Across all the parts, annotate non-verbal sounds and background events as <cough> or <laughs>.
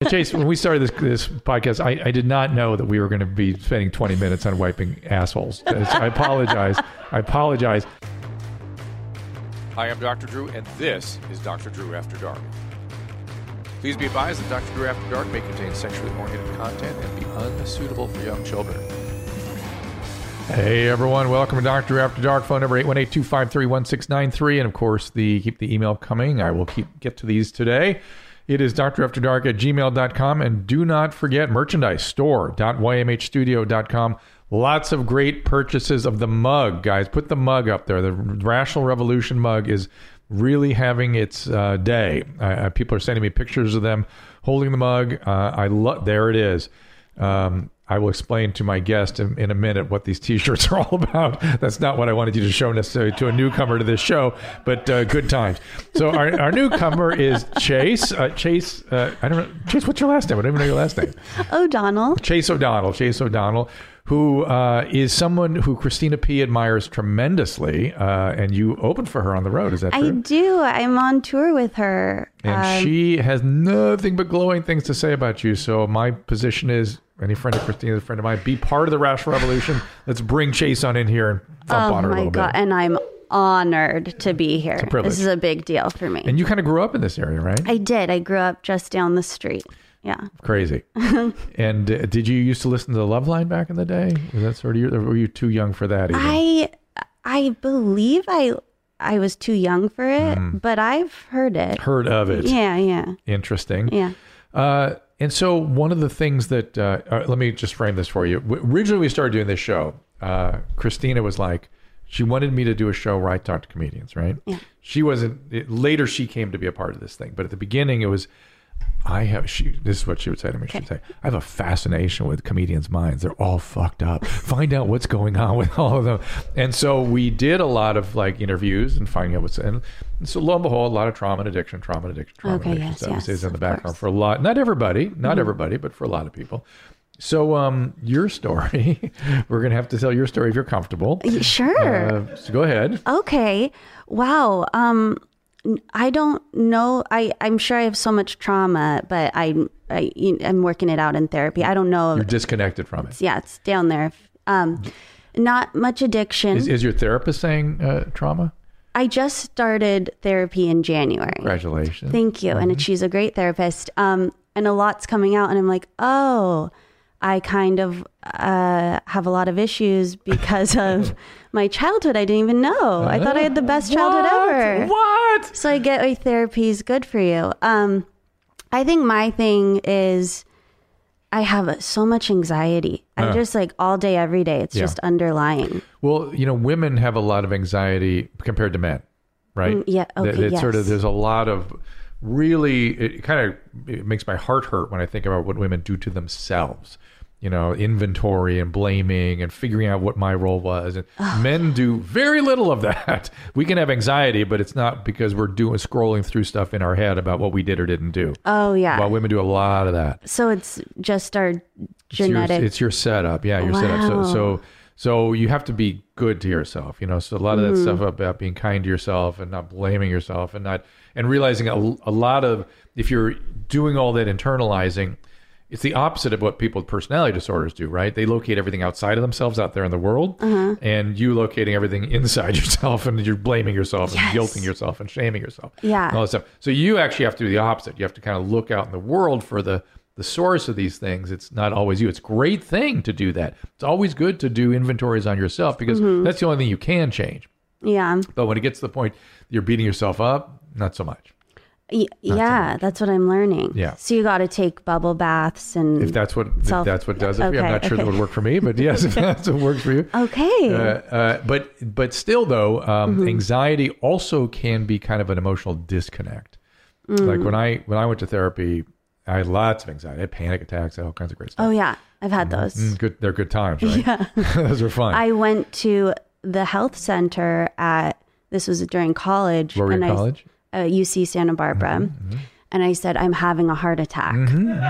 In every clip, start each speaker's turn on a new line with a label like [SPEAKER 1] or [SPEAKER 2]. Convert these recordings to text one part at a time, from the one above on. [SPEAKER 1] And Chase, when we started this this podcast, I, I did not know that we were going to be spending 20 minutes on wiping assholes. I apologize. I apologize.
[SPEAKER 2] Hi, I'm Dr. Drew, and this is Dr. Drew After Dark. Please be advised that Dr. Drew After Dark may contain sexually oriented content and be unsuitable for young children.
[SPEAKER 1] Hey everyone, welcome to Doctor After Dark. Phone number 818-253-1693. And of course the keep the email coming. I will keep get to these today. It is Doctor After Dark at gmail.com. And do not forget merchandise store.ymhstudio.com. Lots of great purchases of the mug, guys. Put the mug up there. The Rational Revolution mug is really having its uh, day. Uh, people are sending me pictures of them holding the mug. Uh, I love there it is. Um, I will explain to my guest in, in a minute what these T-shirts are <laughs> all about. That's not what I wanted you to show necessarily to a newcomer to this show, but uh, good times. So our, our newcomer is Chase. Uh, Chase, uh, I don't know. Chase, what's your last name? I don't even know your last name.
[SPEAKER 3] O'Donnell.
[SPEAKER 1] Chase O'Donnell. Chase O'Donnell, who uh, is someone who Christina P admires tremendously, uh, and you opened for her on the road. Is that
[SPEAKER 3] I
[SPEAKER 1] true?
[SPEAKER 3] do. I'm on tour with her.
[SPEAKER 1] And
[SPEAKER 3] Um,
[SPEAKER 1] she has nothing but glowing things to say about you. So my position is any friend of Christina's a friend of mine, be part of the Rational
[SPEAKER 3] <laughs>
[SPEAKER 1] Revolution. Let's bring Chase on in here and thump
[SPEAKER 3] oh
[SPEAKER 1] on her a
[SPEAKER 3] my
[SPEAKER 1] little
[SPEAKER 3] god!
[SPEAKER 1] bit.
[SPEAKER 3] And I'm honored to be here.
[SPEAKER 1] privilege.
[SPEAKER 3] This is a big deal for me.
[SPEAKER 1] And you kind of grew up in this area, right?
[SPEAKER 3] I did. I grew up just down the street. Yeah. <laughs>
[SPEAKER 1] Crazy. and uh, did you used to listen to Loveline back in the day? Was that sort of your, or were you too young for that? Even?
[SPEAKER 3] I I believe I I was too young for it, but I've heard it.
[SPEAKER 1] Mm-hmm. heard of it.
[SPEAKER 3] Yeah, yeah,
[SPEAKER 1] Interesting.
[SPEAKER 3] yeah.
[SPEAKER 1] Uh, and so one of the things that uh, uh, let me just frame this for you. W- originally, we started doing this show. Uh, Christina was like, she wanted me to do a show where I talked to comedians, right? Yeah. She wasn't. It, later, she came to be a part of this thing, but at the beginning, it was. I have she this is what she would say to me. She'd say, I have a fascination with comedians' minds. They're all fucked up. Find out what's going on with all of them. And so we did a lot of like interviews and finding out what's and so lo and behold, a lot of trauma and addiction, trauma and addiction, trauma
[SPEAKER 3] Okay,
[SPEAKER 1] and addiction
[SPEAKER 3] yes,
[SPEAKER 1] stuff
[SPEAKER 3] yes,
[SPEAKER 1] is in the
[SPEAKER 3] of
[SPEAKER 1] background
[SPEAKER 3] course. Mm-hmm.
[SPEAKER 1] for a lot not everybody, not everybody, but for a lot of people. So um your story, <laughs> we're gonna have to tell your story if you're comfortable.
[SPEAKER 3] Y- Sure.
[SPEAKER 1] Uh, so go ahead.
[SPEAKER 3] Okay. Wow. Um, n- I don't know. I I'm sure I have so much trauma, but I'm I, I'm working it out in therapy. I don't know.
[SPEAKER 1] You're disconnected from it.
[SPEAKER 3] yeah, it's down there. Um, not much addiction.
[SPEAKER 1] Is, is your therapist saying uh, trauma?
[SPEAKER 3] I just started therapy in January.
[SPEAKER 1] Congratulations.
[SPEAKER 3] Thank you.
[SPEAKER 1] Mm-hmm.
[SPEAKER 3] And she's a great therapist. Um, and a lot's coming out, and I'm like, oh, I kind of uh, have a lot of issues because
[SPEAKER 1] <laughs>
[SPEAKER 3] of my childhood. I didn't even know. I thought I had the best childhood ever.
[SPEAKER 1] What?
[SPEAKER 3] So I get why therapy is good for you. Um, I think my thing is I have so much anxiety. I just like all day, every day. It's
[SPEAKER 1] Uh. Yeah.
[SPEAKER 3] just underlying.
[SPEAKER 1] Well, you know, women have a lot of anxiety compared to men, right?
[SPEAKER 3] Mm, yeah, okay,
[SPEAKER 1] That- that sort of
[SPEAKER 3] yes.
[SPEAKER 1] there's a lot of really it kind of it makes my heart hurt when I think about what women do to themselves. You know, inventory and blaming and figuring out what my role was. And men do very little of that. <laughs> We can have anxiety, but it's not because we're doing scrolling through stuff in our head about what we did or didn't do.
[SPEAKER 3] Oh, yeah.
[SPEAKER 1] While women do a lot of that.
[SPEAKER 3] so it's just our
[SPEAKER 1] It's your-
[SPEAKER 3] genetic.
[SPEAKER 1] It's your, setup. Yeah, your setup. So,
[SPEAKER 3] Wow.
[SPEAKER 1] so so you have to be good to yourself. You know, so a lot of that
[SPEAKER 3] Mm-hmm.
[SPEAKER 1] stuff about being kind to yourself and not blaming yourself and not and realizing a, a lot of if you're doing all that internalizing. It's the opposite of what people with personality disorders do, right? They locate everything outside of themselves out there in the world,
[SPEAKER 3] Uh-huh.
[SPEAKER 1] and you locating everything <laughs> inside yourself, and you're blaming yourself and guilting yourself and shaming yourself.
[SPEAKER 3] Yeah.
[SPEAKER 1] and all this stuff. So you actually have to do the opposite. You have to kind of look out in the world for the the source of these things. It's not always you. It's a great thing to do that. It's always good to do inventories on yourself because
[SPEAKER 3] Mm-hmm.
[SPEAKER 1] that's the only thing you can change.
[SPEAKER 3] yeah.
[SPEAKER 1] But when it gets to the point you're beating yourself up, not so much.
[SPEAKER 3] Y- yeah. That's what I'm learning.
[SPEAKER 1] Yeah.
[SPEAKER 3] So you got to take bubble baths and.
[SPEAKER 1] If that's what if
[SPEAKER 3] Self-
[SPEAKER 1] that's what does it. for you. I'm
[SPEAKER 3] Okay,
[SPEAKER 1] not sure that
[SPEAKER 3] okay.
[SPEAKER 1] would work for me, but yes, <laughs> if that's what works for you.
[SPEAKER 3] <laughs> okay.
[SPEAKER 1] Uh, uh, but but still though, um,
[SPEAKER 3] Mm-hmm.
[SPEAKER 1] anxiety also can be kind of an emotional disconnect. Like
[SPEAKER 3] Mm.
[SPEAKER 1] when I when I went to therapy, I had lots of anxiety. I had panic attacks, all kinds of great stuff.
[SPEAKER 3] oh, yeah. I've had those.
[SPEAKER 1] Mm, good, they're good times, right? <laughs> Those are fun.
[SPEAKER 3] Oh, I went to the health center at. This was during college.
[SPEAKER 1] Were we in
[SPEAKER 3] and I-
[SPEAKER 1] college? Mm-hmm.
[SPEAKER 3] uh, UC Santa Barbara. And I said, I'm having a heart attack.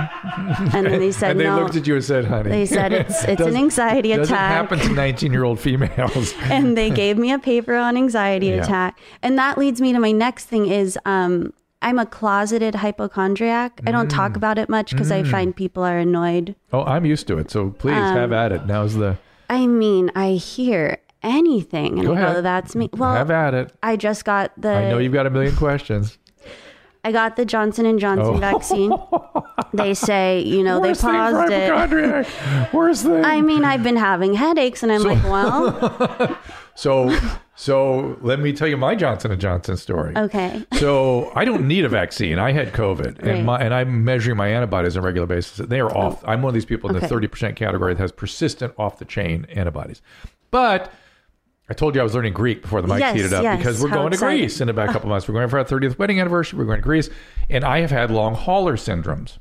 [SPEAKER 3] And then they
[SPEAKER 1] Mm-hmm.
[SPEAKER 3] said,
[SPEAKER 1] and they
[SPEAKER 3] no.
[SPEAKER 1] looked at you and said, honey. <laughs>
[SPEAKER 3] They said, it's, it's
[SPEAKER 1] Does-
[SPEAKER 3] an anxiety
[SPEAKER 1] doesn't
[SPEAKER 3] attack.
[SPEAKER 1] happen to 19 year old females. <laughs>
[SPEAKER 3] and they gave me a paper on anxiety
[SPEAKER 1] Yeah.
[SPEAKER 3] attack. And that leads me to my next thing is um, I'm a closeted hypochondriac. I don't
[SPEAKER 1] Mm.
[SPEAKER 3] talk about it much because I find people are annoyed.
[SPEAKER 1] Oh, I'm used to it. So please
[SPEAKER 3] Um,
[SPEAKER 1] have at it. Now's the
[SPEAKER 3] I mean, I hear anything and
[SPEAKER 1] Go
[SPEAKER 3] I go,
[SPEAKER 1] ahead.
[SPEAKER 3] that's me. Well, uh,
[SPEAKER 1] have at it.
[SPEAKER 3] I just got the
[SPEAKER 1] I know you've got a million questions.
[SPEAKER 3] I got the Johnson and Johnson
[SPEAKER 1] Oh. <laughs>
[SPEAKER 3] vaccine. They say, you know, they
[SPEAKER 1] Worst thing for
[SPEAKER 3] paused it.
[SPEAKER 1] hypochondriac. Worst thing.
[SPEAKER 3] I mean, I've been having headaches, and I'm like,
[SPEAKER 1] <laughs>
[SPEAKER 3] well,
[SPEAKER 1] So, so let me tell you my Johnson and Johnson story.
[SPEAKER 3] okay,
[SPEAKER 1] So I don't need a vaccine. I had COVID,
[SPEAKER 3] Right. Oh.
[SPEAKER 1] and my and I'm measuring my antibodies on a regular basis. They are off. I'm one of these people in the
[SPEAKER 3] Okay.
[SPEAKER 1] 30 percent category that has persistent off the chain antibodies. But I told you I was learning Greek before the mic
[SPEAKER 3] Yes,
[SPEAKER 1] heated up
[SPEAKER 3] yes.
[SPEAKER 1] because we're
[SPEAKER 3] How
[SPEAKER 1] going
[SPEAKER 3] exciting.
[SPEAKER 1] to Greece in about a couple months. We're going for our 30th wedding anniversary. We're going to Greece, and I have had long hauler syndromes.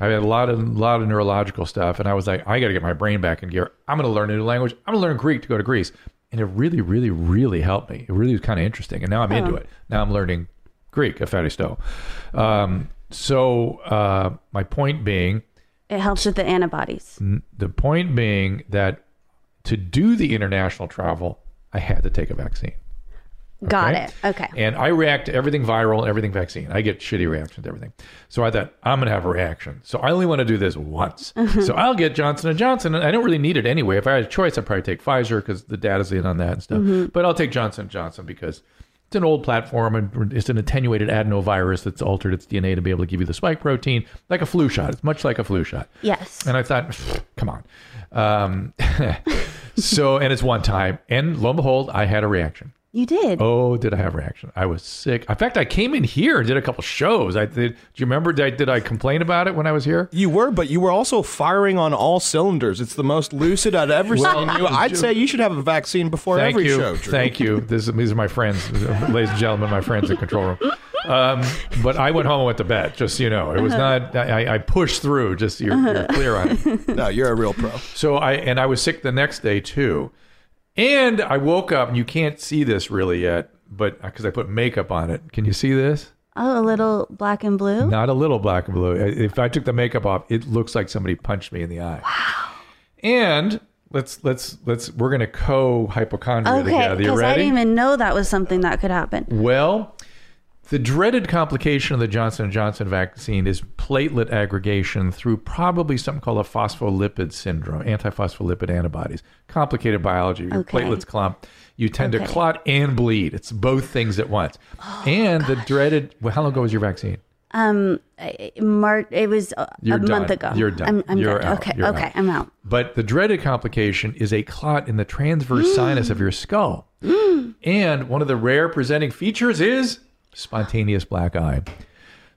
[SPEAKER 1] I've had a lot of lot of neurological stuff, and I was like, I got to get my brain back in gear. I'm going to learn a new language. I'm going to learn Greek to go to Greece, and it really, really, really helped me. It really was kind of interesting, and now I'm
[SPEAKER 3] Oh.
[SPEAKER 1] into it. Now I'm learning Greek, Epharisto. Um, so uh, my point being,
[SPEAKER 3] it helps with the antibodies.
[SPEAKER 1] the point being that to do the international travel, I had to take a vaccine.
[SPEAKER 3] Got
[SPEAKER 1] Okay.
[SPEAKER 3] it. Okay.
[SPEAKER 1] And I react to everything viral and everything vaccine. I get shitty reactions to everything. So I thought I'm going to have a reaction. So I only want to do this once.
[SPEAKER 3] <laughs>
[SPEAKER 1] so I'll get Johnson and Johnson. And I don't really need it anyway. If I had a choice, I'd probably take Pfizer because the data's in on that and stuff.
[SPEAKER 3] Mm-hmm.
[SPEAKER 1] But I'll take Johnson and Johnson because it's an old platform and it's an attenuated adenovirus that's altered its DNA to be able to give you the spike protein like a flu shot. It's much like a flu shot.
[SPEAKER 3] Yes.
[SPEAKER 1] And I thought, <sighs> come on. Um, <laughs> so and it's one time. And lo and behold, I had a reaction.
[SPEAKER 3] You did.
[SPEAKER 1] Oh, did I have reaction? I was sick. In fact, I came in here and did a couple shows. I did. Do you remember? Did I, did I complain about it when I was here?
[SPEAKER 4] You were, but you were also firing on all cylinders. It's the most lucid I'd ever seen you. I'd say you should have a vaccine before
[SPEAKER 1] Thank
[SPEAKER 4] every
[SPEAKER 1] you.
[SPEAKER 4] show. Drew.
[SPEAKER 1] Thank you. This, these are my friends, <laughs> ladies and gentlemen, my friends in control room. Um, but I went home and went to bed. Just so you know, it was
[SPEAKER 4] Uh-huh.
[SPEAKER 1] not. I, I pushed through. Just so you're, you're clear on it.
[SPEAKER 4] <laughs> No, you're a real pro.
[SPEAKER 1] So I and I was sick the next day too, and I woke up and you can't see this really yet, but because I put makeup on it, can you see this?
[SPEAKER 3] Oh, a little black and blue.
[SPEAKER 1] Not a little black and blue. If I took the makeup off, it looks like somebody punched me in the eye. Wow. And let's let's let's we're gonna co hypochondria
[SPEAKER 3] Okay,
[SPEAKER 1] together. You
[SPEAKER 3] because I
[SPEAKER 1] ready?
[SPEAKER 3] didn't even know that was something that could happen.
[SPEAKER 1] Well, the dreaded complication of the Johnson & Johnson vaccine is platelet aggregation through probably something called a phospholipid syndrome, antiphospholipid antibodies. Complicated biology. Your
[SPEAKER 3] Okay.
[SPEAKER 1] platelets clump. You tend
[SPEAKER 3] Okay. Oh,
[SPEAKER 1] to clot and bleed. It's both things at once. and the dreaded. Well, how long ago was your vaccine?
[SPEAKER 3] Um, I- Mar- it was uh,
[SPEAKER 1] You're
[SPEAKER 3] a month
[SPEAKER 1] done.
[SPEAKER 3] ago.
[SPEAKER 1] You're done.
[SPEAKER 3] I'm, I'm
[SPEAKER 1] You're
[SPEAKER 3] done.
[SPEAKER 1] out.
[SPEAKER 3] Okay,
[SPEAKER 1] You're
[SPEAKER 3] okay,
[SPEAKER 1] out.
[SPEAKER 3] I'm out.
[SPEAKER 1] But the dreaded complication is a clot in the transverse sinus of your skull. and one of the rare presenting features is spontaneous black eye.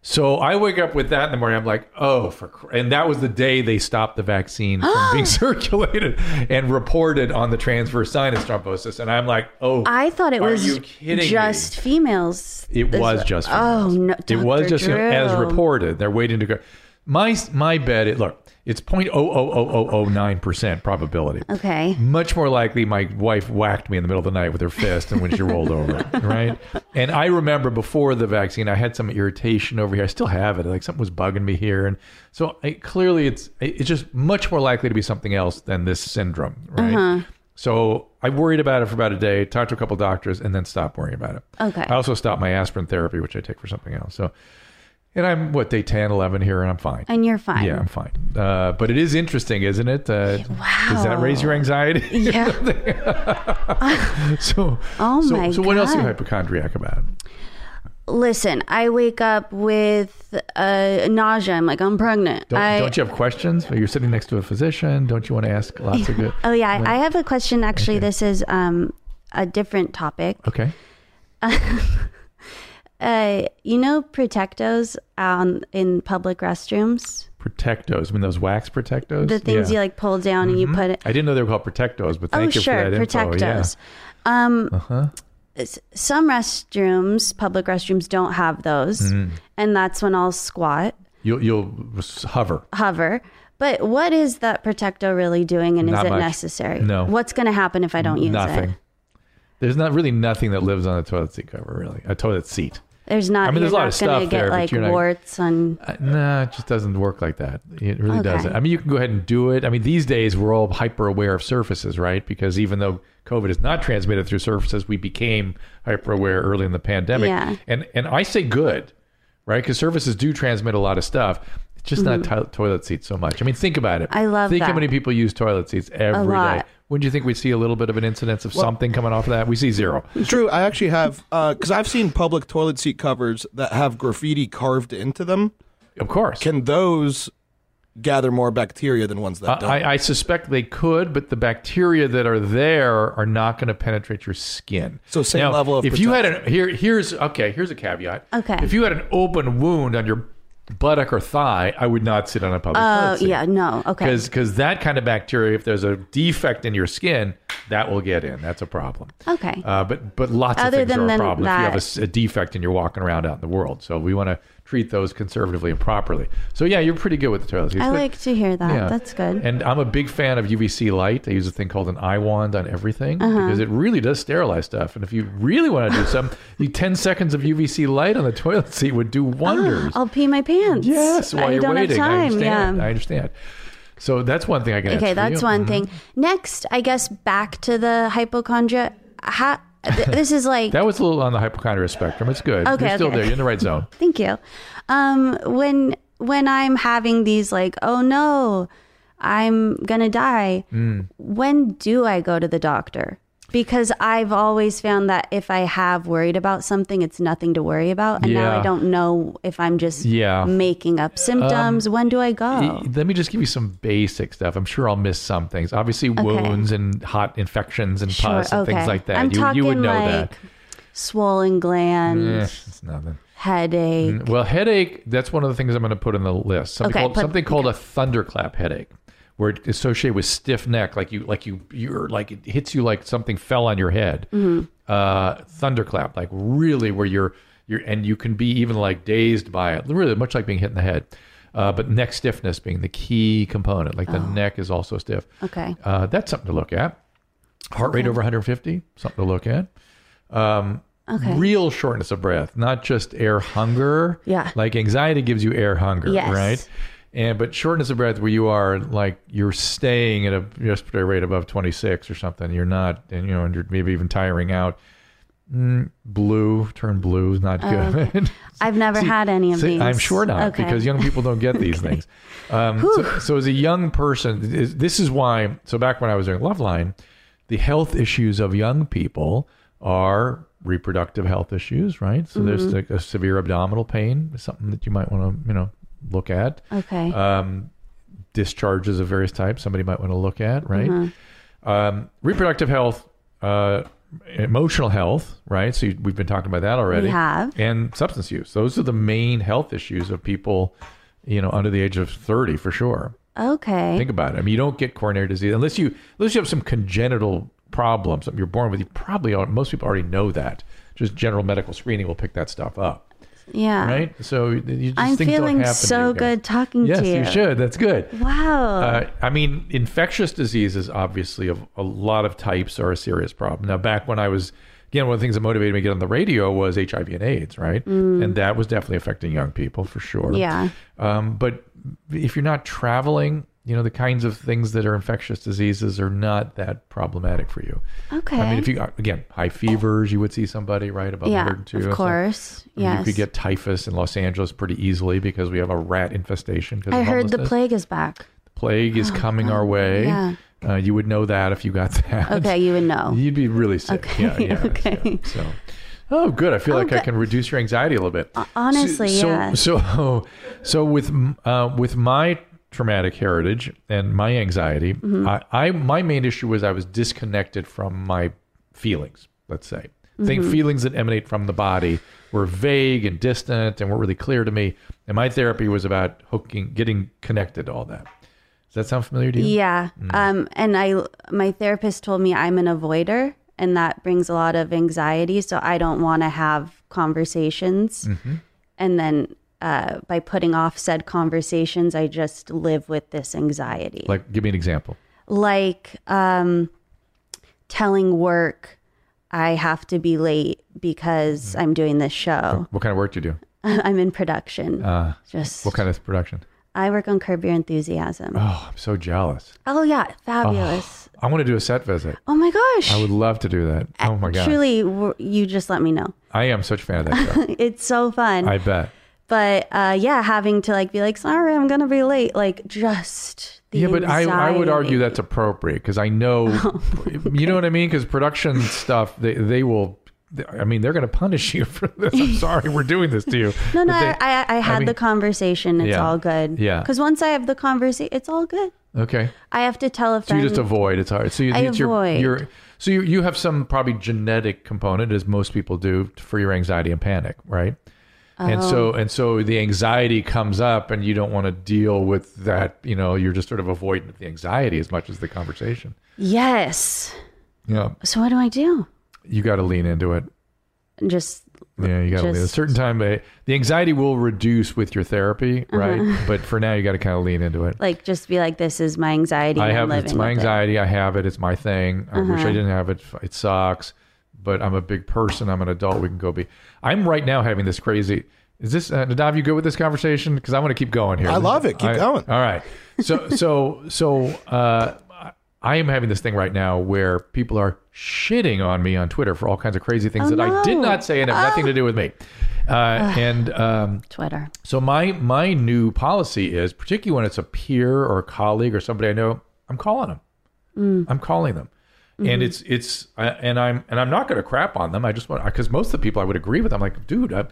[SPEAKER 1] So I wake up with that in the morning. I'm like, oh, for cr-. and that was the day they stopped the vaccine
[SPEAKER 3] Ah.
[SPEAKER 1] from being <laughs> circulated and reported on the transverse sinus thrombosis. And I'm like, oh,
[SPEAKER 3] I thought it
[SPEAKER 1] Are
[SPEAKER 3] was
[SPEAKER 1] you kidding me?
[SPEAKER 3] just females.
[SPEAKER 1] it
[SPEAKER 3] This-
[SPEAKER 1] was just
[SPEAKER 3] Oh no,
[SPEAKER 1] it was
[SPEAKER 3] Dr.
[SPEAKER 1] just you know, as
[SPEAKER 3] Drew.
[SPEAKER 1] reported. They're waiting to go. My my bet. It, look, it's point oh oh oh oh oh nine percent probability.
[SPEAKER 3] Uh, Okay.
[SPEAKER 1] Much more likely, my wife whacked me in the middle of the night with her fist, and when she rolled over, right? And I remember before the vaccine, I had some irritation over here. I still have it. Like something was bugging me here, and so I, clearly, it's it's just much more likely to be something else than this syndrome, right? So I worried about it for about a day, talked to a couple doctors, and then stopped worrying about it.
[SPEAKER 3] Okay.
[SPEAKER 1] I also stopped my aspirin therapy, which I take for something else. So, and I'm what day 10, 11 here, and I'm fine.
[SPEAKER 3] And you're fine.
[SPEAKER 1] Yeah, I'm fine. Uh, but it is interesting, isn't it? Uh, Does that raise your anxiety?
[SPEAKER 3] <laughs>
[SPEAKER 1] <laughs>
[SPEAKER 3] Yeah.
[SPEAKER 1] so,
[SPEAKER 3] Oh
[SPEAKER 1] so,
[SPEAKER 3] my
[SPEAKER 1] so what else are you
[SPEAKER 3] God.
[SPEAKER 1] hypochondriac about?
[SPEAKER 3] Listen, I wake up with uh, nausea. I'm like, I'm pregnant.
[SPEAKER 1] Don't,
[SPEAKER 3] I,
[SPEAKER 1] don't you have questions? You're sitting next to a physician. Don't you want to ask lots of good?
[SPEAKER 3] <laughs> Oh yeah, I, I have a question. Actually, this is um, a different topic.
[SPEAKER 1] Okay.
[SPEAKER 3] Uh, you know, protectos on in public restrooms,
[SPEAKER 1] Protectos. I mean, those wax protectos?
[SPEAKER 3] the things
[SPEAKER 1] Yeah.
[SPEAKER 3] you like pull down and you put it.
[SPEAKER 1] I didn't know they were called protectos, but
[SPEAKER 3] Oh
[SPEAKER 1] thank you
[SPEAKER 3] sure,
[SPEAKER 1] for that info. Yeah. Uh-huh.
[SPEAKER 3] protectos. Um, s- Some restrooms, public restrooms, don't have those,
[SPEAKER 1] Mm.
[SPEAKER 3] and that's when I'll squat,
[SPEAKER 1] You'll, you'll s- hover.
[SPEAKER 3] hover. But what is that protecto really doing, and is
[SPEAKER 1] Not
[SPEAKER 3] it
[SPEAKER 1] much.
[SPEAKER 3] necessary?
[SPEAKER 1] No.
[SPEAKER 3] What's going to happen if I don't use
[SPEAKER 1] nothing.
[SPEAKER 3] it?
[SPEAKER 1] There's not really nothing that lives on a toilet seat cover, really. A toilet seat.
[SPEAKER 3] There's not.
[SPEAKER 1] I mean, there's
[SPEAKER 3] you're
[SPEAKER 1] a lot
[SPEAKER 3] not
[SPEAKER 1] of
[SPEAKER 3] going to
[SPEAKER 1] stuff
[SPEAKER 3] get
[SPEAKER 1] there, but
[SPEAKER 3] like
[SPEAKER 1] you're not-
[SPEAKER 3] warts on.
[SPEAKER 1] Uh, nah, it just doesn't work like that. It really
[SPEAKER 3] Okay.
[SPEAKER 1] doesn't. I mean, you can go ahead and do it. I mean, these days we're all hyper aware of surfaces, right? Because even though COVID is not transmitted through surfaces, we became hyper aware early in the pandemic.
[SPEAKER 3] Yeah.
[SPEAKER 1] And and I say good. right? Because services do transmit a lot of stuff. It's just not to- toilet seats so much. I mean, think about it.
[SPEAKER 3] Mm-hmm. I love
[SPEAKER 1] Think how
[SPEAKER 3] that.
[SPEAKER 1] many people use toilet seats every day.
[SPEAKER 3] lot.
[SPEAKER 1] Wouldn't you think we see a little bit of an incidence of something coming off of that? We see zero.
[SPEAKER 4] True, I actually have because I've seen public toilet seat covers that have graffiti carved into them.
[SPEAKER 1] Of course.
[SPEAKER 4] Can those gather more bacteria than ones that don't?
[SPEAKER 1] Uh, I, I suspect they could, but the bacteria that are there are not going to penetrate your skin.
[SPEAKER 4] So same level of
[SPEAKER 1] If you had an here, here's okay. Here's a caveat.
[SPEAKER 3] Okay.
[SPEAKER 1] If you had an open wound on your buttock or thigh, I would not sit on a public
[SPEAKER 3] Oh, yeah. No. Okay.
[SPEAKER 1] because that kind of bacteria, if there's a defect in your skin, that will get in. That's a problem.
[SPEAKER 3] Okay.
[SPEAKER 1] Uh, but but lots
[SPEAKER 3] Other
[SPEAKER 1] of things
[SPEAKER 3] than-
[SPEAKER 1] are a
[SPEAKER 3] than
[SPEAKER 1] problem if you have a
[SPEAKER 3] that-
[SPEAKER 1] s- a, defect and you're walking around out in the world. So we want to treat those conservatively and properly. So yeah, you're pretty good with the toilet seats.
[SPEAKER 3] I
[SPEAKER 1] but-
[SPEAKER 3] like to hear that.
[SPEAKER 1] yeah.
[SPEAKER 3] Oh, That's good.
[SPEAKER 1] And I'm a big fan of UVC light. I use a thing called an eye wand on everything
[SPEAKER 3] Uh-huh.
[SPEAKER 1] because it really does sterilize stuff. And if you really want to do
[SPEAKER 3] <laughs>
[SPEAKER 1] something, you 10 seconds of UVC light on the toilet <laughs> seat would do wonders.
[SPEAKER 3] I'll pee my pants.
[SPEAKER 1] yes, while
[SPEAKER 3] I
[SPEAKER 1] you're
[SPEAKER 3] oh, don't
[SPEAKER 1] waiting.
[SPEAKER 3] have
[SPEAKER 1] I
[SPEAKER 3] time.
[SPEAKER 1] understand.
[SPEAKER 3] yeah.
[SPEAKER 1] I understand. So that's one thing I can
[SPEAKER 3] okay,
[SPEAKER 1] answer for
[SPEAKER 3] that's
[SPEAKER 1] you. Mm-hmm.
[SPEAKER 3] one thing. Next, I guess back to the hypochondria. Ha-
[SPEAKER 1] <laughs>
[SPEAKER 3] th- this is like
[SPEAKER 1] That was a little on the hypochondria spectrum. It's good.
[SPEAKER 3] Okay,
[SPEAKER 1] you're still
[SPEAKER 3] okay.
[SPEAKER 1] there. You're in the right
[SPEAKER 3] <laughs>
[SPEAKER 1] zone.
[SPEAKER 3] Thank you. Um, when when I'm having these like, oh no, I'm gonna die.
[SPEAKER 1] Mm.
[SPEAKER 3] When do I go to the doctor? Because I've always found that if I have worried about something, it's nothing to worry about, and now
[SPEAKER 1] Yeah.
[SPEAKER 3] I don't know if I'm just
[SPEAKER 1] Yeah. Um,
[SPEAKER 3] making up symptoms. when do I
[SPEAKER 1] Y-
[SPEAKER 3] go?
[SPEAKER 1] Let me just give you some basic stuff. I'm sure I'll miss some things. Obviously, wounds and hot infections and pus and things like that.
[SPEAKER 3] I'm
[SPEAKER 1] you,
[SPEAKER 3] talking
[SPEAKER 1] you would know
[SPEAKER 3] like
[SPEAKER 1] that.
[SPEAKER 3] swollen gland,
[SPEAKER 1] Eh, it's nothing.
[SPEAKER 3] headache.
[SPEAKER 1] Well, headache, that's one of the things I'm going to put in the list. Something
[SPEAKER 3] Okay,
[SPEAKER 1] called,
[SPEAKER 3] put-
[SPEAKER 1] something called a thunderclap headache, where it's associated with stiff neck, like you, like you, you're like, it hits you like something fell on your head.
[SPEAKER 3] Mm-hmm.
[SPEAKER 1] Uh, thunderclap, like really where you're, you're, and you can be even like dazed by it, really much like being hit in the head. Uh, but neck stiffness being the key component, like
[SPEAKER 3] Oh.
[SPEAKER 1] the neck is also stiff.
[SPEAKER 3] Okay.
[SPEAKER 1] Uh, that's something to look at. Heart rate over 150, something to look at. Um,
[SPEAKER 3] Okay.
[SPEAKER 1] Real shortness of breath, not just air hunger.
[SPEAKER 3] Yeah.
[SPEAKER 1] Like anxiety gives you air hunger,
[SPEAKER 3] Yes.
[SPEAKER 1] right? And but shortness of breath, where you are like you're staying at a respiratory rate above 26 or something, you're not, and you know, and you're maybe even tiring out. Mm, blue, turn blue is not
[SPEAKER 3] Oh.
[SPEAKER 1] good. <laughs>
[SPEAKER 3] I've never had any of
[SPEAKER 1] See,
[SPEAKER 3] these.
[SPEAKER 1] I'm sure not
[SPEAKER 3] Okay.
[SPEAKER 1] because young people don't
[SPEAKER 3] <laughs>
[SPEAKER 1] get these things. Um, so, so as a young person, is- this is why. So back when I was doing Loveline, the health issues of young people are reproductive health issues, right? So
[SPEAKER 3] Mm-hmm.
[SPEAKER 1] there's like a severe abdominal pain, something that you might want to you know look at.
[SPEAKER 3] Okay.
[SPEAKER 1] Um, discharges of various types, somebody might want to look at, right?
[SPEAKER 3] Mm-hmm.
[SPEAKER 1] Um, reproductive health. Uh, emotional health right so you, we've been talking about that already
[SPEAKER 3] We have.
[SPEAKER 1] and substance use. Those are the main health issues of people, you know, under the age of 30 for sure.
[SPEAKER 3] okay.
[SPEAKER 1] Think about it. I mean, you don't get coronary disease unless you unless you have some congenital problem, something you're born with. You probably al- most people already know that. Just general medical screening will pick that stuff up,
[SPEAKER 3] yeah.
[SPEAKER 1] right? So you just
[SPEAKER 3] I'm
[SPEAKER 1] things don't
[SPEAKER 3] feeling
[SPEAKER 1] happen to
[SPEAKER 3] so
[SPEAKER 1] you guys.
[SPEAKER 3] good talking
[SPEAKER 1] Yes,
[SPEAKER 3] to you.
[SPEAKER 1] you should. That's good.
[SPEAKER 3] Wow.
[SPEAKER 1] Uh, I mean, infectious diseases, obviously, of a lot of types are a serious problem. Now, back when I was, again, one of the things that motivated me to get on the radio was HIV and AIDS, right? And that was definitely affecting young people for sure.
[SPEAKER 3] Mm. yeah.
[SPEAKER 1] Um, but if you're not traveling, you know, the kinds of things that are infectious diseases are not that problematic for you.
[SPEAKER 3] Okay.
[SPEAKER 1] I mean, if you, again, high fevers, you would see somebody, right? About
[SPEAKER 3] yeah,
[SPEAKER 1] 102.
[SPEAKER 3] of
[SPEAKER 1] So
[SPEAKER 3] course.
[SPEAKER 1] You
[SPEAKER 3] Yes.
[SPEAKER 1] could get typhus in Los Angeles pretty easily because we have a rat infestation. 'cause
[SPEAKER 3] I
[SPEAKER 1] of
[SPEAKER 3] heard the
[SPEAKER 1] homelessness
[SPEAKER 3] plague is back.
[SPEAKER 1] plague is coming our way.
[SPEAKER 3] Oh, yeah.
[SPEAKER 1] Uh, you would know that if you got <laughs> that.
[SPEAKER 3] Okay, you would know.
[SPEAKER 1] You'd be really sick.
[SPEAKER 3] Okay,
[SPEAKER 1] Yeah, yeah,
[SPEAKER 3] <laughs> okay.
[SPEAKER 1] yeah. So, oh, good. I feel like I
[SPEAKER 3] good.
[SPEAKER 1] can reduce your anxiety a little bit.
[SPEAKER 3] Uh, Honestly,
[SPEAKER 1] so,
[SPEAKER 3] yeah.
[SPEAKER 1] So, <laughs> so with uh, with my traumatic heritage and my anxiety,
[SPEAKER 3] Mm-hmm.
[SPEAKER 1] I, I my main issue was I was disconnected from my feelings. Let's say, think
[SPEAKER 3] Mm-hmm.
[SPEAKER 1] feelings that emanate from the body were vague and distant and weren't really clear to me. And my therapy was about hooking, getting connected to all that. Does that sound familiar to you?
[SPEAKER 3] yeah. Um, and I, my therapist told me I'm an avoider, and that brings a lot of anxiety. So I don't want to have conversations. And then uh, by putting off said conversations, I just live with this anxiety.
[SPEAKER 1] Like, give me an example.
[SPEAKER 3] like um, telling work I have to be late because I'm doing this show.
[SPEAKER 1] What kind of work do you do?
[SPEAKER 3] <laughs> I'm in production. Just
[SPEAKER 1] What kind of production?
[SPEAKER 3] I work on Curb Your Enthusiasm. Oh,
[SPEAKER 1] Oh, I'm so jealous.
[SPEAKER 3] yeah, fabulous.
[SPEAKER 1] I want to do a set visit.
[SPEAKER 3] Oh, my gosh.
[SPEAKER 1] I would love to do that. Oh my god,
[SPEAKER 3] Truly, w- you just let me know. <laughs>
[SPEAKER 1] I am such a fan of that show.
[SPEAKER 3] It's so fun.
[SPEAKER 1] I bet.
[SPEAKER 3] But uh, yeah, having to like be like, sorry, I'm gonna be late. Like just the
[SPEAKER 1] yeah, but I, I would argue
[SPEAKER 3] anxiety. Oh,
[SPEAKER 1] that's appropriate because I
[SPEAKER 3] <laughs>
[SPEAKER 1] know, you know what I mean? Because production stuff, they, they will, I mean, they're going to punish you for this. I'm sorry, we're doing this to you.
[SPEAKER 3] <laughs> No, no,
[SPEAKER 1] But they-
[SPEAKER 3] I, I, I had
[SPEAKER 1] mean-
[SPEAKER 3] the conversation. It's
[SPEAKER 1] Yeah.
[SPEAKER 3] all good.
[SPEAKER 1] Yeah.
[SPEAKER 3] Because once I have the conversation, it's all good.
[SPEAKER 1] okay.
[SPEAKER 3] I have to tell a
[SPEAKER 1] So
[SPEAKER 3] friend.
[SPEAKER 1] you just avoid. It's hard. So you,
[SPEAKER 3] I
[SPEAKER 1] it's your-
[SPEAKER 3] avoid.
[SPEAKER 1] Your, so you, you have some probably genetic component, as most people do, for your anxiety and panic, right? And
[SPEAKER 3] Oh.
[SPEAKER 1] so and so the anxiety comes up, and you don't want to deal with that. You know, you're just sort of avoiding the anxiety as much as the conversation.
[SPEAKER 3] yes.
[SPEAKER 1] Yeah,
[SPEAKER 3] So what do I do?
[SPEAKER 1] you got to lean into it.
[SPEAKER 3] Just
[SPEAKER 1] Yeah, you got to lean. A
[SPEAKER 3] Just-
[SPEAKER 1] certain time, uh, the anxiety will reduce with your therapy, right? But for now, you got to kind of lean into it.
[SPEAKER 3] like just be like, this is my anxiety.
[SPEAKER 1] I
[SPEAKER 3] and
[SPEAKER 1] have
[SPEAKER 3] I'm living
[SPEAKER 1] it's my
[SPEAKER 3] with it. Uh-huh.
[SPEAKER 1] anxiety. I have it. It's my thing. I wish I didn't have it. It sucks, but I'm a big person. I'm an adult. We can go be. I'm right now having this crazy. Is this uh, Nadav? You good with this conversation? Because I want to keep going here.
[SPEAKER 4] I love it. Keep
[SPEAKER 1] I-
[SPEAKER 4] going.
[SPEAKER 1] All right.
[SPEAKER 4] <laughs>
[SPEAKER 1] So so so uh, I am having this thing right now where people are shitting on me on Twitter for all kinds of crazy things
[SPEAKER 3] Oh,
[SPEAKER 1] that I did
[SPEAKER 3] no.
[SPEAKER 1] not say and have nothing to do with me. Uh, and um,
[SPEAKER 3] Twitter.
[SPEAKER 1] so my my new policy is, particularly when it's a peer or a colleague or somebody I know, I'm calling them. I'm calling them, and it's it's I, and I'm and I'm not going to crap on them. I just want because most of the people I would agree with, I'm like, dude, I,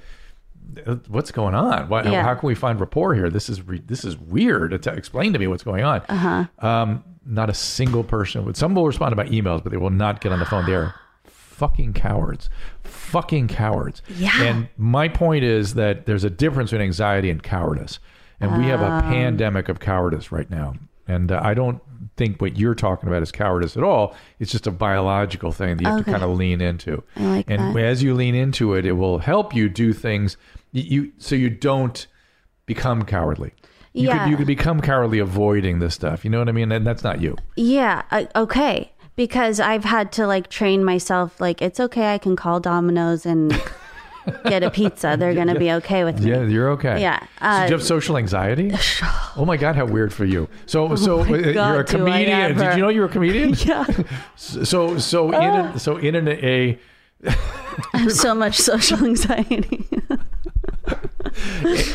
[SPEAKER 1] what's going on? Why,
[SPEAKER 3] Yeah.
[SPEAKER 1] How can we find rapport here? This is re, this is weird. It's- explain to me what's going on. Uh-huh. Um, not a single person would. Some will respond to my emails, but they will not get on the phone. They're fucking cowards. Fucking cowards.
[SPEAKER 3] Yeah.
[SPEAKER 1] And my point is that there's a difference between anxiety and cowardice, and we have
[SPEAKER 3] Um.
[SPEAKER 1] a pandemic of cowardice right now. And uh, I don't think what you're talking about is cowardice at all. It's just a biological thing that you have to
[SPEAKER 3] Okay.
[SPEAKER 1] kind of lean into.
[SPEAKER 3] I like
[SPEAKER 1] and
[SPEAKER 3] that.
[SPEAKER 1] as you lean into it, it will help you do things y- you so you don't become cowardly. You
[SPEAKER 3] Yeah.
[SPEAKER 1] could you could become cowardly avoiding this stuff. You know what I mean? And that's not you.
[SPEAKER 3] Yeah. I, okay. Because I've had to like train myself. Like it's okay. I can call
[SPEAKER 1] <laughs>
[SPEAKER 3] Domino's and get a pizza. They're gonna be okay with me.
[SPEAKER 1] Yeah, you're okay.
[SPEAKER 3] Yeah,
[SPEAKER 1] so do
[SPEAKER 3] uh,
[SPEAKER 1] you have social
[SPEAKER 3] <laughs>
[SPEAKER 1] anxiety? oh my god, how weird for you. So so uh, you're a
[SPEAKER 3] Oh God, do I
[SPEAKER 1] comedian. Did
[SPEAKER 3] ever.
[SPEAKER 1] you know you're a comedian?
[SPEAKER 3] <laughs> Yeah.
[SPEAKER 1] So so in
[SPEAKER 3] Uh.
[SPEAKER 1] an, so in an a
[SPEAKER 3] I have so much social <laughs> anxiety.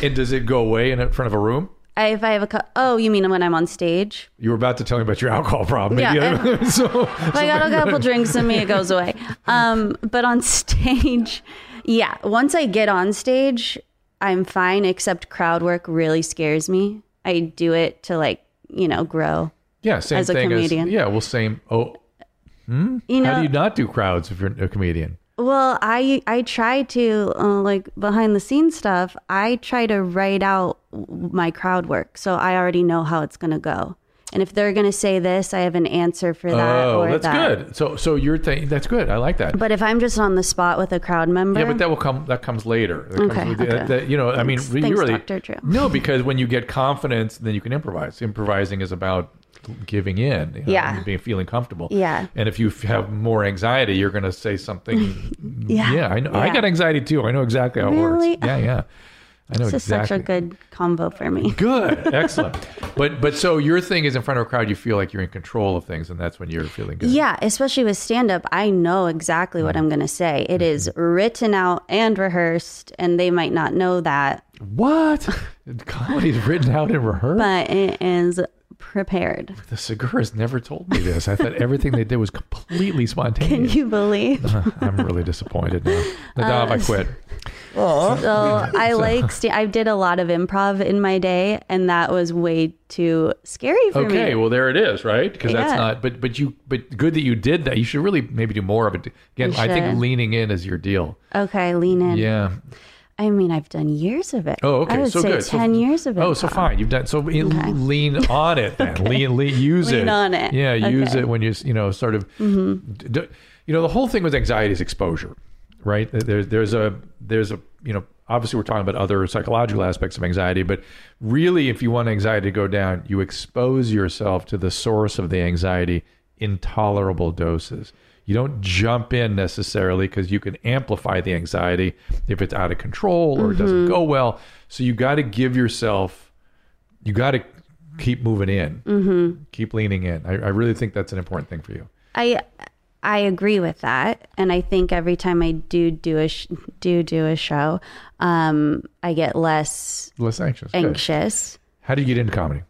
[SPEAKER 1] and does it go away in front of a room?
[SPEAKER 3] I, if I have a co- oh, you mean when I'm on stage?
[SPEAKER 1] You were about to tell me about your alcohol problem.
[SPEAKER 3] Yeah,
[SPEAKER 1] Maybe- <laughs> so
[SPEAKER 3] If I got
[SPEAKER 1] <laughs>
[SPEAKER 3] a couple drinks in me, it goes away. Um, but on stage, yeah. Once I get on stage, I'm fine. Except crowd work really scares me. I do it to like you know grow.
[SPEAKER 1] yeah, same
[SPEAKER 3] As a
[SPEAKER 1] thing
[SPEAKER 3] comedian.
[SPEAKER 1] yeah, well, same. Oh,
[SPEAKER 3] You know,
[SPEAKER 1] how do you not do crowds if you're a comedian?
[SPEAKER 3] Well, I I try to uh, like behind the scenes stuff. I try to write out w- my crowd work, so I already know how it's gonna go. And if they're gonna say this, I have an answer for that
[SPEAKER 1] oh,
[SPEAKER 3] Uh, or
[SPEAKER 1] that's
[SPEAKER 3] that.
[SPEAKER 1] good. So so you're thinking that's good. I like that.
[SPEAKER 3] But if I'm just on the spot with a crowd member,
[SPEAKER 1] Yeah, but that will come. That comes later. That
[SPEAKER 3] Okay,
[SPEAKER 1] Comes with the-
[SPEAKER 3] okay.
[SPEAKER 1] that- you know, I mean,
[SPEAKER 3] Thanks-
[SPEAKER 1] you
[SPEAKER 3] thanks,
[SPEAKER 1] really
[SPEAKER 3] Dr. Drew.
[SPEAKER 1] no, because when you get confidence, then you can improvise. Improvising is about giving in. you know,
[SPEAKER 3] Yeah.
[SPEAKER 1] and being feeling comfortable.
[SPEAKER 3] Yeah.
[SPEAKER 1] And if you f- have more anxiety, you're going to say something. yeah.
[SPEAKER 3] <laughs> Yeah.
[SPEAKER 1] I know. I
[SPEAKER 3] Yeah.
[SPEAKER 1] got anxiety too. I know exactly how
[SPEAKER 3] Really?
[SPEAKER 1] it works. Yeah. Yeah. I know
[SPEAKER 3] this is
[SPEAKER 1] exactly.
[SPEAKER 3] such a good combo for me.
[SPEAKER 1] Good, excellent. but but so your thing is in front of a crowd, you feel like you're in control of things, and that's when you're feeling good.
[SPEAKER 3] Yeah, especially with stand up, I know exactly what I'm gonna say.
[SPEAKER 1] Mm-hmm.
[SPEAKER 3] It is written out and rehearsed, and they might not know that,
[SPEAKER 1] What? <laughs> Comedy's written out and rehearsed.
[SPEAKER 3] but it is prepared.
[SPEAKER 1] The Seguras never told me this. I thought everything they did was completely
[SPEAKER 3] <laughs> Can
[SPEAKER 1] spontaneous.
[SPEAKER 3] you Uh, believe?
[SPEAKER 1] <laughs> I'm really disappointed
[SPEAKER 3] <laughs>
[SPEAKER 1] now. Nadav, I quit. <laughs>
[SPEAKER 3] So I like sta- I did a lot of improv in my day, and that was way too scary for
[SPEAKER 1] Okay,
[SPEAKER 3] me.
[SPEAKER 1] well there it is, right? Because that's
[SPEAKER 3] Yeah.
[SPEAKER 1] not. But but you but good that you did that. You should really maybe do more of it. Again,
[SPEAKER 3] We
[SPEAKER 1] I think
[SPEAKER 3] should.
[SPEAKER 1] leaning in is your deal.
[SPEAKER 3] Okay, lean in.
[SPEAKER 1] Yeah.
[SPEAKER 3] I mean, I've done years of it.
[SPEAKER 1] Oh, okay.
[SPEAKER 3] I would
[SPEAKER 1] so
[SPEAKER 3] say
[SPEAKER 1] good. So-
[SPEAKER 3] ten years of it.
[SPEAKER 1] Oh, so fine. You've done so. you Lean on it
[SPEAKER 3] <laughs>
[SPEAKER 1] then. Lean, lean, use it.
[SPEAKER 3] Lean on it.
[SPEAKER 1] Yeah, use
[SPEAKER 3] Okay. Mm-hmm.
[SPEAKER 1] it when you s- you know sort of. d- d- you know the whole thing with anxiety is exposure, right? There's there's a there's a you know obviously we're talking about other psychological aspects of anxiety, but really if you want anxiety to go down, you expose yourself to the source of the anxiety in tolerable doses. You don't jump in necessarily because you can amplify the anxiety if it's out of control or it doesn't
[SPEAKER 3] Mm-hmm.
[SPEAKER 1] go well. So you got to give yourself you got to
[SPEAKER 3] Mm-hmm.
[SPEAKER 1] keep moving in, keep leaning in. I, I really think that's an important thing for you.
[SPEAKER 3] I I agree with that, and I think every time I do do a sh- do do a show, um, I get less
[SPEAKER 1] Less anxious. Good.
[SPEAKER 3] anxious.
[SPEAKER 1] How do you get into comedy?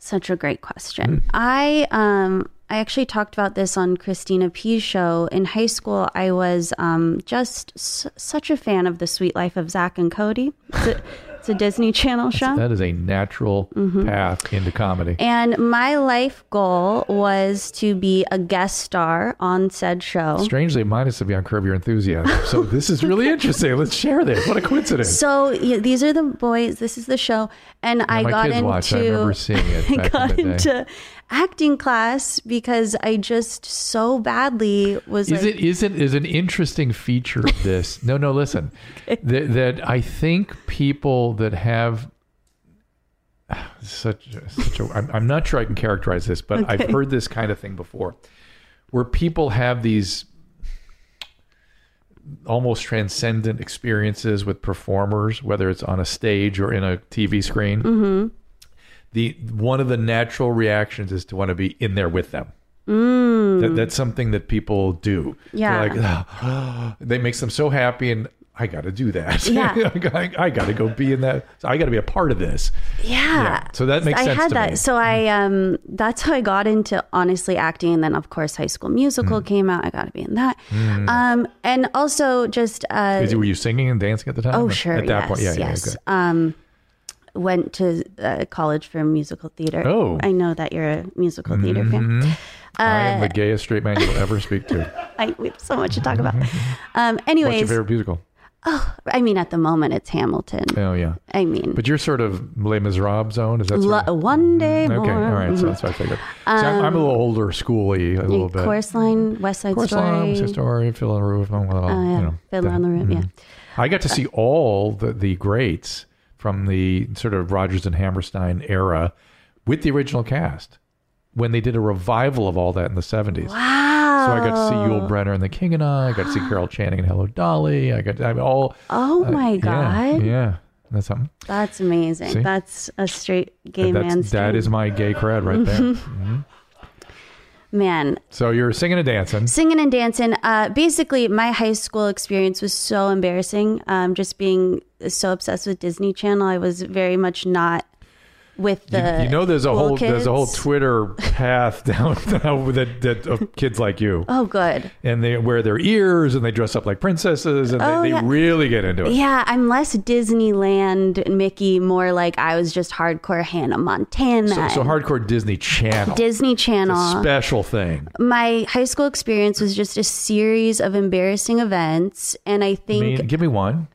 [SPEAKER 3] Such a great question.
[SPEAKER 1] Mm-hmm.
[SPEAKER 3] I um I actually talked about this on Christina P's show in high school. I was um just s- such a fan of the Sweet Life of Zach and Cody. It's a, it's a Disney Channel show.
[SPEAKER 1] That is a natural path into comedy.
[SPEAKER 3] Mm-hmm. And my life goal was to be a guest star on said show.
[SPEAKER 1] Strangely, mine is to be on Curb Your
[SPEAKER 3] <laughs>
[SPEAKER 1] Enthusiasm. So this is really interesting. Let's share this. What a coincidence.
[SPEAKER 3] So yeah, these are the boys. This is the show, and I
[SPEAKER 1] my
[SPEAKER 3] got
[SPEAKER 1] kids
[SPEAKER 3] into
[SPEAKER 1] watch. I remember
[SPEAKER 3] <laughs>
[SPEAKER 1] seeing it back
[SPEAKER 3] got
[SPEAKER 1] in the day.
[SPEAKER 3] into acting class because I just so badly was
[SPEAKER 1] is
[SPEAKER 3] like,
[SPEAKER 1] it is it is an interesting feature of this no no listen that, that i think people that have such such a I'm, I'm not sure i can characterize this but i've heard this kind of thing before where people have these almost transcendent experiences with performers whether it's on a stage or in a tv screen
[SPEAKER 3] Mm-hmm.
[SPEAKER 1] the one of the natural reactions is to want to be in there with them that, that's something that people do. They're
[SPEAKER 3] Mm. Yeah.
[SPEAKER 1] like, "Ah," that makes them so happy, and I got to do that. <laughs>
[SPEAKER 3] Yeah.
[SPEAKER 1] I, got to go be in that. I got to be a part of this.
[SPEAKER 3] yeah.
[SPEAKER 1] So that makes
[SPEAKER 3] Uh, I
[SPEAKER 1] sense
[SPEAKER 3] had
[SPEAKER 1] to
[SPEAKER 3] that.
[SPEAKER 1] me. Mm.
[SPEAKER 3] So I um that's how I got into honestly acting and then of course High School
[SPEAKER 1] Mm.
[SPEAKER 3] Musical came out. I got to be in that. Um and also just uh
[SPEAKER 1] Is- were you singing and dancing at the time?
[SPEAKER 3] Oh
[SPEAKER 1] Or-
[SPEAKER 3] sure,
[SPEAKER 1] At that
[SPEAKER 3] yes,
[SPEAKER 1] point, yeah, yeah,
[SPEAKER 3] yes.
[SPEAKER 1] good.
[SPEAKER 3] Um, went to uh, college for musical theater.
[SPEAKER 1] Oh. Mm-hmm.
[SPEAKER 3] I know that you're a musical theater fan.
[SPEAKER 1] I am
[SPEAKER 3] Uh,
[SPEAKER 1] the gayest straight man you'll ever speak to.
[SPEAKER 3] I, we have so much to
[SPEAKER 1] <laughs>
[SPEAKER 3] talk about. Um,
[SPEAKER 1] What's your
[SPEAKER 3] anyways, oh,
[SPEAKER 1] favorite musical?
[SPEAKER 3] I mean, at the moment it's Hamilton.
[SPEAKER 1] Oh yeah,
[SPEAKER 3] I mean,
[SPEAKER 1] but you're sort of Les Miserables zone. Is that sort
[SPEAKER 3] lo- Mm-hmm. Um,
[SPEAKER 1] of-
[SPEAKER 3] one day more.
[SPEAKER 1] okay? All right, so that's what I figured. See, I'm, I'm a little older, schooly, a little bit.
[SPEAKER 3] Chorus line, West Side
[SPEAKER 1] course,
[SPEAKER 3] Story.
[SPEAKER 1] Lamb's Story, Fiddler on the Roof. Well,
[SPEAKER 3] Oh, yeah,
[SPEAKER 1] you know, Mm-hmm.
[SPEAKER 3] Fiddler on the Roof. Yeah. Uh,
[SPEAKER 1] I got to see all the, the greats from the sort of Rogers and Hammerstein era with the original cast when they did a revival of all that in the 70s.
[SPEAKER 3] Wow.
[SPEAKER 1] So I got to see Yul Brenner and The King and I. I got to
[SPEAKER 3] <gasps>
[SPEAKER 1] see Carol Channing and Hello Dolly. I got I mean, all.
[SPEAKER 3] Oh
[SPEAKER 1] uh,
[SPEAKER 3] my
[SPEAKER 1] yeah,
[SPEAKER 3] God,
[SPEAKER 1] Yeah, That's something.
[SPEAKER 3] that's amazing!
[SPEAKER 1] See?
[SPEAKER 3] That's a straight gay
[SPEAKER 1] That's,
[SPEAKER 3] man's
[SPEAKER 1] that
[SPEAKER 3] dream.
[SPEAKER 1] is my gay cred right
[SPEAKER 3] <laughs>
[SPEAKER 1] there.
[SPEAKER 3] man.
[SPEAKER 1] so you're singing and dancing.
[SPEAKER 3] singing and dancing. Uh, basically, my high school experience was so embarrassing. Um, just being so obsessed with Disney Channel, I was very much not with
[SPEAKER 1] You-
[SPEAKER 3] the.
[SPEAKER 1] you, know, there's a
[SPEAKER 3] cool
[SPEAKER 1] whole there's a whole
[SPEAKER 3] kids.
[SPEAKER 1] Twitter path <laughs> down, down that, that of kids like you.
[SPEAKER 3] Oh, good.
[SPEAKER 1] and they wear their ears and they dress up like princesses and
[SPEAKER 3] Oh,
[SPEAKER 1] they, they
[SPEAKER 3] yeah.
[SPEAKER 1] really get into it.
[SPEAKER 3] Yeah, I'm less Disneyland Mickey, more like I was just hardcore Hannah Montana.
[SPEAKER 1] So, so
[SPEAKER 3] and
[SPEAKER 1] hardcore Disney Channel.
[SPEAKER 3] Disney Channel.
[SPEAKER 1] Special thing.
[SPEAKER 3] my high school experience was just a series of embarrassing events, and I
[SPEAKER 1] I
[SPEAKER 3] think
[SPEAKER 1] mean, give me one.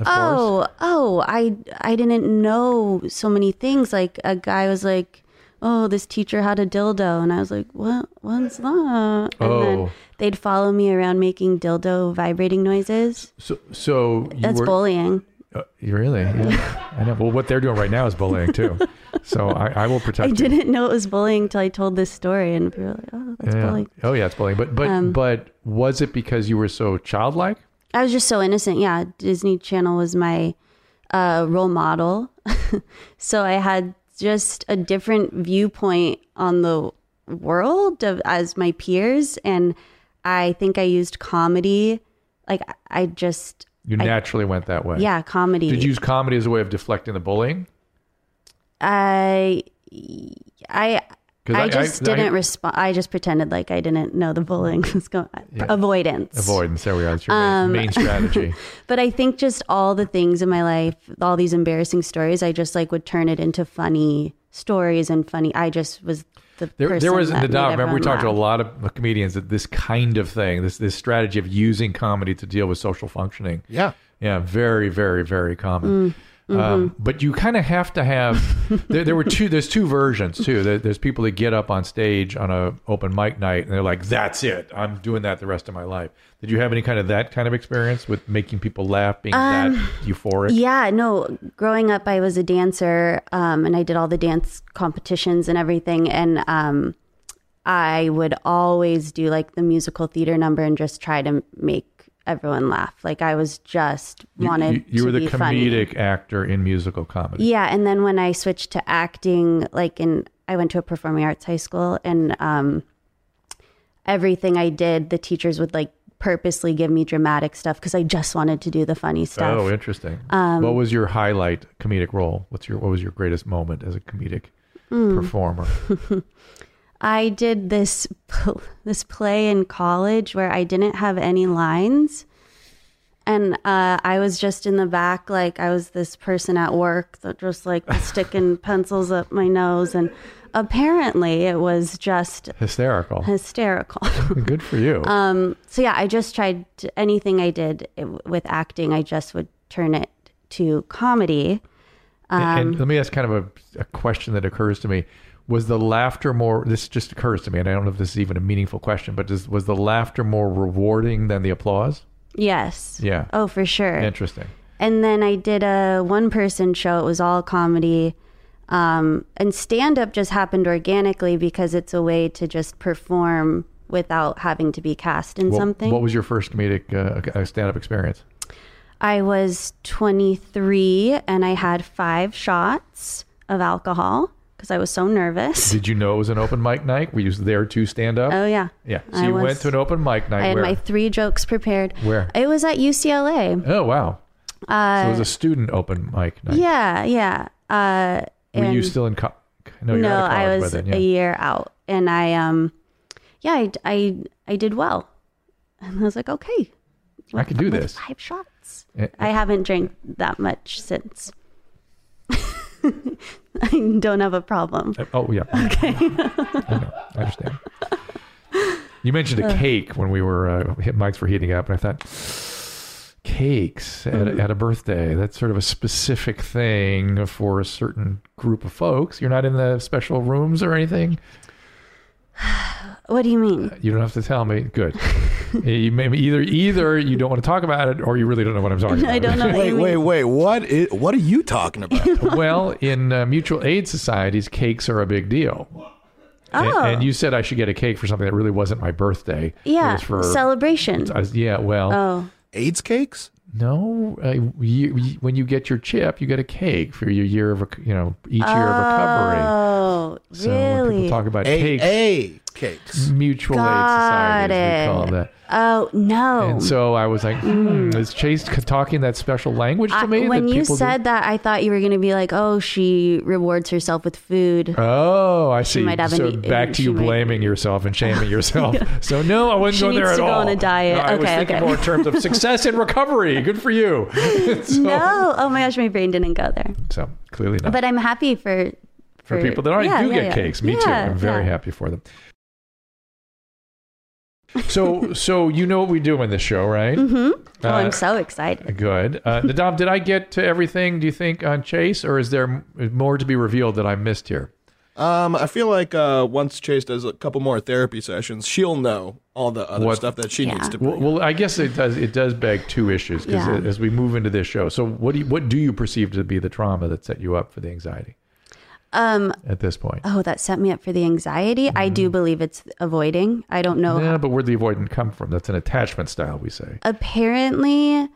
[SPEAKER 1] Of course.
[SPEAKER 3] Oh, oh, I I didn't know so many things. Like a guy was like, "Oh, this teacher had a dildo," and I was like, "What? What's that?" And
[SPEAKER 1] Oh.
[SPEAKER 3] then they'd follow me around making dildo vibrating noises.
[SPEAKER 1] So, so you
[SPEAKER 3] That's
[SPEAKER 1] were
[SPEAKER 3] bullying.
[SPEAKER 1] uh, you
[SPEAKER 3] <laughs>
[SPEAKER 1] really? Yeah. I know. Well, what they're doing right now is bullying too. so I, I will <laughs> protect
[SPEAKER 3] I
[SPEAKER 1] you.
[SPEAKER 3] didn't know it was bullying until I told this story, and people were like, "Oh, that's
[SPEAKER 1] Yeah.
[SPEAKER 3] bullying."
[SPEAKER 1] Oh yeah, it's bullying. But but
[SPEAKER 3] Um,
[SPEAKER 1] but was it because you were so childlike?
[SPEAKER 3] I was just so innocent. Yeah, Disney Channel was my uh, role model, <laughs> so I had just a different viewpoint on the world of, as my peers, and I think I used comedy. Like I- I just,
[SPEAKER 1] You naturally went that way.
[SPEAKER 3] yeah, comedy.
[SPEAKER 1] Did you use comedy as a way of deflecting the bullying?
[SPEAKER 3] I, I.
[SPEAKER 1] 'Cause
[SPEAKER 3] I,
[SPEAKER 1] I-
[SPEAKER 3] just
[SPEAKER 1] I-
[SPEAKER 3] didn't
[SPEAKER 1] I-
[SPEAKER 3] respond. I just pretended like I didn't know the bullying was going. Avoidance.
[SPEAKER 1] Avoidance. There we are. That's your
[SPEAKER 3] Um,
[SPEAKER 1] main, main
[SPEAKER 3] <laughs>
[SPEAKER 1] strategy.
[SPEAKER 3] But I think just all the things in my life, all these embarrassing stories, I just like would turn it into funny stories and funny. I just was the
[SPEAKER 1] There,
[SPEAKER 3] person
[SPEAKER 1] there was in
[SPEAKER 3] that
[SPEAKER 1] the
[SPEAKER 3] made
[SPEAKER 1] doc. Remember, we
[SPEAKER 3] everyone
[SPEAKER 1] talked to a
[SPEAKER 3] laugh.
[SPEAKER 1] lot of comedians that this kind of thing, this this strategy of using comedy to deal with social functioning.
[SPEAKER 4] Yeah.
[SPEAKER 1] yeah, very, very, very common.
[SPEAKER 3] Mm,
[SPEAKER 1] Um,
[SPEAKER 3] mm-hmm.
[SPEAKER 1] but you kind of have to
[SPEAKER 3] <laughs>
[SPEAKER 1] have. there, there were two. There's two versions too. There, there's people that get up on stage on a open mic night and they're like, "That's it. I'm doing that the rest of my life." Did you have any kind of that kind of experience with making people laugh, being
[SPEAKER 3] Um,
[SPEAKER 1] that euphoric?
[SPEAKER 3] Yeah, no. Growing up, I was a dancer, um, and I did all the dance competitions and everything. And um, I would always do like the musical theater number and just try to make everyone laugh. Like I was just
[SPEAKER 1] You-
[SPEAKER 3] wanted.
[SPEAKER 1] you, you
[SPEAKER 3] to
[SPEAKER 1] were the
[SPEAKER 3] be
[SPEAKER 1] comedic
[SPEAKER 3] funny.
[SPEAKER 1] actor in musical comedy.
[SPEAKER 3] Yeah, and then when I switched to acting, like in I went to a performing arts high school, and um, everything I did, the teachers would like purposely give me dramatic stuff because I just wanted to do the funny stuff.
[SPEAKER 1] Oh, interesting.
[SPEAKER 3] Um,
[SPEAKER 1] what was your highlight comedic role? What's your what was your greatest moment as a comedic
[SPEAKER 3] Hmm.
[SPEAKER 1] performer?
[SPEAKER 3] <laughs> I did this pl- this play in college where I didn't have any lines, and uh, I was just in the back, like I was this person at work that just like was sticking pencils up my nose, and apparently it was just <laughs>
[SPEAKER 1] Hysterical.
[SPEAKER 3] hysterical.
[SPEAKER 1] Good for you.
[SPEAKER 3] Um, so yeah, I just tried to, anything I did it- with acting. I just would turn it to comedy.
[SPEAKER 1] And-
[SPEAKER 3] Um,
[SPEAKER 1] and let me ask kind of a, a question that occurs to me. Was the laughter more, this just occurs to me, and I don't know if this is even a meaningful question, but does, was the laughter more rewarding than the applause?
[SPEAKER 3] Yes.
[SPEAKER 1] Yeah.
[SPEAKER 3] Oh, for sure.
[SPEAKER 1] Interesting.
[SPEAKER 3] And then I did a one person show. It was all comedy. Um, and stand up just happened organically because it's a way to just perform without having to be cast in
[SPEAKER 1] What,
[SPEAKER 3] something.
[SPEAKER 1] What was your first comedic uh, stand up experience?
[SPEAKER 3] I was 23 and I had five shots of alcohol because I was so nervous.
[SPEAKER 1] Did you know it was an open mic night? Were you there to stand up?
[SPEAKER 3] oh, yeah.
[SPEAKER 1] yeah. So
[SPEAKER 3] I
[SPEAKER 1] you went
[SPEAKER 3] was-
[SPEAKER 1] to an open mic night
[SPEAKER 3] I had
[SPEAKER 1] where.
[SPEAKER 3] my three jokes prepared.
[SPEAKER 1] Where?
[SPEAKER 3] It was at UCLA.
[SPEAKER 1] oh, wow. so
[SPEAKER 3] Uh,
[SPEAKER 1] it was a student open mic night.
[SPEAKER 3] Yeah, yeah. Uh,
[SPEAKER 1] Were you
[SPEAKER 3] and-
[SPEAKER 1] still in co- No, you
[SPEAKER 3] no,
[SPEAKER 1] were out of college
[SPEAKER 3] I
[SPEAKER 1] by
[SPEAKER 3] was
[SPEAKER 1] then.
[SPEAKER 3] a
[SPEAKER 1] Yeah.
[SPEAKER 3] year out, and I um, yeah, I, I I did well, <laughs> and I was like, okay,
[SPEAKER 1] I could do
[SPEAKER 3] with <laughs>
[SPEAKER 1] this.
[SPEAKER 3] Five shots.
[SPEAKER 1] Eh,
[SPEAKER 3] I haven't drank that much since. <laughs> I don't have a problem.
[SPEAKER 1] Uh, Oh yeah. Okay. <laughs> I, know. I understand. You mentioned
[SPEAKER 3] Uh.
[SPEAKER 1] a cake when we were uh, hit mics were heating up, and I thought cakes at,
[SPEAKER 3] Mm.
[SPEAKER 1] a at a birthday. That's sort of a specific thing for a certain group of folks. You're not in the special rooms or anything.
[SPEAKER 3] What do you mean?
[SPEAKER 1] You don't have to tell me.
[SPEAKER 3] <laughs>
[SPEAKER 1] Good. Eh, you may either either you don't want to talk about it, or you really don't know what I'm talking about.
[SPEAKER 3] <laughs> I don't know. what
[SPEAKER 4] Wait,
[SPEAKER 3] you
[SPEAKER 4] wait,
[SPEAKER 3] mean.
[SPEAKER 4] wait. What is, what are you
[SPEAKER 1] <laughs>
[SPEAKER 4] talking about?
[SPEAKER 1] well, in uh, mutual aid societies, cakes are a big deal. And,
[SPEAKER 3] Oh.
[SPEAKER 1] and you said I should get a cake for something that really wasn't my birthday. It
[SPEAKER 3] Yeah,
[SPEAKER 1] was for
[SPEAKER 3] celebration.
[SPEAKER 1] I was- yeah, well,
[SPEAKER 3] Oh,
[SPEAKER 4] AIDS cakes?
[SPEAKER 1] no. Uh, you, you- when you get your chip, you get a cake for your year of rec- you know each year of recovery.
[SPEAKER 3] oh,
[SPEAKER 1] So when
[SPEAKER 3] really?
[SPEAKER 1] people talk about
[SPEAKER 4] A
[SPEAKER 1] cakes,
[SPEAKER 4] A cakes.
[SPEAKER 1] mutual
[SPEAKER 3] Got
[SPEAKER 1] aid societies, we call
[SPEAKER 3] it.
[SPEAKER 1] that.
[SPEAKER 3] oh no.
[SPEAKER 1] And so I was like, hmm, is Chase c- talking that special language to
[SPEAKER 3] I-
[SPEAKER 1] me?
[SPEAKER 3] when
[SPEAKER 1] that
[SPEAKER 3] you
[SPEAKER 1] people do-
[SPEAKER 3] said that, I thought you were going to be like, "Oh, she rewards herself with food."
[SPEAKER 1] Oh, I see.
[SPEAKER 3] might have
[SPEAKER 1] so
[SPEAKER 3] an-
[SPEAKER 1] back to
[SPEAKER 3] she
[SPEAKER 1] you
[SPEAKER 3] might-
[SPEAKER 1] blaming yourself and shaming
[SPEAKER 3] <laughs>
[SPEAKER 1] yourself. So no, I wasn't
[SPEAKER 3] She
[SPEAKER 1] going there
[SPEAKER 3] needs
[SPEAKER 1] at
[SPEAKER 3] to go
[SPEAKER 1] all.
[SPEAKER 3] on a diet.
[SPEAKER 1] No, I was
[SPEAKER 3] Okay,
[SPEAKER 1] thinking
[SPEAKER 3] okay.
[SPEAKER 1] more in terms
[SPEAKER 3] <laughs>
[SPEAKER 1] of success and recovery. Good for you. <laughs> so,
[SPEAKER 3] no, oh my gosh, my brain didn't go there.
[SPEAKER 1] so clearly not.
[SPEAKER 3] But I'm happy for
[SPEAKER 1] for people that already
[SPEAKER 3] yeah,
[SPEAKER 1] do
[SPEAKER 3] yeah,
[SPEAKER 1] get
[SPEAKER 3] yeah.
[SPEAKER 1] cakes. Me too.
[SPEAKER 3] Yeah,
[SPEAKER 1] I'm very
[SPEAKER 3] yeah.
[SPEAKER 1] happy for them. So, so you know what we do in this show, right?
[SPEAKER 3] Mm-hmm. oh,
[SPEAKER 1] Uh,
[SPEAKER 3] I'm so excited.
[SPEAKER 1] Good. Uh, <laughs> Nadam, did I get to everything? Do you think on Chase, or is there m- more to be revealed that I missed here?
[SPEAKER 4] Um, I feel like uh, once Chase does a couple more therapy sessions, she'll know all the other
[SPEAKER 1] What-
[SPEAKER 4] stuff that she needs to.
[SPEAKER 1] Well,
[SPEAKER 4] Bring.
[SPEAKER 1] well, I guess it does. It does beg two issues because
[SPEAKER 3] Yeah.
[SPEAKER 1] as we move into this show, so what do you, what do you perceive to be the trauma that set you up for the anxiety? Um, at this point,
[SPEAKER 3] Oh, that set me up for the anxiety. I do believe it's avoiding. I don't know.
[SPEAKER 1] Mm-hmm. yeah, but where'd the avoidant come from? That's an attachment style, we say.
[SPEAKER 3] Apparently,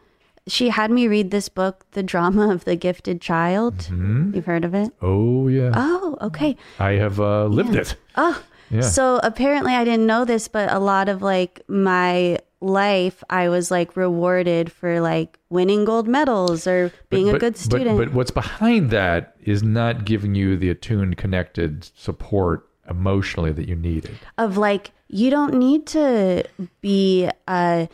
[SPEAKER 3] she had me read this book, The Drama of the Gifted Child. You've heard of it?
[SPEAKER 1] Mm-hmm. Oh yeah,
[SPEAKER 3] Oh, okay.
[SPEAKER 1] I have uh, lived it.
[SPEAKER 3] Oh,
[SPEAKER 1] Yeah.
[SPEAKER 3] so apparently I didn't know this, but a lot of like my life, I was like rewarded for like winning gold medals or being a
[SPEAKER 1] But-
[SPEAKER 3] good
[SPEAKER 1] but-
[SPEAKER 3] student.
[SPEAKER 1] But, what's behind that is not giving you the attuned, connected support emotionally that you needed.
[SPEAKER 3] of like you don't need to be a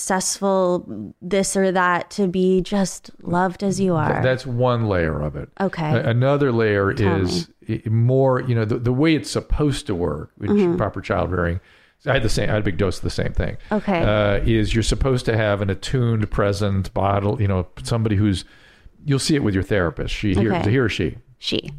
[SPEAKER 3] successful this or that to be just loved as you are.
[SPEAKER 1] That's one layer of it.
[SPEAKER 3] okay.
[SPEAKER 1] A- Another layer is i- more, you know, the, the way it's supposed to work, which
[SPEAKER 3] Mm-hmm.
[SPEAKER 1] proper child rearing. I had the same. I had a big dose of the same thing.
[SPEAKER 3] Okay.
[SPEAKER 1] uh, is you're supposed to have an attuned, present bottle. You know, somebody who's you'll see it with your therapist. She, he, or,
[SPEAKER 3] Okay.
[SPEAKER 1] he or she,
[SPEAKER 3] she.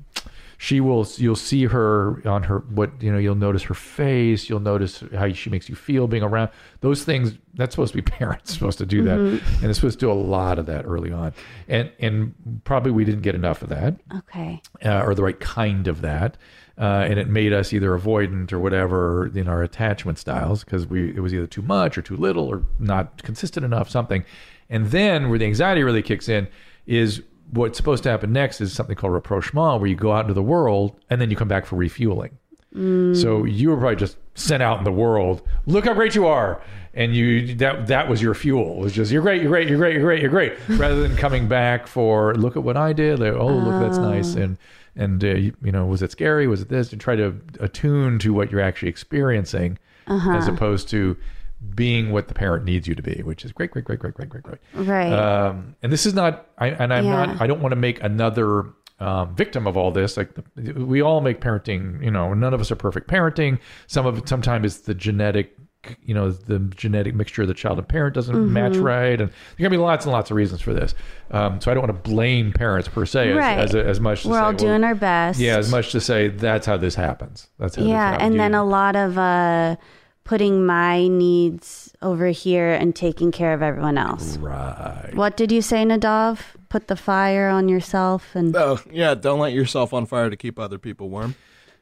[SPEAKER 1] she will you'll see her on her what you know you'll notice her face you'll notice how she makes you feel being around those things that's supposed to be <laughs> parents supposed to do that
[SPEAKER 3] Mm-hmm.
[SPEAKER 1] and they're supposed to do a lot of that early on and and probably we didn't get enough of that
[SPEAKER 3] Okay.
[SPEAKER 1] uh, or the right kind of that uh, and it made us either avoidant or whatever in our attachment styles because we it was either too much or too little or not consistent enough something and then where the anxiety really kicks in is what's supposed to happen next is something called rapprochement where you go out into the world and then you come back for refueling So you were probably just sent out in the world. Look how great you are, and you that that was your fuel. It was just you're great, you're great, you're great, you're great, you're great. Rather than coming back for look at what I did. Like, oh, look, that's nice. And and uh, you, you know, was it scary? Was it this? To try to attune to what you're actually experiencing, as opposed to being what the parent needs you to be, which is great, great, great, great, great, great, great.
[SPEAKER 3] Right.
[SPEAKER 1] Um, and this is not, I, and I'm
[SPEAKER 3] Yeah.
[SPEAKER 1] not, I don't want to make another um, victim of all this. Like the, we all make parenting, you know, none of us are perfect parenting. Some of it, sometimes it's the genetic, you know, the genetic mixture of the child and parent doesn't
[SPEAKER 3] Mm-hmm.
[SPEAKER 1] match right. And there can be lots and lots of reasons for this. Um, so I don't want to blame parents per se as,
[SPEAKER 3] Right.
[SPEAKER 1] as, as much. To
[SPEAKER 3] We're
[SPEAKER 1] say,
[SPEAKER 3] all
[SPEAKER 1] well,
[SPEAKER 3] doing our best.
[SPEAKER 1] Yeah, as much to say that's how this happens. That's how this
[SPEAKER 3] Yeah,
[SPEAKER 1] happened.
[SPEAKER 3] and
[SPEAKER 1] You-
[SPEAKER 3] then a lot of uh, putting my needs over here and taking care of everyone else.
[SPEAKER 1] right.
[SPEAKER 3] What did you say, Nadav? Put the fire on yourself, and
[SPEAKER 4] Oh, yeah. Don't let yourself on fire to keep other people warm.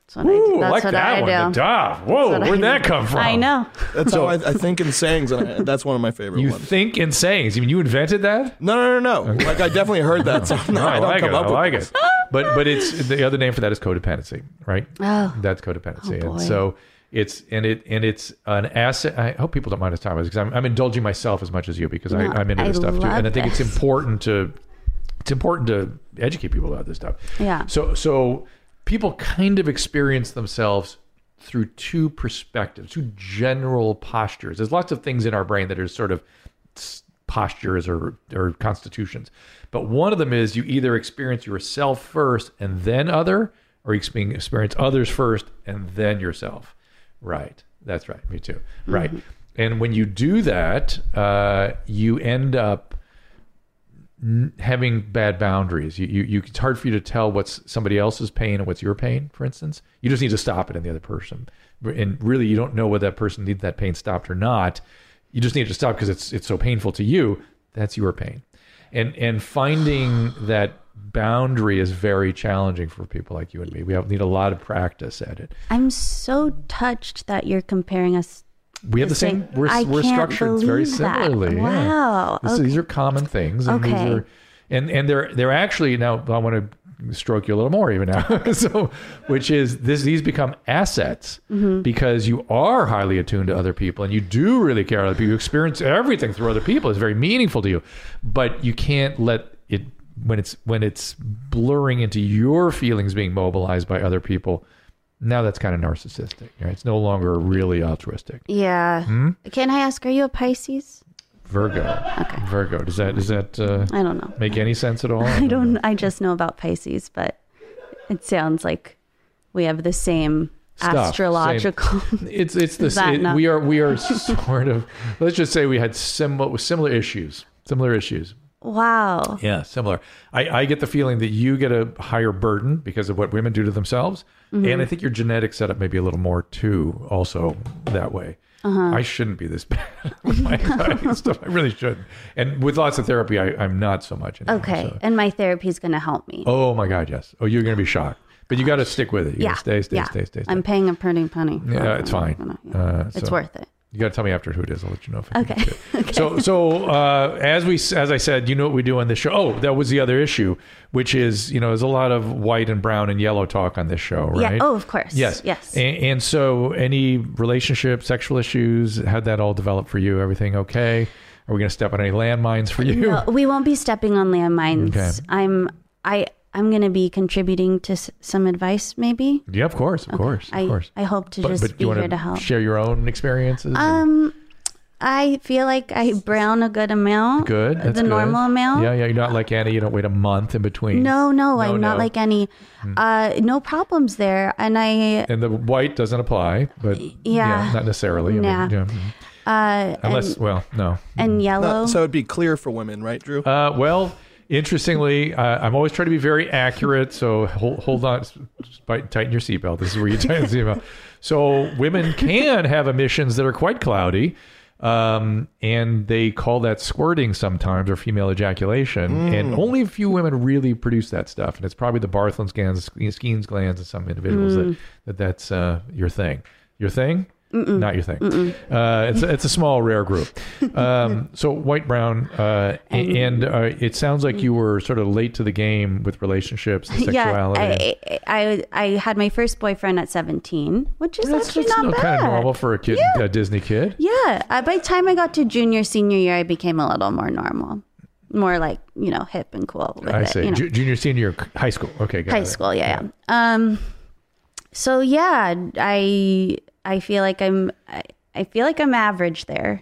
[SPEAKER 3] that's what I
[SPEAKER 1] Ooh,
[SPEAKER 3] do. That's
[SPEAKER 1] I like
[SPEAKER 3] what
[SPEAKER 1] that
[SPEAKER 3] I
[SPEAKER 1] one.
[SPEAKER 3] do.
[SPEAKER 1] The dive. Whoa,
[SPEAKER 3] what I
[SPEAKER 1] where'd that
[SPEAKER 3] do.
[SPEAKER 1] come from?
[SPEAKER 3] I know.
[SPEAKER 4] That's how I, I think in sayings, and I, that's one of my favorite
[SPEAKER 1] You
[SPEAKER 4] ones.
[SPEAKER 1] think in sayings. I mean, you invented that.
[SPEAKER 4] no, no, no, no. Like I definitely heard
[SPEAKER 1] <laughs>
[SPEAKER 4] that. So no, I,
[SPEAKER 1] I
[SPEAKER 4] don't
[SPEAKER 1] like
[SPEAKER 4] come
[SPEAKER 1] it.
[SPEAKER 4] up
[SPEAKER 1] I
[SPEAKER 4] with
[SPEAKER 1] like
[SPEAKER 4] this.
[SPEAKER 1] it. <laughs> But but it's the other name for that is codependency, right?
[SPEAKER 3] Oh.
[SPEAKER 1] that's codependency,
[SPEAKER 3] Oh, boy.
[SPEAKER 1] and so it's and it and it's an asset. I hope people don't mind us talking about this because I'm, I'm indulging myself as much as you because
[SPEAKER 3] No,
[SPEAKER 1] I, I'm into
[SPEAKER 3] I
[SPEAKER 1] this stuff too,
[SPEAKER 3] love
[SPEAKER 1] and I think it's
[SPEAKER 3] this.
[SPEAKER 1] important to it's important to educate people about this stuff.
[SPEAKER 3] Yeah.
[SPEAKER 1] So so people kind of experience themselves through two perspectives, two general postures. There's lots of things in our brain that are sort of s- postures or or constitutions. But one of them is you either experience yourself first and then other or you expe- experience others first and then yourself. Right. That's right. Me too. Right. And when you do that, uh, you end up having bad boundaries. You, you, you, it's hard for you to tell what's somebody else's pain and what's your pain, for instance. You just need to stop it in the other person. And really, you don't know whether that person needs that pain stopped or not. You just need to stop because it's, it's so painful to you. That's your pain. And, and finding that boundary is very challenging for people like you and me. We have, need a lot of practice at it.
[SPEAKER 3] I'm so touched that you're comparing us.
[SPEAKER 1] We have the,
[SPEAKER 3] The
[SPEAKER 1] same,
[SPEAKER 3] same-
[SPEAKER 1] we're,
[SPEAKER 3] I
[SPEAKER 1] we're
[SPEAKER 3] can't
[SPEAKER 1] structured very
[SPEAKER 3] believe that.
[SPEAKER 1] similarly. yeah.
[SPEAKER 3] Wow,
[SPEAKER 1] This- These are common things. And
[SPEAKER 3] Okay.
[SPEAKER 1] These are, and, and they're, they're actually now, I want to stroke you a little more even now. <laughs> so, which is this, these become assets
[SPEAKER 3] Mm-hmm.
[SPEAKER 1] because you are highly attuned to other people and you do really care about other people. You experience everything through other people. It's very meaningful to you, but you can't let it, when it's, when it's blurring into your feelings being mobilized by other people, now that's kind of narcissistic. Right? It's no longer really altruistic.
[SPEAKER 3] Yeah.
[SPEAKER 1] Hmm?
[SPEAKER 3] Can I ask? Are you a Pisces?
[SPEAKER 1] Virgo. Virgo. Does that does that uh,
[SPEAKER 3] I don't
[SPEAKER 1] <laughs>
[SPEAKER 3] know.
[SPEAKER 1] make any sense
[SPEAKER 3] <laughs>
[SPEAKER 1] at all?
[SPEAKER 3] I don't. I just know about Pisces, but it sounds like we have the same
[SPEAKER 1] Stuff, same-
[SPEAKER 3] astrological. <laughs>
[SPEAKER 1] It's it's the
[SPEAKER 3] Is that
[SPEAKER 1] it,
[SPEAKER 3] not-
[SPEAKER 1] we are we are sort of let's just say we had similar similar issues similar issues.
[SPEAKER 3] wow.
[SPEAKER 1] Yeah, similar. I, I get the feeling that you get a higher burden because of what women do to themselves,
[SPEAKER 3] Mm-hmm.
[SPEAKER 1] and I think your genetic setup may be a little more too. Also that way.
[SPEAKER 3] Uh-huh.
[SPEAKER 1] I shouldn't be this <laughs> bad with my anxiety
[SPEAKER 3] <laughs>
[SPEAKER 1] and stuff. I really shouldn't. And with lots of therapy, I, I'm not so much. Anymore,
[SPEAKER 3] Okay.
[SPEAKER 1] so-
[SPEAKER 3] And my therapy's going to help me.
[SPEAKER 1] Oh my God, yes. Oh, you're going to be shocked. But you got to stick with it. You
[SPEAKER 3] yeah.
[SPEAKER 1] gotta Stay, stay,
[SPEAKER 3] yeah.
[SPEAKER 1] stay, stay, stay.
[SPEAKER 3] I'm paying a pretty penny. for
[SPEAKER 1] yeah,
[SPEAKER 3] it.
[SPEAKER 1] it's fine.
[SPEAKER 3] I'm gonna- yeah.
[SPEAKER 1] Uh,
[SPEAKER 3] it's
[SPEAKER 1] so
[SPEAKER 3] worth it.
[SPEAKER 1] You got to tell me after who it is. I'll let you know. If I can
[SPEAKER 3] <laughs> Okay.
[SPEAKER 1] get it. So, so uh, as we as I said, you know what we do on this show. Oh, that was the other issue, which is you know there's a lot of white and brown and yellow talk on this show, right?
[SPEAKER 3] Yeah. Oh, of course.
[SPEAKER 1] Yes.
[SPEAKER 3] Yes.
[SPEAKER 1] And, and so, any relationship, sexual issues, how'd that all develop for you? Everything okay? Are we going to step on any landmines for you?
[SPEAKER 3] No, we won't be stepping on landmines.
[SPEAKER 1] Okay.
[SPEAKER 3] I'm I I'm going to be contributing to s- some advice maybe.
[SPEAKER 1] <laughs> Yeah, of course, of course,
[SPEAKER 3] I
[SPEAKER 1] of course.
[SPEAKER 3] I hope to
[SPEAKER 1] but
[SPEAKER 3] just
[SPEAKER 1] but
[SPEAKER 3] be
[SPEAKER 1] you
[SPEAKER 3] here
[SPEAKER 1] want
[SPEAKER 3] to help.
[SPEAKER 1] share your own experiences? and-
[SPEAKER 3] um I feel like I brown a good amount.
[SPEAKER 1] Good. That's
[SPEAKER 3] the
[SPEAKER 1] good.
[SPEAKER 3] normal amount.
[SPEAKER 1] Yeah, yeah. You're not like Annie. You don't wait a month in between.
[SPEAKER 3] No, no, I'm
[SPEAKER 1] no.
[SPEAKER 3] not
[SPEAKER 1] Hmm.
[SPEAKER 3] like any uh no problems there and I
[SPEAKER 1] And the white doesn't apply, but yeah,
[SPEAKER 3] Yeah.
[SPEAKER 1] not necessarily. I mean,
[SPEAKER 3] Nah.
[SPEAKER 1] yeah.
[SPEAKER 3] uh
[SPEAKER 1] Unless, well, no.
[SPEAKER 3] and, and yellow.
[SPEAKER 4] No, so it'd be clear for women, right, Drew?
[SPEAKER 1] Uh, well, interestingly, uh, I'm always trying to be very accurate. So hold, hold on, just bite- tighten your seatbelt. This is where you tighten the seatbelt. <laughs> So women can have emissions that are quite cloudy. Um, and they call that squirting sometimes or female ejaculation.
[SPEAKER 3] Mm.
[SPEAKER 1] And only a few women really produce that stuff. And it's probably the
[SPEAKER 3] Mm.
[SPEAKER 1] Bartholin's glands, Skene's glands, and some individuals that, that that's uh, your thing. Your thing? Not your thing. Uh, it's, a- it's a small, rare
[SPEAKER 3] <laughs>
[SPEAKER 1] group. Um, so white, brown, uh, a-
[SPEAKER 3] Um.
[SPEAKER 1] and uh, it sounds like you were sort of late to the game with relationships and sexuality.
[SPEAKER 3] <laughs> Yeah, I, I I had my first boyfriend at 17, which is
[SPEAKER 1] that's
[SPEAKER 3] actually
[SPEAKER 1] that's
[SPEAKER 3] not
[SPEAKER 1] no-
[SPEAKER 3] bad.
[SPEAKER 1] kind of normal for a kid, a Disney kid.
[SPEAKER 3] Yeah, I, by the time I got to junior senior year, I became a little more normal, more like you know hip and cool with
[SPEAKER 1] I
[SPEAKER 3] it.
[SPEAKER 1] say
[SPEAKER 3] you know.
[SPEAKER 1] Ju- junior, senior, c- high school. Okay, got
[SPEAKER 3] high
[SPEAKER 1] it.
[SPEAKER 3] school yeah, yeah. um so yeah i i feel like i'm I, I feel like i'm average there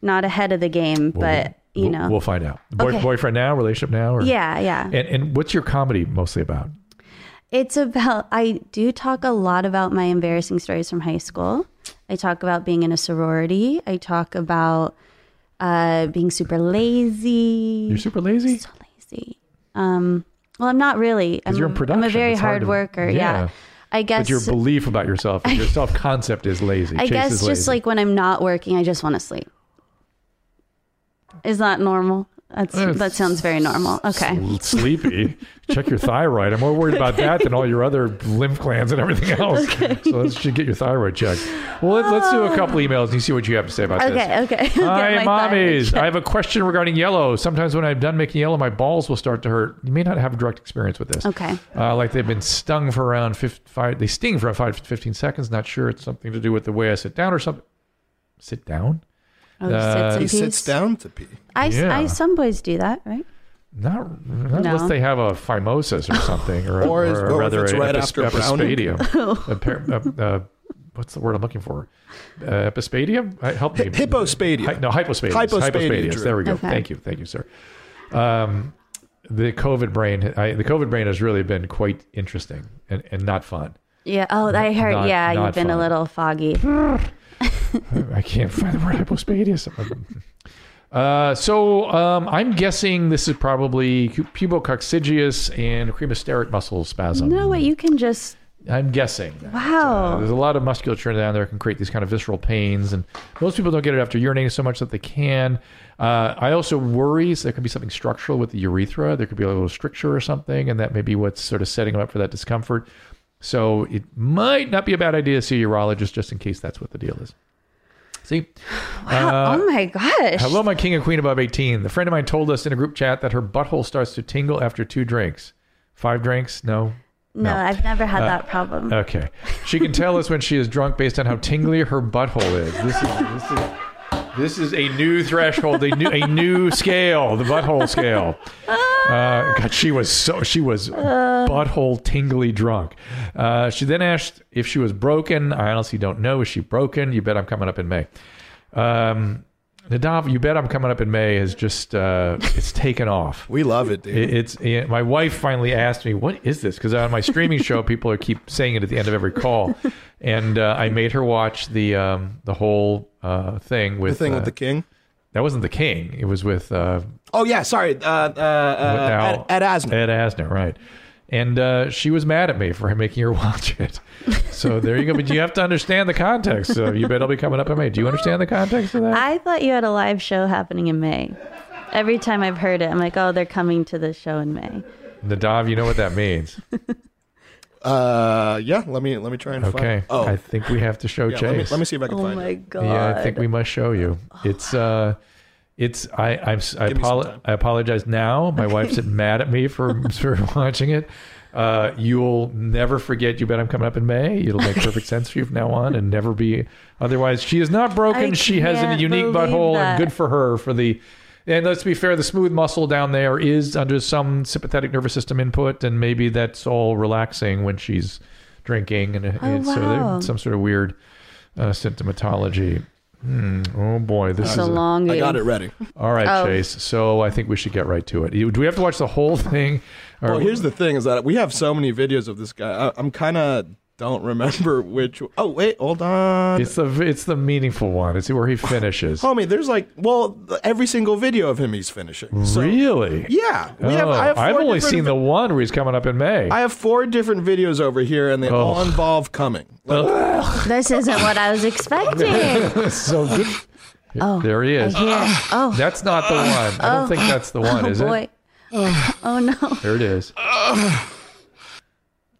[SPEAKER 3] not ahead of the game but you
[SPEAKER 1] We'll-
[SPEAKER 3] know
[SPEAKER 1] we'll find out. Boy,
[SPEAKER 3] Okay.
[SPEAKER 1] Boyfriend now, relationship now, or
[SPEAKER 3] yeah yeah
[SPEAKER 1] And and what's your comedy mostly about?
[SPEAKER 3] it's about i do talk a lot about my embarrassing stories from high school i talk about being in a sorority i talk about uh being super lazy
[SPEAKER 1] You're super lazy.
[SPEAKER 3] Mm. so lazy um well i'm not really i'm,
[SPEAKER 1] you're in
[SPEAKER 3] a- I'm
[SPEAKER 1] production.
[SPEAKER 3] a very
[SPEAKER 1] It's hard
[SPEAKER 3] hard,
[SPEAKER 1] to-
[SPEAKER 3] worker yeah.
[SPEAKER 1] yeah.
[SPEAKER 3] i guess
[SPEAKER 1] But your belief about yourself, and your
[SPEAKER 3] <laughs>
[SPEAKER 1] self concept is lazy.
[SPEAKER 3] I
[SPEAKER 1] Chase
[SPEAKER 3] guess
[SPEAKER 1] is
[SPEAKER 3] just
[SPEAKER 1] lazy.
[SPEAKER 3] like when I'm not working, I just want to sleep. Is that normal? That's
[SPEAKER 1] Uh,
[SPEAKER 3] that sounds very normal. Okay.
[SPEAKER 1] Sl- sleepy. Check your thyroid. I'm more worried about that than all your other lymph glands and everything
[SPEAKER 3] <laughs>
[SPEAKER 1] else. So let's should get your thyroid checked. Well, let's, let's do a couple emails and you see what you have to say about this.
[SPEAKER 3] Ah.
[SPEAKER 1] <laughs>
[SPEAKER 3] Okay, <laughs> okay.
[SPEAKER 1] Hi,
[SPEAKER 3] Get my
[SPEAKER 1] mommies.
[SPEAKER 3] thyroid.
[SPEAKER 1] I have a question regarding yellow. Sometimes when I'm done making yellow, my balls will start to hurt. You may not have a direct experience with this.
[SPEAKER 3] Okay.
[SPEAKER 1] Uh, like they've been stung for around 50, five, they sting for around five, 15 seconds. Not sure it's something to do with the way I sit down or something. Sit down?
[SPEAKER 3] Oh,
[SPEAKER 1] Uh,
[SPEAKER 3] sits
[SPEAKER 1] He
[SPEAKER 4] He
[SPEAKER 3] in
[SPEAKER 4] sits
[SPEAKER 3] peace.
[SPEAKER 4] down to pee.
[SPEAKER 3] I, s-
[SPEAKER 1] Yeah.
[SPEAKER 3] I- some boys do that, right?
[SPEAKER 1] Not, not
[SPEAKER 3] No.
[SPEAKER 1] unless they have a phimosis or something, or,
[SPEAKER 4] Or is- or if
[SPEAKER 1] rather
[SPEAKER 4] it's
[SPEAKER 1] a
[SPEAKER 4] right
[SPEAKER 1] epis-
[SPEAKER 4] after browning.
[SPEAKER 3] <laughs> Oh.
[SPEAKER 1] epispadium. A par- uh, uh, what's the word I'm looking for? Uh, epispadium? Uh, help me.
[SPEAKER 4] Hypospadium.
[SPEAKER 1] Hi- no, hypospadium.
[SPEAKER 4] Hypospadium, Drew.
[SPEAKER 1] There we go.
[SPEAKER 3] Okay.
[SPEAKER 1] Thank you. Thank you, sir. Um, the COVID brain. I, the COVID brain has really been quite interesting and, and not fun.
[SPEAKER 3] Yeah. Oh, I heard.
[SPEAKER 1] not-
[SPEAKER 3] yeah,
[SPEAKER 1] not
[SPEAKER 3] you've been
[SPEAKER 1] fun.
[SPEAKER 3] a little foggy.
[SPEAKER 1] I can't find the word hypospadium. <laughs> Uh, so um, I'm guessing this is probably cu- pubococcygeus and cremasteric muscle spasm.
[SPEAKER 3] No, what you can just
[SPEAKER 1] I'm guessing.
[SPEAKER 3] wow.
[SPEAKER 1] There's a lot of musculature down there that can create these kind of visceral pains, and most people don't get it after urinating so much that they can. Uh, I also worry so there could be something structural with the urethra. There could be a little stricture or something, and that may be what's sort of setting them up for that discomfort. So it might not be a bad idea to see a urologist just in case that's what the deal is. See,
[SPEAKER 3] wow. oh my gosh.
[SPEAKER 1] Uh, hello, my king and queen above 18. The friend of mine told us in a group chat that her butthole starts to tingle after two drinks. Five drinks? No,
[SPEAKER 3] no,
[SPEAKER 1] no. Uh,
[SPEAKER 3] I've never had that
[SPEAKER 1] <laughs>
[SPEAKER 3] problem.
[SPEAKER 1] Okay. She can tell us when she is drunk based on how tingly her butthole is. This is this is this is a new threshold, a new a new scale, the butthole scale. Uh, God, she was so she was butthole tingly drunk. Uh, she then asked if she was broken. I honestly don't know. Is she broken? You bet I'm coming up in May. Um, Nadav, you bet I'm coming up in May is just uh, it's taken off.
[SPEAKER 4] We love it, dude.
[SPEAKER 1] It- It's it, my wife finally asked me, "What is this?" Because on my streaming
[SPEAKER 4] <laughs>
[SPEAKER 1] show, people are keep saying it at the end of every call, and uh, I made her watch the um, the whole uh, thing
[SPEAKER 4] the
[SPEAKER 1] with
[SPEAKER 4] thing
[SPEAKER 1] uh,
[SPEAKER 4] with the king.
[SPEAKER 1] that wasn't the king. It was with uh,
[SPEAKER 4] Oh yeah, sorry. Uh, uh, uh,
[SPEAKER 1] Al-
[SPEAKER 4] Ed, Ed Asner.
[SPEAKER 1] Ed Asner, right? And uh, she was mad at me for <laughs> making her watch it. So there you go. But you have to understand the context. So you bet I'll be coming up in May. Do you understand the context of that?
[SPEAKER 3] I thought you had a live show happening in May. Every time I've heard it, I'm like, oh, they're coming to the show in May.
[SPEAKER 1] Nadav, you know what that means.
[SPEAKER 4] Uh, yeah. Let me let me try and
[SPEAKER 1] Okay.
[SPEAKER 4] find. Oh,
[SPEAKER 1] I think we have to show
[SPEAKER 4] yeah,
[SPEAKER 1] Chase.
[SPEAKER 4] let me let me see if I can
[SPEAKER 3] Oh
[SPEAKER 4] find.
[SPEAKER 3] my
[SPEAKER 4] it.
[SPEAKER 3] god.
[SPEAKER 1] Yeah, I think we must show you. It's uh it's I I'm s- I,
[SPEAKER 4] Give me some
[SPEAKER 1] apolo-
[SPEAKER 4] time.
[SPEAKER 1] I apologize now. My
[SPEAKER 3] <laughs>
[SPEAKER 1] wife's mad at me for for <laughs> watching it. Uh, you'll never forget. You bet I'm coming up in May. It'll make
[SPEAKER 3] <laughs>
[SPEAKER 1] perfect sense for you from now on, and never be otherwise. She is not broken.
[SPEAKER 3] I
[SPEAKER 1] she has a
[SPEAKER 3] can't
[SPEAKER 1] unique
[SPEAKER 3] believe
[SPEAKER 1] butthole, and
[SPEAKER 3] that.
[SPEAKER 1] good for her for the. And let's be fair, the smooth muscle down there is under some sympathetic nervous system input, and maybe that's all relaxing when she's drinking, and, and so
[SPEAKER 3] Oh, wow.
[SPEAKER 1] there's some sort of weird uh, symptomatology. Hmm. Oh boy, this
[SPEAKER 3] It's
[SPEAKER 1] is a-
[SPEAKER 3] a long.
[SPEAKER 4] I got
[SPEAKER 3] game.
[SPEAKER 4] it ready.
[SPEAKER 1] all right,
[SPEAKER 3] Oh.
[SPEAKER 1] Chase. So I think we should get right to it. You- Do we have to watch the whole thing? Or,
[SPEAKER 4] <laughs> Well, here's the thing: is that we have so many videos of this guy. I, I'm kind of don't remember <laughs> which. Oh wait, hold on.
[SPEAKER 1] it's the it's the meaningful one. It's
[SPEAKER 4] <laughs>
[SPEAKER 1] where he
[SPEAKER 4] Oh,
[SPEAKER 1] finishes.
[SPEAKER 4] Homie, there's like well, th- every single video of him he's finishing. So,
[SPEAKER 1] really?
[SPEAKER 4] Yeah, we have.
[SPEAKER 1] Oh,
[SPEAKER 4] I have four
[SPEAKER 1] I've only
[SPEAKER 4] different
[SPEAKER 1] seen the one where he's coming up in May.
[SPEAKER 4] I have four different videos over here, and they all involve coming. Like,
[SPEAKER 3] This isn't what I
[SPEAKER 1] <laughs>
[SPEAKER 3] was expecting.
[SPEAKER 1] so good.
[SPEAKER 3] Oh,
[SPEAKER 1] <laughs> there he is.
[SPEAKER 3] I hear it. Oh,
[SPEAKER 1] That's not the one. I don't think that's the one,
[SPEAKER 3] oh
[SPEAKER 1] is
[SPEAKER 3] boy.
[SPEAKER 1] it?
[SPEAKER 3] Oh no.
[SPEAKER 1] There it is.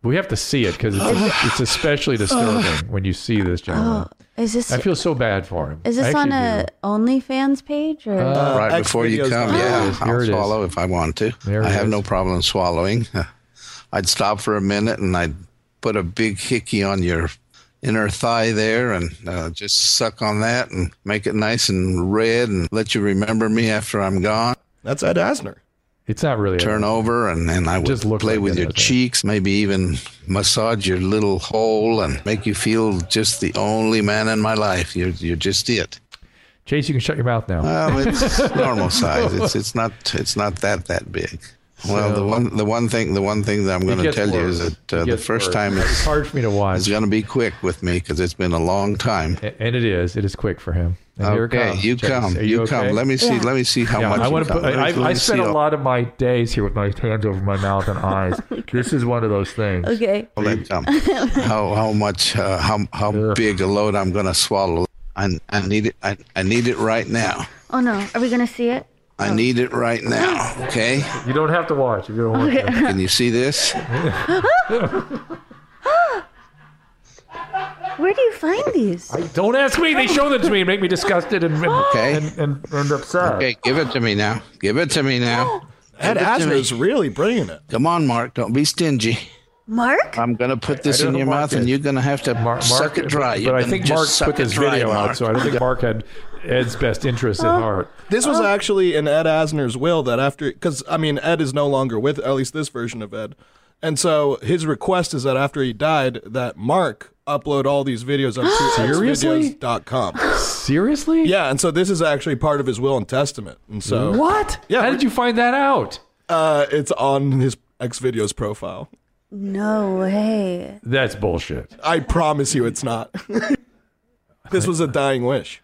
[SPEAKER 1] We have to see it because it's, it's especially disturbing when you see this gentleman.
[SPEAKER 3] Is this
[SPEAKER 1] I feel so bad for him.
[SPEAKER 3] Oh. is
[SPEAKER 1] I
[SPEAKER 3] this on
[SPEAKER 1] actually
[SPEAKER 3] a
[SPEAKER 1] do. Uh,
[SPEAKER 3] OnlyFans page or?
[SPEAKER 5] right
[SPEAKER 4] Uh, X
[SPEAKER 5] before you
[SPEAKER 4] videos
[SPEAKER 5] come.
[SPEAKER 4] now.
[SPEAKER 1] Here it
[SPEAKER 5] Yeah,
[SPEAKER 1] is, here
[SPEAKER 5] I'll
[SPEAKER 1] it is.
[SPEAKER 5] swallow if I want to.
[SPEAKER 1] There
[SPEAKER 5] I
[SPEAKER 1] it
[SPEAKER 5] have
[SPEAKER 1] is.
[SPEAKER 5] no problem swallowing. <laughs> I'd stop for a minute and I'd put a big hickey on your inner thigh there and uh, just suck on that and make it nice and red and let you remember me after I'm gone.
[SPEAKER 4] That's Ed Asner.
[SPEAKER 1] It's not really.
[SPEAKER 5] Turn over and, and I would
[SPEAKER 1] Just look
[SPEAKER 5] play
[SPEAKER 1] like
[SPEAKER 5] with
[SPEAKER 1] it,
[SPEAKER 5] your
[SPEAKER 1] I think.
[SPEAKER 5] cheeks, maybe even massage your little hole and make you feel just the only man in my life. You're, you're just it.
[SPEAKER 1] Chase, you can shut your mouth now.
[SPEAKER 5] Well, it's normal size. It's it's not it's not that that big. Well, the one the one thing the one thing that I'm
[SPEAKER 1] It
[SPEAKER 5] going to
[SPEAKER 1] gets
[SPEAKER 5] tell you is
[SPEAKER 1] worse.
[SPEAKER 5] that uh,
[SPEAKER 1] It
[SPEAKER 5] the
[SPEAKER 1] gets
[SPEAKER 5] first
[SPEAKER 1] worse.
[SPEAKER 5] time
[SPEAKER 1] it's
[SPEAKER 5] is
[SPEAKER 1] hard for me to watch,
[SPEAKER 5] is going to be quick with me because it's been a long time.
[SPEAKER 1] A- and it is. It is quick for him. And here it
[SPEAKER 5] Okay,
[SPEAKER 1] comes.
[SPEAKER 5] you
[SPEAKER 1] Chase,
[SPEAKER 5] come,
[SPEAKER 1] are
[SPEAKER 5] you,
[SPEAKER 1] okay?
[SPEAKER 5] come. Let me see,
[SPEAKER 3] Yeah.
[SPEAKER 5] let me see how
[SPEAKER 1] Yeah,
[SPEAKER 5] much.
[SPEAKER 1] I
[SPEAKER 5] you
[SPEAKER 1] want to
[SPEAKER 5] come.
[SPEAKER 1] put.
[SPEAKER 5] Let me-
[SPEAKER 1] I,
[SPEAKER 5] let
[SPEAKER 1] I
[SPEAKER 5] me
[SPEAKER 1] spent
[SPEAKER 5] see
[SPEAKER 1] a
[SPEAKER 5] all-
[SPEAKER 1] lot of my days here with my hands over my mouth and eyes. This is one of those things.
[SPEAKER 3] okay.
[SPEAKER 5] all that come.
[SPEAKER 1] <laughs>
[SPEAKER 5] How how much uh, how how big a load I'm going to swallow? I I need it. I, I need it right now.
[SPEAKER 3] Oh no, are we gonna see it?
[SPEAKER 5] I need it right now. Okay,
[SPEAKER 1] You don't have to watch if you don't want to.
[SPEAKER 5] can you
[SPEAKER 1] <laughs>
[SPEAKER 5] see this?
[SPEAKER 3] Where do you find these?
[SPEAKER 1] Don't ask me. They show them to me and make me disgusted and and,
[SPEAKER 5] Okay.
[SPEAKER 1] and, and, and upset.
[SPEAKER 5] Okay, give it to me now. Give it to me now.
[SPEAKER 4] Ed
[SPEAKER 5] Give it to
[SPEAKER 4] Asner
[SPEAKER 5] me.
[SPEAKER 4] is really bringing it.
[SPEAKER 5] Come on, Mark. Don't be stingy.
[SPEAKER 3] Mark?
[SPEAKER 5] I'm gonna put this
[SPEAKER 1] I don't
[SPEAKER 5] in your
[SPEAKER 1] know,
[SPEAKER 5] mouth,
[SPEAKER 1] Mark,
[SPEAKER 5] and you're gonna have to
[SPEAKER 1] Mark,
[SPEAKER 5] suck it dry.
[SPEAKER 1] But
[SPEAKER 5] You're
[SPEAKER 1] I
[SPEAKER 5] gonna
[SPEAKER 1] think
[SPEAKER 5] just
[SPEAKER 1] Mark
[SPEAKER 5] suck
[SPEAKER 1] put
[SPEAKER 5] it
[SPEAKER 1] this
[SPEAKER 5] dry,
[SPEAKER 1] video out,
[SPEAKER 5] Mark.
[SPEAKER 1] so I don't think Mark had Ed's best interests at heart.
[SPEAKER 4] This was actually in Ed Asner's will that after, because I mean, Ed is no longer with, at least this version of Ed. And so his request is that after he died, that Mark upload all these videos onto
[SPEAKER 1] <gasps> Seriously?
[SPEAKER 4] xvideos.com.
[SPEAKER 1] Seriously?
[SPEAKER 4] Yeah, and so this is actually part of his will and testament. And so
[SPEAKER 1] What?
[SPEAKER 4] Yeah,
[SPEAKER 1] How
[SPEAKER 4] we-
[SPEAKER 1] did you find that out?
[SPEAKER 4] uh, it's on his X videos profile.
[SPEAKER 3] No way.
[SPEAKER 1] That's bullshit.
[SPEAKER 4] I promise you it's not. <laughs> this was a dying wish.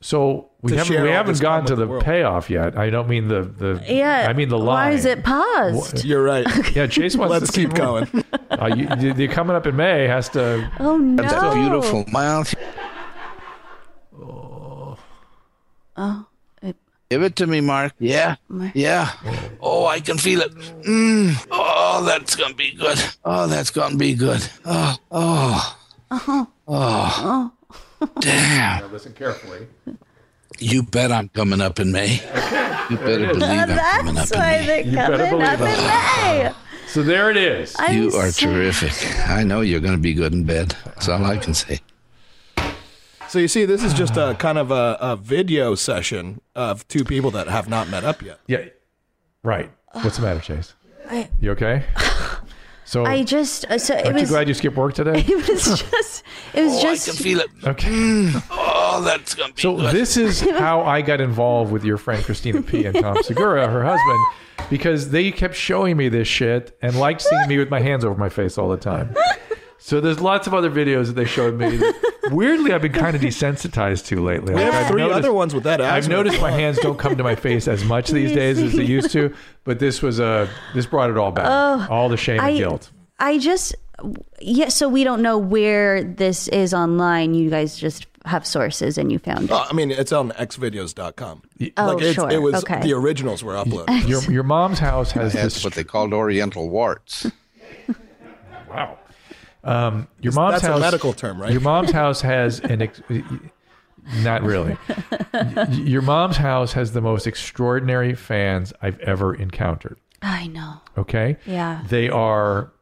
[SPEAKER 1] So we
[SPEAKER 4] To
[SPEAKER 1] haven't
[SPEAKER 4] share
[SPEAKER 1] we
[SPEAKER 4] all
[SPEAKER 1] haven't
[SPEAKER 4] this
[SPEAKER 1] gotten
[SPEAKER 4] time
[SPEAKER 1] to
[SPEAKER 4] with the
[SPEAKER 1] the,
[SPEAKER 4] world.
[SPEAKER 1] payoff yet. I don't mean the the.
[SPEAKER 3] Yeah.
[SPEAKER 1] I mean the line.
[SPEAKER 3] Why is it paused?
[SPEAKER 1] <laughs>
[SPEAKER 4] You're right.
[SPEAKER 1] Yeah, Chase wants
[SPEAKER 4] Let's
[SPEAKER 1] to see <laughs>
[SPEAKER 4] keep
[SPEAKER 1] more.
[SPEAKER 4] going.
[SPEAKER 1] Uh, you, you're coming up in May. Has to.
[SPEAKER 3] Oh no.
[SPEAKER 5] That beautiful mouth.
[SPEAKER 3] Oh. it-
[SPEAKER 5] Give it to me, Mark. Yeah,
[SPEAKER 3] Mark.
[SPEAKER 5] yeah. Oh, I can feel it. Mm. Oh, that's gonna be good. Oh, that's gonna be good. Oh, oh,
[SPEAKER 3] Uh-huh.
[SPEAKER 5] oh. Damn.
[SPEAKER 1] Listen carefully.
[SPEAKER 5] You bet I'm coming up in May. You better believe
[SPEAKER 3] Uh,
[SPEAKER 5] I'm coming up
[SPEAKER 3] <laughs> That's
[SPEAKER 5] in May.
[SPEAKER 3] why they're
[SPEAKER 1] better
[SPEAKER 3] coming up in
[SPEAKER 1] believe it.
[SPEAKER 3] May.
[SPEAKER 1] So there it is.
[SPEAKER 3] I'm
[SPEAKER 5] You are
[SPEAKER 3] so-
[SPEAKER 5] terrific. I know you're going to be good in bed. That's all I can say.
[SPEAKER 4] So you see, this is just a kind of a, a video session of two people that have not met up yet.
[SPEAKER 1] Yeah. Right. What's the matter, Chase?
[SPEAKER 3] I-
[SPEAKER 1] You
[SPEAKER 3] <laughs>
[SPEAKER 1] okay? So
[SPEAKER 3] I just uh, so it
[SPEAKER 1] aren't you
[SPEAKER 3] was
[SPEAKER 1] glad you skipped work today?
[SPEAKER 3] <laughs> it
[SPEAKER 5] <laughs>
[SPEAKER 3] was just it was
[SPEAKER 5] Oh, I
[SPEAKER 3] just
[SPEAKER 5] can feel it.
[SPEAKER 1] Okay.
[SPEAKER 5] Oh, that's going to be
[SPEAKER 1] So
[SPEAKER 5] good.
[SPEAKER 1] this is how I got involved with your friend Christina P and Tom Segura, her husband, because they kept showing me this shit and liked seeing me with my hands over my face all the time. So there's lots of other videos that they showed me. Weirdly, I've been kind of desensitized to lately.
[SPEAKER 4] We have
[SPEAKER 1] I've
[SPEAKER 4] three
[SPEAKER 1] noticed-
[SPEAKER 4] other ones with that.
[SPEAKER 1] I've
[SPEAKER 4] asthma.
[SPEAKER 1] noticed my hands don't come to my face as much these days as they used to, but this was a this brought it all back. all the shame and
[SPEAKER 3] I-
[SPEAKER 1] guilt.
[SPEAKER 3] I just yeah. So we don't know where this is online. You guys just have sources and you found it.
[SPEAKER 4] Oh, I mean, it's on xvideos.com.
[SPEAKER 3] Oh,
[SPEAKER 4] like it's,
[SPEAKER 3] sure.
[SPEAKER 4] It was
[SPEAKER 3] okay.
[SPEAKER 4] the originals were uploaded.
[SPEAKER 1] Your your mom's house has
[SPEAKER 5] That's
[SPEAKER 1] this
[SPEAKER 5] what they called Oriental warts.
[SPEAKER 1] Wow. Um, your mom's
[SPEAKER 4] that's a
[SPEAKER 1] house,
[SPEAKER 4] medical term, right?
[SPEAKER 1] Your mom's house has an. Ex- not really. Y- your mom's house has the most extraordinary fans I've ever encountered.
[SPEAKER 3] I know.
[SPEAKER 1] Okay.
[SPEAKER 3] Yeah.
[SPEAKER 1] They are.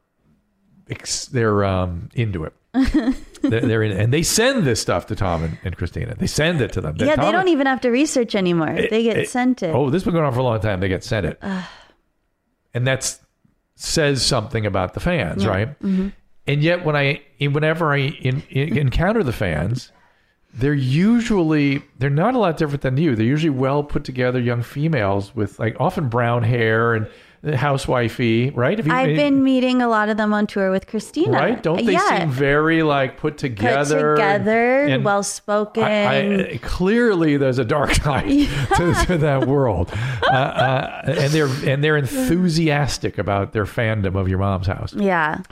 [SPEAKER 1] Ex- they're um, into
[SPEAKER 3] <laughs>
[SPEAKER 1] it. they're, they're in, and they send this stuff to Tom and, and Christina. They send it to them.
[SPEAKER 3] yeah,
[SPEAKER 1] Tom
[SPEAKER 3] they
[SPEAKER 1] and-
[SPEAKER 3] don't even have to research anymore. they get
[SPEAKER 1] it-
[SPEAKER 3] sent it.
[SPEAKER 1] Oh, this has been going on for a long time. They get sent it. and that's says something about the fans, right?
[SPEAKER 3] Mm-hmm.
[SPEAKER 1] And yet when I whenever I in, in, encounter the fans, they're usually they're not a lot different than you. They're usually well put together young females with like often brown hair and housewifey, right? Have you- eh,
[SPEAKER 3] I've been meeting a lot of them on tour with Christina.
[SPEAKER 1] right. Don't they
[SPEAKER 3] yeah.
[SPEAKER 1] seem very like put
[SPEAKER 3] Put
[SPEAKER 1] together?
[SPEAKER 3] together,
[SPEAKER 1] and-
[SPEAKER 3] well spoken?
[SPEAKER 1] I, I, clearly, there's a dark <laughs> side to, to that world, uh, uh, and they're and they're enthusiastic about their fandom of your mom's house.
[SPEAKER 3] yeah.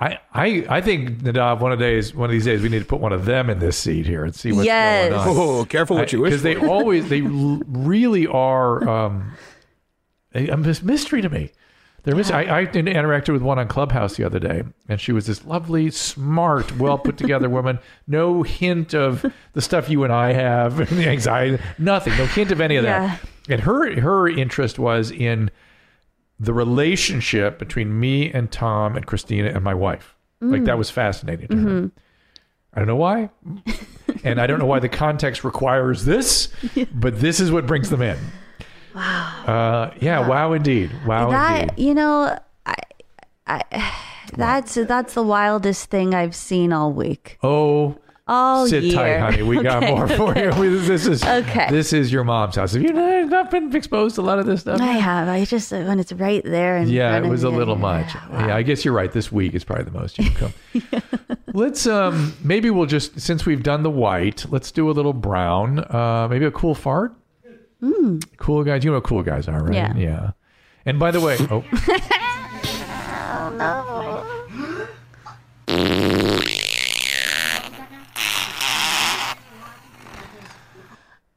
[SPEAKER 1] I, I, I think Nadav, one of days, one of these days, we need to put one of them in this seat here and see what's
[SPEAKER 3] Yes.
[SPEAKER 1] going on
[SPEAKER 4] oh, careful what you wish.
[SPEAKER 1] because they
[SPEAKER 4] <laughs>
[SPEAKER 1] always they l- really are um, a, a mys- mystery to me. They're missing. I, I in- interacted with one on Clubhouse the other day, and she was this lovely, smart, well put
[SPEAKER 4] <laughs>
[SPEAKER 1] together woman. No hint of the stuff you and I have, <laughs> and the anxiety, nothing. No hint of any of
[SPEAKER 3] Yeah.
[SPEAKER 1] that. And her her interest was in the relationship between me and Tom and Christina and my wife. Like
[SPEAKER 4] Mm.
[SPEAKER 1] that was fascinating to
[SPEAKER 4] Mm-hmm.
[SPEAKER 1] her. I don't know why. and I don't know why the context requires this, but this is what brings them in. Wow. Uh, yeah, wow, indeed. Wow
[SPEAKER 3] that
[SPEAKER 1] indeed.
[SPEAKER 3] you know, I, I, that's that's the wildest thing I've seen all week,
[SPEAKER 1] Oh,
[SPEAKER 3] all
[SPEAKER 1] sit
[SPEAKER 3] year.
[SPEAKER 1] tight, honey. We got
[SPEAKER 3] Okay,
[SPEAKER 1] more for you. <laughs> We- This is
[SPEAKER 3] Okay.
[SPEAKER 1] This is your mom's house. Have you not been exposed to a lot of this stuff?
[SPEAKER 3] <laughs> I have. I just when it's right there. In
[SPEAKER 1] Yeah,
[SPEAKER 3] front
[SPEAKER 1] it
[SPEAKER 3] of
[SPEAKER 1] was a
[SPEAKER 3] me,
[SPEAKER 1] little
[SPEAKER 3] yeah,
[SPEAKER 1] much.
[SPEAKER 3] wow.
[SPEAKER 1] Yeah, I guess you're right. This week is probably the most you can
[SPEAKER 3] <laughs>
[SPEAKER 1] come. Let's um maybe we'll just since we've done the white, let's do a little brown. Uh maybe a cool fart. Cool guys, you know what cool guys are, right?
[SPEAKER 3] Mm. Yeah.
[SPEAKER 1] And by the way,
[SPEAKER 3] <laughs>
[SPEAKER 1] oh,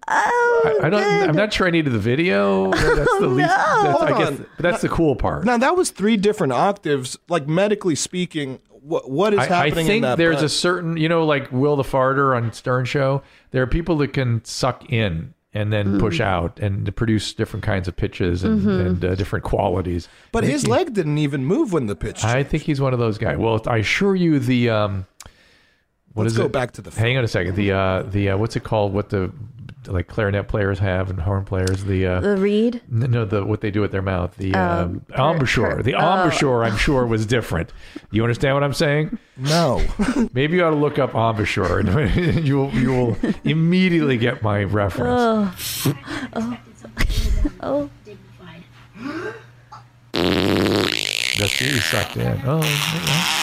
[SPEAKER 3] Oh,
[SPEAKER 1] I don't. I'm not sure I needed the
[SPEAKER 3] <laughs>
[SPEAKER 1] video. That's the least. That's, I
[SPEAKER 4] Hold
[SPEAKER 1] guess
[SPEAKER 4] on.
[SPEAKER 1] but that's the cool part.
[SPEAKER 4] Now that was three different octaves. Like medically speaking, what what is
[SPEAKER 1] I, I
[SPEAKER 4] happening? in
[SPEAKER 1] think
[SPEAKER 4] that
[SPEAKER 1] there's a
[SPEAKER 4] breath?
[SPEAKER 1] certain, you know, like Will the Farter on Stern Show. There are people that can suck in and then
[SPEAKER 4] Mm.
[SPEAKER 1] push out and to produce different kinds of pitches and, and uh, different qualities.
[SPEAKER 4] Mm-hmm. But
[SPEAKER 1] I think
[SPEAKER 4] his
[SPEAKER 1] he-
[SPEAKER 4] leg didn't even move when the pitch.
[SPEAKER 1] I think he's one of those guys. Well, I assure you, the um, what is
[SPEAKER 4] Let's go
[SPEAKER 1] it?
[SPEAKER 4] back to the film.
[SPEAKER 1] Hang on a second. The uh, the uh, what's it called? What the like clarinet players have and horn players. The uh,
[SPEAKER 3] the reed.
[SPEAKER 1] N- No, the what they do with their mouth, the um,
[SPEAKER 3] per-
[SPEAKER 1] embouchure.
[SPEAKER 3] per-
[SPEAKER 1] the
[SPEAKER 4] oh.
[SPEAKER 1] embouchure, I'm sure, was different. You understand what I'm saying?
[SPEAKER 4] No. <laughs>
[SPEAKER 1] Maybe you ought to look up embouchure, and <laughs> you'll you'll immediately get my reference.
[SPEAKER 3] Oh,
[SPEAKER 1] That's really sucked in. Oh, yeah,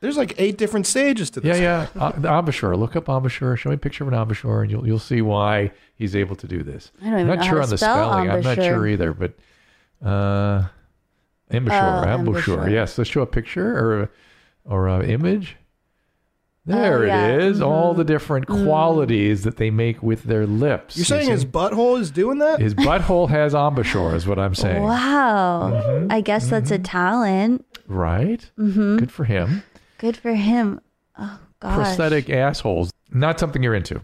[SPEAKER 4] There's like eight different stages to
[SPEAKER 1] yeah,
[SPEAKER 4] this.
[SPEAKER 1] yeah. Uh, the embouchure. Look up embouchure. Show me a picture of an embouchure, and you'll you'll see why he's able to do this.
[SPEAKER 3] I don't even
[SPEAKER 1] am
[SPEAKER 3] know
[SPEAKER 1] not
[SPEAKER 3] how
[SPEAKER 1] sure
[SPEAKER 3] to
[SPEAKER 1] on the
[SPEAKER 3] spell
[SPEAKER 1] spelling. I'm not
[SPEAKER 3] embouchure.
[SPEAKER 1] sure either, but uh, embouchure,
[SPEAKER 3] Oh,
[SPEAKER 1] embouchure.
[SPEAKER 3] embouchure.
[SPEAKER 1] Yes, let's show a picture or a- or an image. There it is.
[SPEAKER 3] Oh, yeah. Mm-hmm.
[SPEAKER 1] All the different qualities that they make with their lips.
[SPEAKER 4] You're saying his
[SPEAKER 1] his
[SPEAKER 4] butthole is doing
[SPEAKER 1] <laughs>
[SPEAKER 4] that?
[SPEAKER 1] his butthole has embouchure, is what I'm saying.
[SPEAKER 3] wow.
[SPEAKER 1] Mm-hmm.
[SPEAKER 3] I guess that's a talent.
[SPEAKER 1] Right? Mm-hmm. Good for him.
[SPEAKER 3] Good for him. Oh gosh.
[SPEAKER 1] Prosthetic assholes. Not something you're into.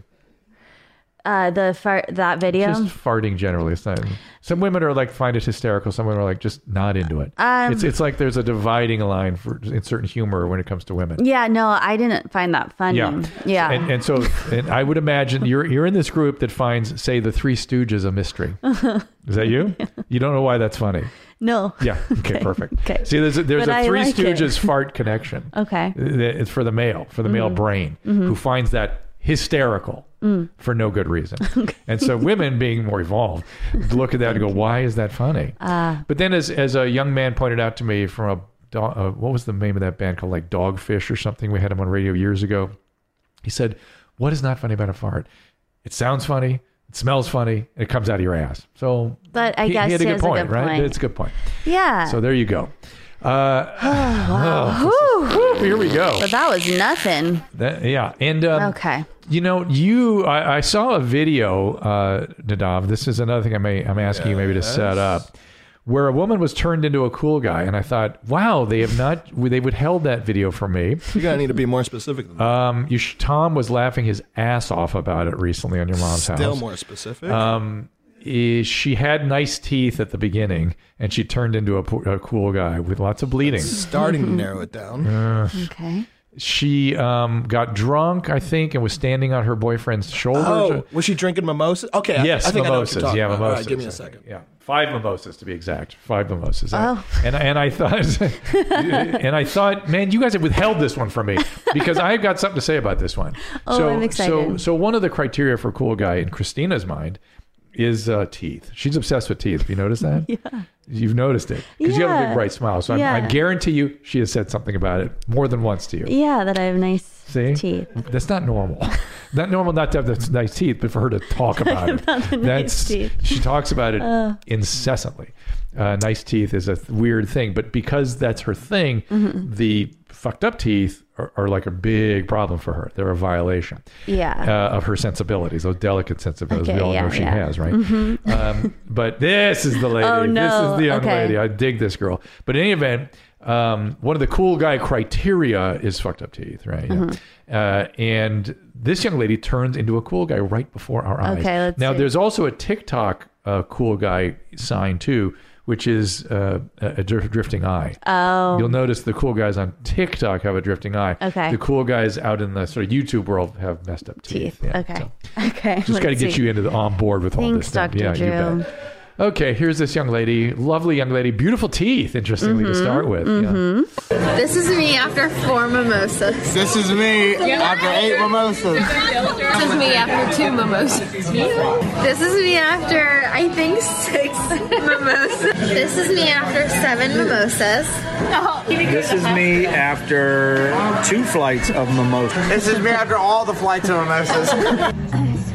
[SPEAKER 3] Uh, the fart that video.
[SPEAKER 1] Just farting generally. It's not. Some women are like find it hysterical. Some women are like just not into it.
[SPEAKER 3] Um,
[SPEAKER 1] it's it's like there's a dividing line for in certain humor when it comes to women.
[SPEAKER 3] yeah, no, I didn't find that funny.
[SPEAKER 1] Yeah,
[SPEAKER 3] Mm, yeah.
[SPEAKER 1] And, and so, and I would imagine you're you're in this group that finds, say, the Three Stooges a
[SPEAKER 3] <laughs>
[SPEAKER 1] mystery. Is that you? You don't know why that's funny.
[SPEAKER 3] no. <laughs>
[SPEAKER 1] Yeah. Okay. perfect.
[SPEAKER 3] okay.
[SPEAKER 1] See, there's a, there's
[SPEAKER 3] But
[SPEAKER 1] a
[SPEAKER 3] I
[SPEAKER 1] Three
[SPEAKER 3] like it.
[SPEAKER 1] Stooges fart connection.
[SPEAKER 3] <laughs> Okay.
[SPEAKER 1] It's for the male, for the male
[SPEAKER 3] Mm-hmm.
[SPEAKER 1] brain, who finds that hysterical
[SPEAKER 3] Mm.
[SPEAKER 1] for no good
[SPEAKER 3] <laughs>
[SPEAKER 1] reason. And so women, being more evolved, look at that and go, "Why is that funny?"
[SPEAKER 3] Ah.
[SPEAKER 1] but then, as as a young man pointed out to me from a do- uh, what was the name of that band called, like Dogfish or something? We had him on radio years ago. He said, "What is not funny about a fart? It sounds funny." It smells funny, and it comes out of your ass. So,
[SPEAKER 3] But I
[SPEAKER 1] he,
[SPEAKER 3] guess
[SPEAKER 1] he had a
[SPEAKER 3] he
[SPEAKER 1] good
[SPEAKER 3] has a
[SPEAKER 1] point,
[SPEAKER 3] good
[SPEAKER 1] right?
[SPEAKER 3] point.
[SPEAKER 1] It's a good point.
[SPEAKER 3] Yeah.
[SPEAKER 1] So there you go. Uh,
[SPEAKER 3] Whew.
[SPEAKER 1] here we go.
[SPEAKER 3] But that was nothing.
[SPEAKER 1] That- yeah, and um,
[SPEAKER 3] Okay.
[SPEAKER 1] you know, you I, I saw a video, uh, Nadav. This is another thing I may I'm asking you maybe to set up, where a woman was turned into a cool guy, and I thought, wow, they have not they would held that video for me.
[SPEAKER 4] You're gonna need to be more specific than that.
[SPEAKER 1] Um, you sh- Tom was laughing his ass off about it recently on your mom's
[SPEAKER 4] Still
[SPEAKER 1] house. Um,
[SPEAKER 4] more specific.
[SPEAKER 1] Is she had nice teeth at the beginning, and she turned into a, po- a cool guy with lots of bleeding.
[SPEAKER 4] Starting to narrow it down.
[SPEAKER 3] Okay.
[SPEAKER 1] She um, got drunk, I think, and was standing on her boyfriend's shoulders.
[SPEAKER 4] Oh, was she drinking mimosas? Okay, I-
[SPEAKER 1] Yes,
[SPEAKER 4] I think
[SPEAKER 1] mimosas.
[SPEAKER 4] I know what
[SPEAKER 1] yeah,
[SPEAKER 4] you're talking about.
[SPEAKER 1] mimosas.
[SPEAKER 4] All right, give me a second.
[SPEAKER 1] Yeah, five mimosas to be exact. Five mimosas.
[SPEAKER 3] Oh.
[SPEAKER 1] And and I thought, <laughs> and I thought, man, you guys have withheld this one from me because I've got something to say about this one.
[SPEAKER 3] Oh,
[SPEAKER 1] so,
[SPEAKER 3] I'm
[SPEAKER 1] So
[SPEAKER 3] excited.
[SPEAKER 1] so one of the criteria for cool guy in Christina's mind is uh, teeth. She's obsessed with teeth. Have you noticed that? yeah. You've noticed it because you have a
[SPEAKER 3] Yeah.
[SPEAKER 1] big bright smile. So I'm, I
[SPEAKER 3] Yeah.
[SPEAKER 1] guarantee you, she has said something about it more than once to you.
[SPEAKER 3] Yeah, that I have nice
[SPEAKER 1] See,
[SPEAKER 3] Teeth.
[SPEAKER 1] That's not
[SPEAKER 3] <laughs>
[SPEAKER 1] normal. not normal not to have the nice teeth, but for her to talk about it.
[SPEAKER 3] the nice
[SPEAKER 1] That's
[SPEAKER 3] teeth. Uh.
[SPEAKER 1] she talks about it incessantly. Uh, nice teeth is a th- weird thing, but because that's her thing,
[SPEAKER 3] Mm-hmm.
[SPEAKER 1] the fucked up teeth are, are like a big problem for her. They're a violation
[SPEAKER 3] Yeah.
[SPEAKER 1] uh, of her sensibilities, those delicate sensibilities we
[SPEAKER 3] Okay,
[SPEAKER 1] all
[SPEAKER 3] yeah,
[SPEAKER 1] know she
[SPEAKER 3] yeah. Mm-hmm.
[SPEAKER 1] has, right? Um, but this
[SPEAKER 3] <laughs>
[SPEAKER 1] is the lady.
[SPEAKER 3] Oh,
[SPEAKER 1] This
[SPEAKER 3] no.
[SPEAKER 1] is the young
[SPEAKER 3] Okay.
[SPEAKER 1] lady. I dig this girl. But in any event, um, one of the cool guy criteria is fucked up teeth, right? Yeah.
[SPEAKER 3] Mm-hmm.
[SPEAKER 1] Uh, and this young lady turns into a cool guy right before our eyes.
[SPEAKER 3] Okay, let's
[SPEAKER 1] now,
[SPEAKER 3] see.
[SPEAKER 1] there's also a TikTok uh, cool guy sign, too, which is uh, a a dr- drifting eye.
[SPEAKER 3] oh.
[SPEAKER 1] You'll notice the cool guys on TikTok have a drifting eye.
[SPEAKER 3] Okay.
[SPEAKER 1] The cool guys out in the sort of YouTube world have messed up teeth.
[SPEAKER 3] teeth.
[SPEAKER 1] Yeah,
[SPEAKER 3] okay.
[SPEAKER 1] so
[SPEAKER 3] Okay.
[SPEAKER 1] just got to get you into the on board with all
[SPEAKER 3] Thanks,
[SPEAKER 1] this stuff.
[SPEAKER 3] Dr.
[SPEAKER 1] Yeah,
[SPEAKER 3] Drew.
[SPEAKER 1] you bet. Okay, here's this young lady, lovely young lady, beautiful teeth, interestingly
[SPEAKER 3] Mm-hmm.
[SPEAKER 1] to start with. yeah.
[SPEAKER 6] This is me after four mimosas.
[SPEAKER 7] This is me after eight mimosas.
[SPEAKER 6] This is me after two mimosas. This is me after, I think, six <laughs> mimosas. This is me after seven mimosas.
[SPEAKER 8] This is me after two flights of mimosa.
[SPEAKER 7] This is me after all the flights of mimosas.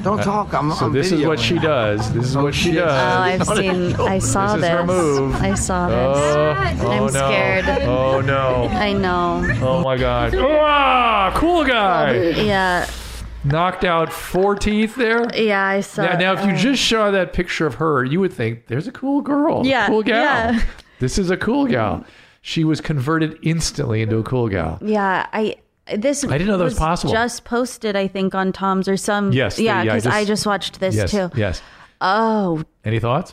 [SPEAKER 7] Don't talk. I'm,
[SPEAKER 1] So
[SPEAKER 7] I'm
[SPEAKER 1] this is what
[SPEAKER 7] videoing.
[SPEAKER 1] she does. This is what she
[SPEAKER 7] shit.
[SPEAKER 3] Oh,
[SPEAKER 1] does. <laughs>
[SPEAKER 3] I've seen. I saw
[SPEAKER 1] This
[SPEAKER 3] this.
[SPEAKER 1] is her move.
[SPEAKER 3] I saw this.
[SPEAKER 1] Oh, oh,
[SPEAKER 3] I'm
[SPEAKER 1] no.
[SPEAKER 3] scared.
[SPEAKER 1] Oh no.
[SPEAKER 3] I know.
[SPEAKER 1] Oh my god. <laughs> Ah, cool guy.
[SPEAKER 3] <laughs> Yeah.
[SPEAKER 1] Knocked out four teeth there.
[SPEAKER 3] Yeah, I saw.
[SPEAKER 1] Now, now, if you
[SPEAKER 3] uh,
[SPEAKER 1] just saw that picture of her, you would think there's a cool girl, a
[SPEAKER 3] Yeah,
[SPEAKER 1] cool gal.
[SPEAKER 3] yeah.
[SPEAKER 1] <laughs>
[SPEAKER 3] Mm-hmm.
[SPEAKER 1] This is a cool gal. She was converted instantly into a cool gal.
[SPEAKER 3] Yeah, I. This I
[SPEAKER 1] didn't know that was
[SPEAKER 3] was
[SPEAKER 1] possible.
[SPEAKER 3] Just posted, I think, on Tom's or some.
[SPEAKER 1] Yes, the- yeah,
[SPEAKER 3] yeah,
[SPEAKER 1] I
[SPEAKER 3] because
[SPEAKER 1] just-
[SPEAKER 3] I just watched this
[SPEAKER 1] Yes,
[SPEAKER 3] too.
[SPEAKER 1] yes.
[SPEAKER 3] Oh,
[SPEAKER 1] Any thoughts?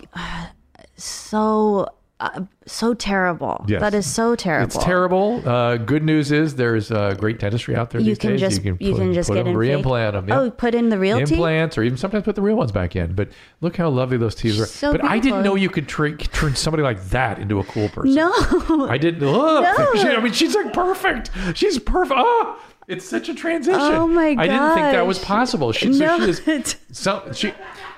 [SPEAKER 3] so uh, so terrible.
[SPEAKER 1] Yes.
[SPEAKER 3] That is so terrible.
[SPEAKER 1] It's terrible. Uh, good news is there's uh, great dentistry out there
[SPEAKER 3] You
[SPEAKER 1] these
[SPEAKER 3] can
[SPEAKER 1] days.
[SPEAKER 3] just
[SPEAKER 1] you can, put-
[SPEAKER 3] just
[SPEAKER 1] put
[SPEAKER 3] get
[SPEAKER 1] them,
[SPEAKER 3] in fake-
[SPEAKER 1] re-implant them.
[SPEAKER 3] Oh, put in the real teeth.
[SPEAKER 1] implants or even sometimes put the real ones back in. But look how lovely those teeth are.
[SPEAKER 3] So
[SPEAKER 1] but I didn't
[SPEAKER 3] beautiful.
[SPEAKER 1] know you could tr- turn somebody like that into a cool person.
[SPEAKER 3] <laughs> No.
[SPEAKER 1] I didn't look.
[SPEAKER 3] No.
[SPEAKER 1] <laughs> She- I mean, she's like perfect. She's perfect. Oh, it's such a transition.
[SPEAKER 3] Oh my
[SPEAKER 1] I didn't think that was
[SPEAKER 3] gosh.
[SPEAKER 1] possible. She, so
[SPEAKER 3] No,
[SPEAKER 1] she is
[SPEAKER 3] it's-
[SPEAKER 1] <laughs> so she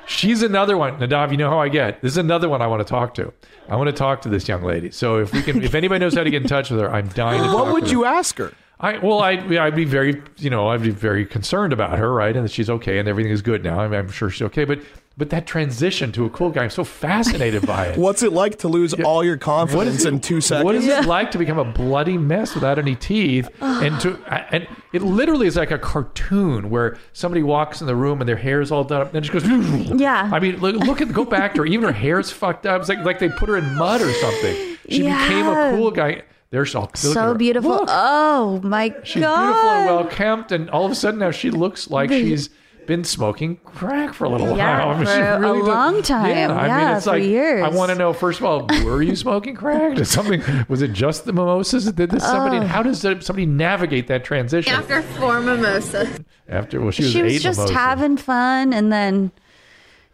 [SPEAKER 1] she's another one. Nadav, you know how I get. This is another one I want to talk to. I want to talk to this young lady. So if we can, if anybody knows how to get in touch with her, I'm dying.
[SPEAKER 3] <gasps>
[SPEAKER 1] To
[SPEAKER 4] What
[SPEAKER 1] talk
[SPEAKER 4] would
[SPEAKER 1] with her.
[SPEAKER 4] you ask her?
[SPEAKER 1] I well, I I'd be very you know I'd be very concerned about her, right, and that she's okay and everything is good now. I'm, I'm sure she's okay, but but that transition to a cool guy, I'm so fascinated by it.
[SPEAKER 4] What's it like to lose all your confidence in two seconds?
[SPEAKER 1] What is it like to become a bloody mess without any
[SPEAKER 3] <sighs>
[SPEAKER 1] teeth? And to and it literally is like a cartoon where somebody walks in the room and their hair's all done up, and then she goes. <laughs>
[SPEAKER 3] Yeah.
[SPEAKER 1] I mean, look, look at go back to her. Even her hair's fucked up. It's like like they put her in mud or something. She became
[SPEAKER 3] Yeah.
[SPEAKER 1] a cool guy. There's all look at
[SPEAKER 3] so
[SPEAKER 1] her.
[SPEAKER 3] beautiful.
[SPEAKER 1] Look.
[SPEAKER 3] Oh my
[SPEAKER 1] She's
[SPEAKER 3] god.
[SPEAKER 1] beautiful and well kempt, and all of a sudden now she looks like
[SPEAKER 3] The-
[SPEAKER 1] she's been smoking crack for a little
[SPEAKER 3] Yeah,
[SPEAKER 1] while. <laughs> I mean,
[SPEAKER 3] for
[SPEAKER 1] she
[SPEAKER 3] a
[SPEAKER 1] really does-
[SPEAKER 3] long time.
[SPEAKER 1] I mean,
[SPEAKER 3] Yeah,
[SPEAKER 1] it's
[SPEAKER 3] for
[SPEAKER 1] like
[SPEAKER 3] years.
[SPEAKER 1] I want to know first of all, were you smoking crack? Did something? Was it just the mimosas that did this? Somebody?
[SPEAKER 3] Oh.
[SPEAKER 1] and How does that- somebody navigate that transition
[SPEAKER 6] After four mimosas.
[SPEAKER 1] after? Well, she was
[SPEAKER 3] she was
[SPEAKER 1] eight
[SPEAKER 3] just
[SPEAKER 1] mimosas.
[SPEAKER 3] having fun, and then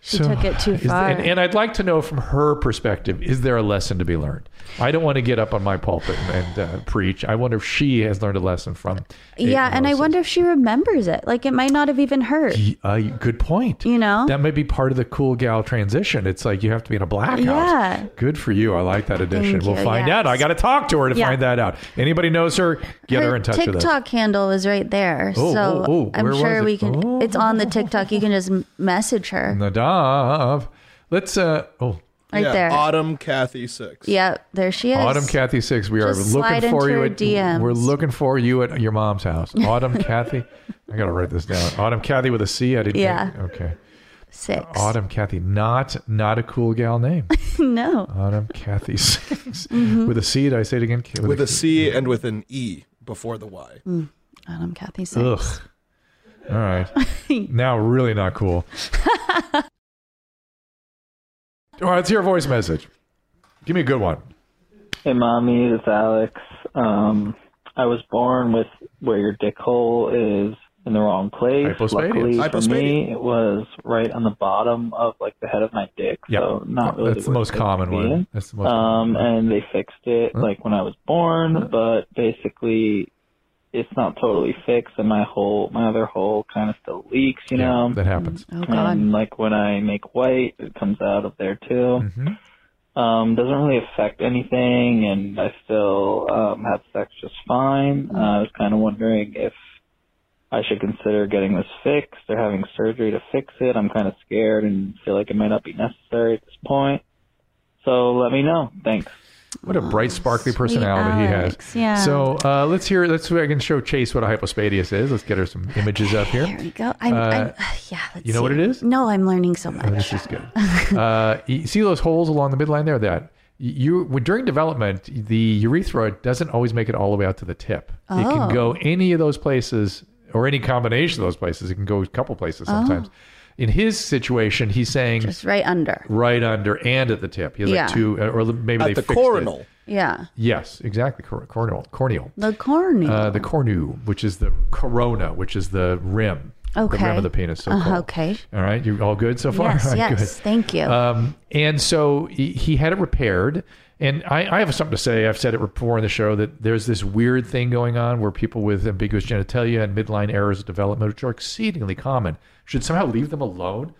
[SPEAKER 3] she
[SPEAKER 1] So,
[SPEAKER 3] took it too
[SPEAKER 1] is-
[SPEAKER 3] far.
[SPEAKER 1] and, and I'd like to know from her perspective: Is there a lesson to be learned? I don't want to get up on my pulpit and uh, preach. I wonder if she has learned a lesson from. eight
[SPEAKER 3] yeah, and I
[SPEAKER 1] mimosas.
[SPEAKER 3] wonder if she remembers it. Like it might not have even hurt.
[SPEAKER 1] Y- Uh, good point.
[SPEAKER 3] You know?
[SPEAKER 1] that might be part of the cool gal transition. It's like you have to be in a blackout.
[SPEAKER 3] Yeah.
[SPEAKER 1] Good for you. I like that addition.
[SPEAKER 3] Thank
[SPEAKER 1] We'll
[SPEAKER 3] you,
[SPEAKER 1] find
[SPEAKER 3] yes.
[SPEAKER 1] out. I got to talk to her to
[SPEAKER 3] Yeah.
[SPEAKER 1] find that out. Anybody knows her? Get her,
[SPEAKER 3] Her
[SPEAKER 1] in touch with us.
[SPEAKER 3] TikTok handle was right there,
[SPEAKER 1] Oh,
[SPEAKER 3] so
[SPEAKER 1] oh, oh, where
[SPEAKER 3] I'm
[SPEAKER 1] was
[SPEAKER 3] sure
[SPEAKER 1] it?
[SPEAKER 3] we can.
[SPEAKER 1] Oh.
[SPEAKER 3] It's on the TikTok. You can just m- message her
[SPEAKER 1] Nadav. Let's. uh Oh,
[SPEAKER 3] right
[SPEAKER 4] yeah,
[SPEAKER 3] there.
[SPEAKER 4] Autumn Kathy six.
[SPEAKER 3] Yep, there she is.
[SPEAKER 1] Autumn Kathy six. We are
[SPEAKER 3] Just slide
[SPEAKER 1] looking for
[SPEAKER 3] into
[SPEAKER 1] you
[SPEAKER 3] her
[SPEAKER 1] at
[SPEAKER 3] DMs.
[SPEAKER 1] We're looking for you at your mom's
[SPEAKER 3] <laughs>
[SPEAKER 1] house. Autumn Kathy. I gotta write this down. Autumn Kathy with a C. I didn't.
[SPEAKER 3] Yeah.
[SPEAKER 1] Okay.
[SPEAKER 3] six.
[SPEAKER 1] Autumn Kathy. Not not a cool gal name.
[SPEAKER 3] <laughs> no,
[SPEAKER 1] Autumn <laughs> Kathy 6
[SPEAKER 3] Mm-hmm.
[SPEAKER 1] with a C. Did I say it again?
[SPEAKER 4] With a C and with an E before the Y.
[SPEAKER 1] Mm.
[SPEAKER 3] Autumn Kathy six.
[SPEAKER 1] Ugh. All
[SPEAKER 3] <laughs>
[SPEAKER 1] right. now, really not cool. All right, let's hear a voice message. Give me a good one.
[SPEAKER 9] Hey, mommy, it's Alex. Um, I was born with where your dick hole is in the wrong place.
[SPEAKER 1] Hypospadias.
[SPEAKER 9] Luckily for
[SPEAKER 4] Hypospadias.
[SPEAKER 9] me, it was right on the bottom of like the head of my dick, so not really.
[SPEAKER 1] That's the
[SPEAKER 9] worst
[SPEAKER 1] most
[SPEAKER 9] place to
[SPEAKER 1] common
[SPEAKER 9] be
[SPEAKER 1] one.
[SPEAKER 9] in.
[SPEAKER 1] That's the most
[SPEAKER 9] Um,
[SPEAKER 1] common one.
[SPEAKER 9] and they fixed it like when I was born, but basically, it's not totally fixed, and my hole, my other hole, kind of still leaks. You
[SPEAKER 1] Yeah,
[SPEAKER 9] know,
[SPEAKER 1] that happens.
[SPEAKER 3] Oh God.
[SPEAKER 9] and like when I make white, it comes out of there too.
[SPEAKER 1] Mhm.
[SPEAKER 9] Um, doesn't really affect anything, and I still um, have sex just fine. Uh, I was kind of wondering if I should consider getting this fixed or having surgery to fix it. I'm kind of scared and feel like it might not be necessary at this point. So let me know. Thanks.
[SPEAKER 1] What a bright, sparkly personality
[SPEAKER 3] Alex,
[SPEAKER 1] he
[SPEAKER 3] yeah.
[SPEAKER 1] has. So uh, let's hear. Let's see if I can show Chase what a hypospadias is. Let's get her some images up here.
[SPEAKER 3] There we go. I'm,
[SPEAKER 1] Uh,
[SPEAKER 3] I'm, <sighs> yeah. Let's
[SPEAKER 1] you know what
[SPEAKER 3] see.
[SPEAKER 1] it is?
[SPEAKER 3] No, I'm learning so
[SPEAKER 1] Oh,
[SPEAKER 3] much.
[SPEAKER 1] this is good. uh, you see those holes along the midline there? That you when- during development, the urethra doesn't always make it all the way out to the tip. It
[SPEAKER 3] Oh.
[SPEAKER 1] can go any of those places or any combination of those places. It can go a couple places sometimes.
[SPEAKER 3] Oh.
[SPEAKER 1] In his situation, he's saying
[SPEAKER 3] It's right under.
[SPEAKER 1] right under and at the tip. He has
[SPEAKER 3] Yeah.
[SPEAKER 1] like two, uh, or maybe
[SPEAKER 4] At
[SPEAKER 1] they
[SPEAKER 4] the
[SPEAKER 1] fixed it.
[SPEAKER 4] coronal.
[SPEAKER 3] Yeah.
[SPEAKER 1] Yes, exactly. Cor- corneal, corneal.
[SPEAKER 3] The cornea.
[SPEAKER 1] Uh, the cornu, which is the corona, which is the rim, the
[SPEAKER 3] Okay.
[SPEAKER 1] rim of the penis. So
[SPEAKER 3] Uh,
[SPEAKER 1] called.
[SPEAKER 3] okay.
[SPEAKER 1] All right, you all good so <laughs> far. <laughs>
[SPEAKER 3] yes.
[SPEAKER 1] All right,
[SPEAKER 3] yes.
[SPEAKER 1] good.
[SPEAKER 3] Thank you.
[SPEAKER 1] Um, and so he, he had it repaired. And I, I have something to say. I've said it before in the show that there's this weird thing going on where people with ambiguous genitalia and midline errors of development, which are exceedingly common, should somehow leave them alone.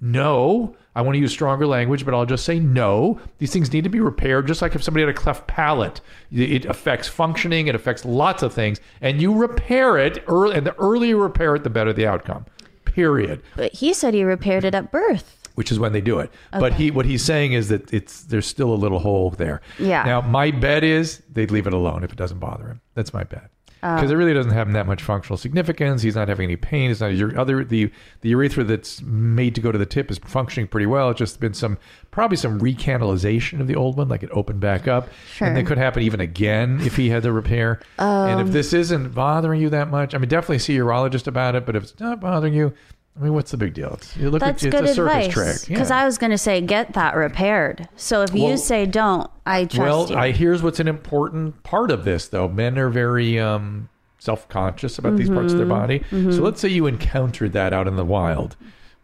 [SPEAKER 1] No, I want to use stronger language, but I'll just say no. These things need to be repaired, just like if somebody had a cleft palate. It affects functioning, it affects lots of things, and you repair it early, and the earlier you repair it, the better the outcome. Period
[SPEAKER 3] but he said he repaired it at birth.
[SPEAKER 1] which is when they do it. But he what he's saying is that it's there's still a little hole there.
[SPEAKER 3] Yeah.
[SPEAKER 1] Now my bet is they'd leave it alone if it doesn't bother him. That's my bet.
[SPEAKER 3] Oh.
[SPEAKER 1] Because it really doesn't have that much functional significance. He's not having any pain. It's not your other the the urethra that's made to go to the tip is functioning pretty well. It's just been some probably some recanalization of the old one, like it opened back up, and that
[SPEAKER 3] Sure. Um.
[SPEAKER 1] could happen even again if he had the repair. and if this isn't bothering you that much, I mean, definitely see a urologist about it. But if it's not bothering you, I mean, what's the big deal? It's, you look
[SPEAKER 3] That's
[SPEAKER 1] it's
[SPEAKER 3] good
[SPEAKER 1] a circus
[SPEAKER 3] advice.
[SPEAKER 1] trick.
[SPEAKER 3] Because I was going to say, get that repaired. So if
[SPEAKER 1] Well-
[SPEAKER 3] you say don't, I trust
[SPEAKER 1] well,
[SPEAKER 3] you.
[SPEAKER 1] I here's what's an important part of this though. Men are very um, self-conscious about these parts of
[SPEAKER 3] Mm-hmm.
[SPEAKER 1] their body. So let's say you encountered that out in the wild.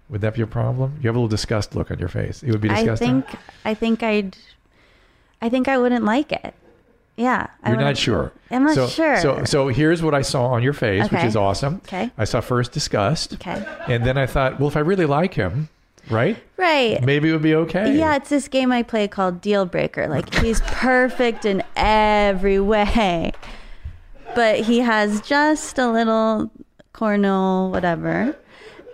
[SPEAKER 1] Would that be a problem? You have a little disgust look on your face. It would be
[SPEAKER 3] I
[SPEAKER 1] disgusting.
[SPEAKER 3] think I think I'd I think I wouldn't like it. Yeah, I
[SPEAKER 1] You're not
[SPEAKER 3] wouldn't-
[SPEAKER 1] sure.
[SPEAKER 3] I'm not
[SPEAKER 1] so,
[SPEAKER 3] sure.
[SPEAKER 1] So, so here's what I saw on your face, which
[SPEAKER 3] Okay.
[SPEAKER 1] is awesome.
[SPEAKER 3] Okay.
[SPEAKER 1] I saw first disgust.
[SPEAKER 3] Okay.
[SPEAKER 1] And then I thought, well, if I really like him, right?
[SPEAKER 3] Right.
[SPEAKER 1] Maybe it would be okay.
[SPEAKER 3] Yeah, it's this game I play called Deal Breaker. Like he's perfect in every way, but he has just a little cornel, whatever.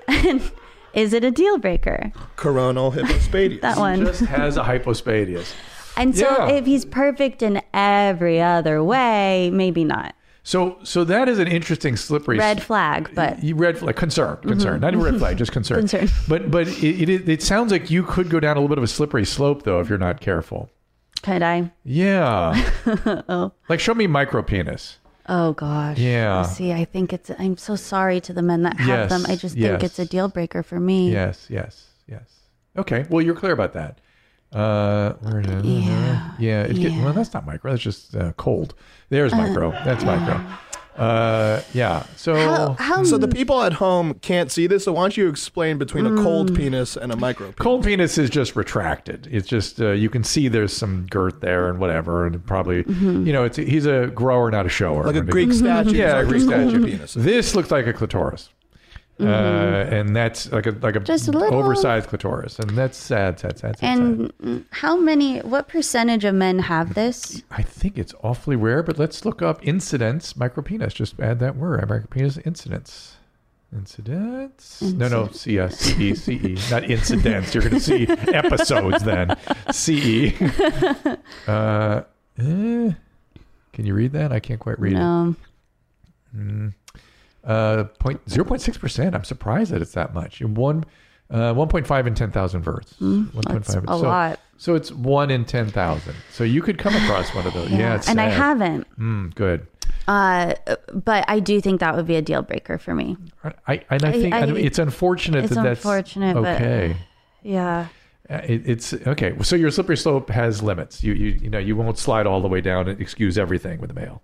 [SPEAKER 3] And is it a deal breaker?
[SPEAKER 4] Coronal hypospadias.
[SPEAKER 3] That one.
[SPEAKER 1] Just has a hypospadias.
[SPEAKER 3] and so
[SPEAKER 1] yeah.
[SPEAKER 3] if he's perfect in every other way, maybe not.
[SPEAKER 1] So, so that is an interesting slippery
[SPEAKER 3] Red flag, but Mm-hmm.
[SPEAKER 1] You red flag, concern, concern, not even red flag, just concern.
[SPEAKER 3] <laughs> Concern.
[SPEAKER 1] But but it, it it sounds like you could go down a little bit of a slippery slope though if you're not careful.
[SPEAKER 3] could I? <laughs>
[SPEAKER 1] Yeah. Like show me micro penis.
[SPEAKER 3] Oh gosh.
[SPEAKER 1] Yeah.
[SPEAKER 3] See, I think it's. I'm so sorry to the men that
[SPEAKER 1] Yes,
[SPEAKER 3] have them. I just
[SPEAKER 1] yes.
[SPEAKER 3] think it's a deal breaker for me.
[SPEAKER 1] Yes, yes, yes. Okay. Well, you're clear about that. Uh, where it is-
[SPEAKER 3] Yeah,
[SPEAKER 1] Yeah. It Get,
[SPEAKER 3] yeah.
[SPEAKER 1] well, that's not micro. That's just uh, cold. There's micro. That's
[SPEAKER 3] <sighs>
[SPEAKER 1] micro. Uh, yeah. So
[SPEAKER 3] How, how
[SPEAKER 4] So the people at home can't see this. So why don't you explain between a
[SPEAKER 1] Mm.
[SPEAKER 4] cold penis and a micro penis?
[SPEAKER 1] Cold penis is just retracted. It's just uh, you can see there's some girth there and whatever, and probably
[SPEAKER 3] Mm-hmm.
[SPEAKER 1] you know it's he's a grower, not a shower.
[SPEAKER 4] Like a Greek statue.
[SPEAKER 1] Mm-hmm. yeah, a
[SPEAKER 4] These
[SPEAKER 1] Greek
[SPEAKER 4] are just
[SPEAKER 1] statue.
[SPEAKER 4] cold penises.
[SPEAKER 1] This looks like a clitoris, uh, and that's like a like a,
[SPEAKER 3] Mm-hmm. Just a little-
[SPEAKER 1] oversized clitoris, and that's sad, sad, sad, sad. sad.
[SPEAKER 3] and mm, how many? What percentage of men have this?
[SPEAKER 1] I think it's awfully rare, but let's look up incidence micropenis. Just add that word, micropenis incidence. Incidents? No, no, C S C E C E, not incidents. You're going to
[SPEAKER 3] <laughs>
[SPEAKER 1] see episodes then. C E. Uh, eh. Can you read that? I can't quite read
[SPEAKER 3] Um,
[SPEAKER 1] it. Uh, point zero point six percent. I'm surprised that it's that much. One, uh, one point five in ten thousand verts. one point five.
[SPEAKER 3] Mm, a
[SPEAKER 1] so,
[SPEAKER 3] lot.
[SPEAKER 1] So it's one in ten thousand. So you could come across one of those. Yeah, it's
[SPEAKER 3] and I
[SPEAKER 1] sad.
[SPEAKER 3] haven't.
[SPEAKER 1] Mm, good.
[SPEAKER 3] Uh, but I do think that would be a deal breaker for me.
[SPEAKER 1] I, and I
[SPEAKER 3] I-
[SPEAKER 1] think
[SPEAKER 3] I-
[SPEAKER 1] and it's unfortunate
[SPEAKER 3] It's
[SPEAKER 1] that that's
[SPEAKER 3] unfortunate, but-
[SPEAKER 1] okay.
[SPEAKER 3] Yeah.
[SPEAKER 1] Uh, it, it's okay. So your slippery slope has limits. You you you know you won't slide all the way down and excuse everything with the mail.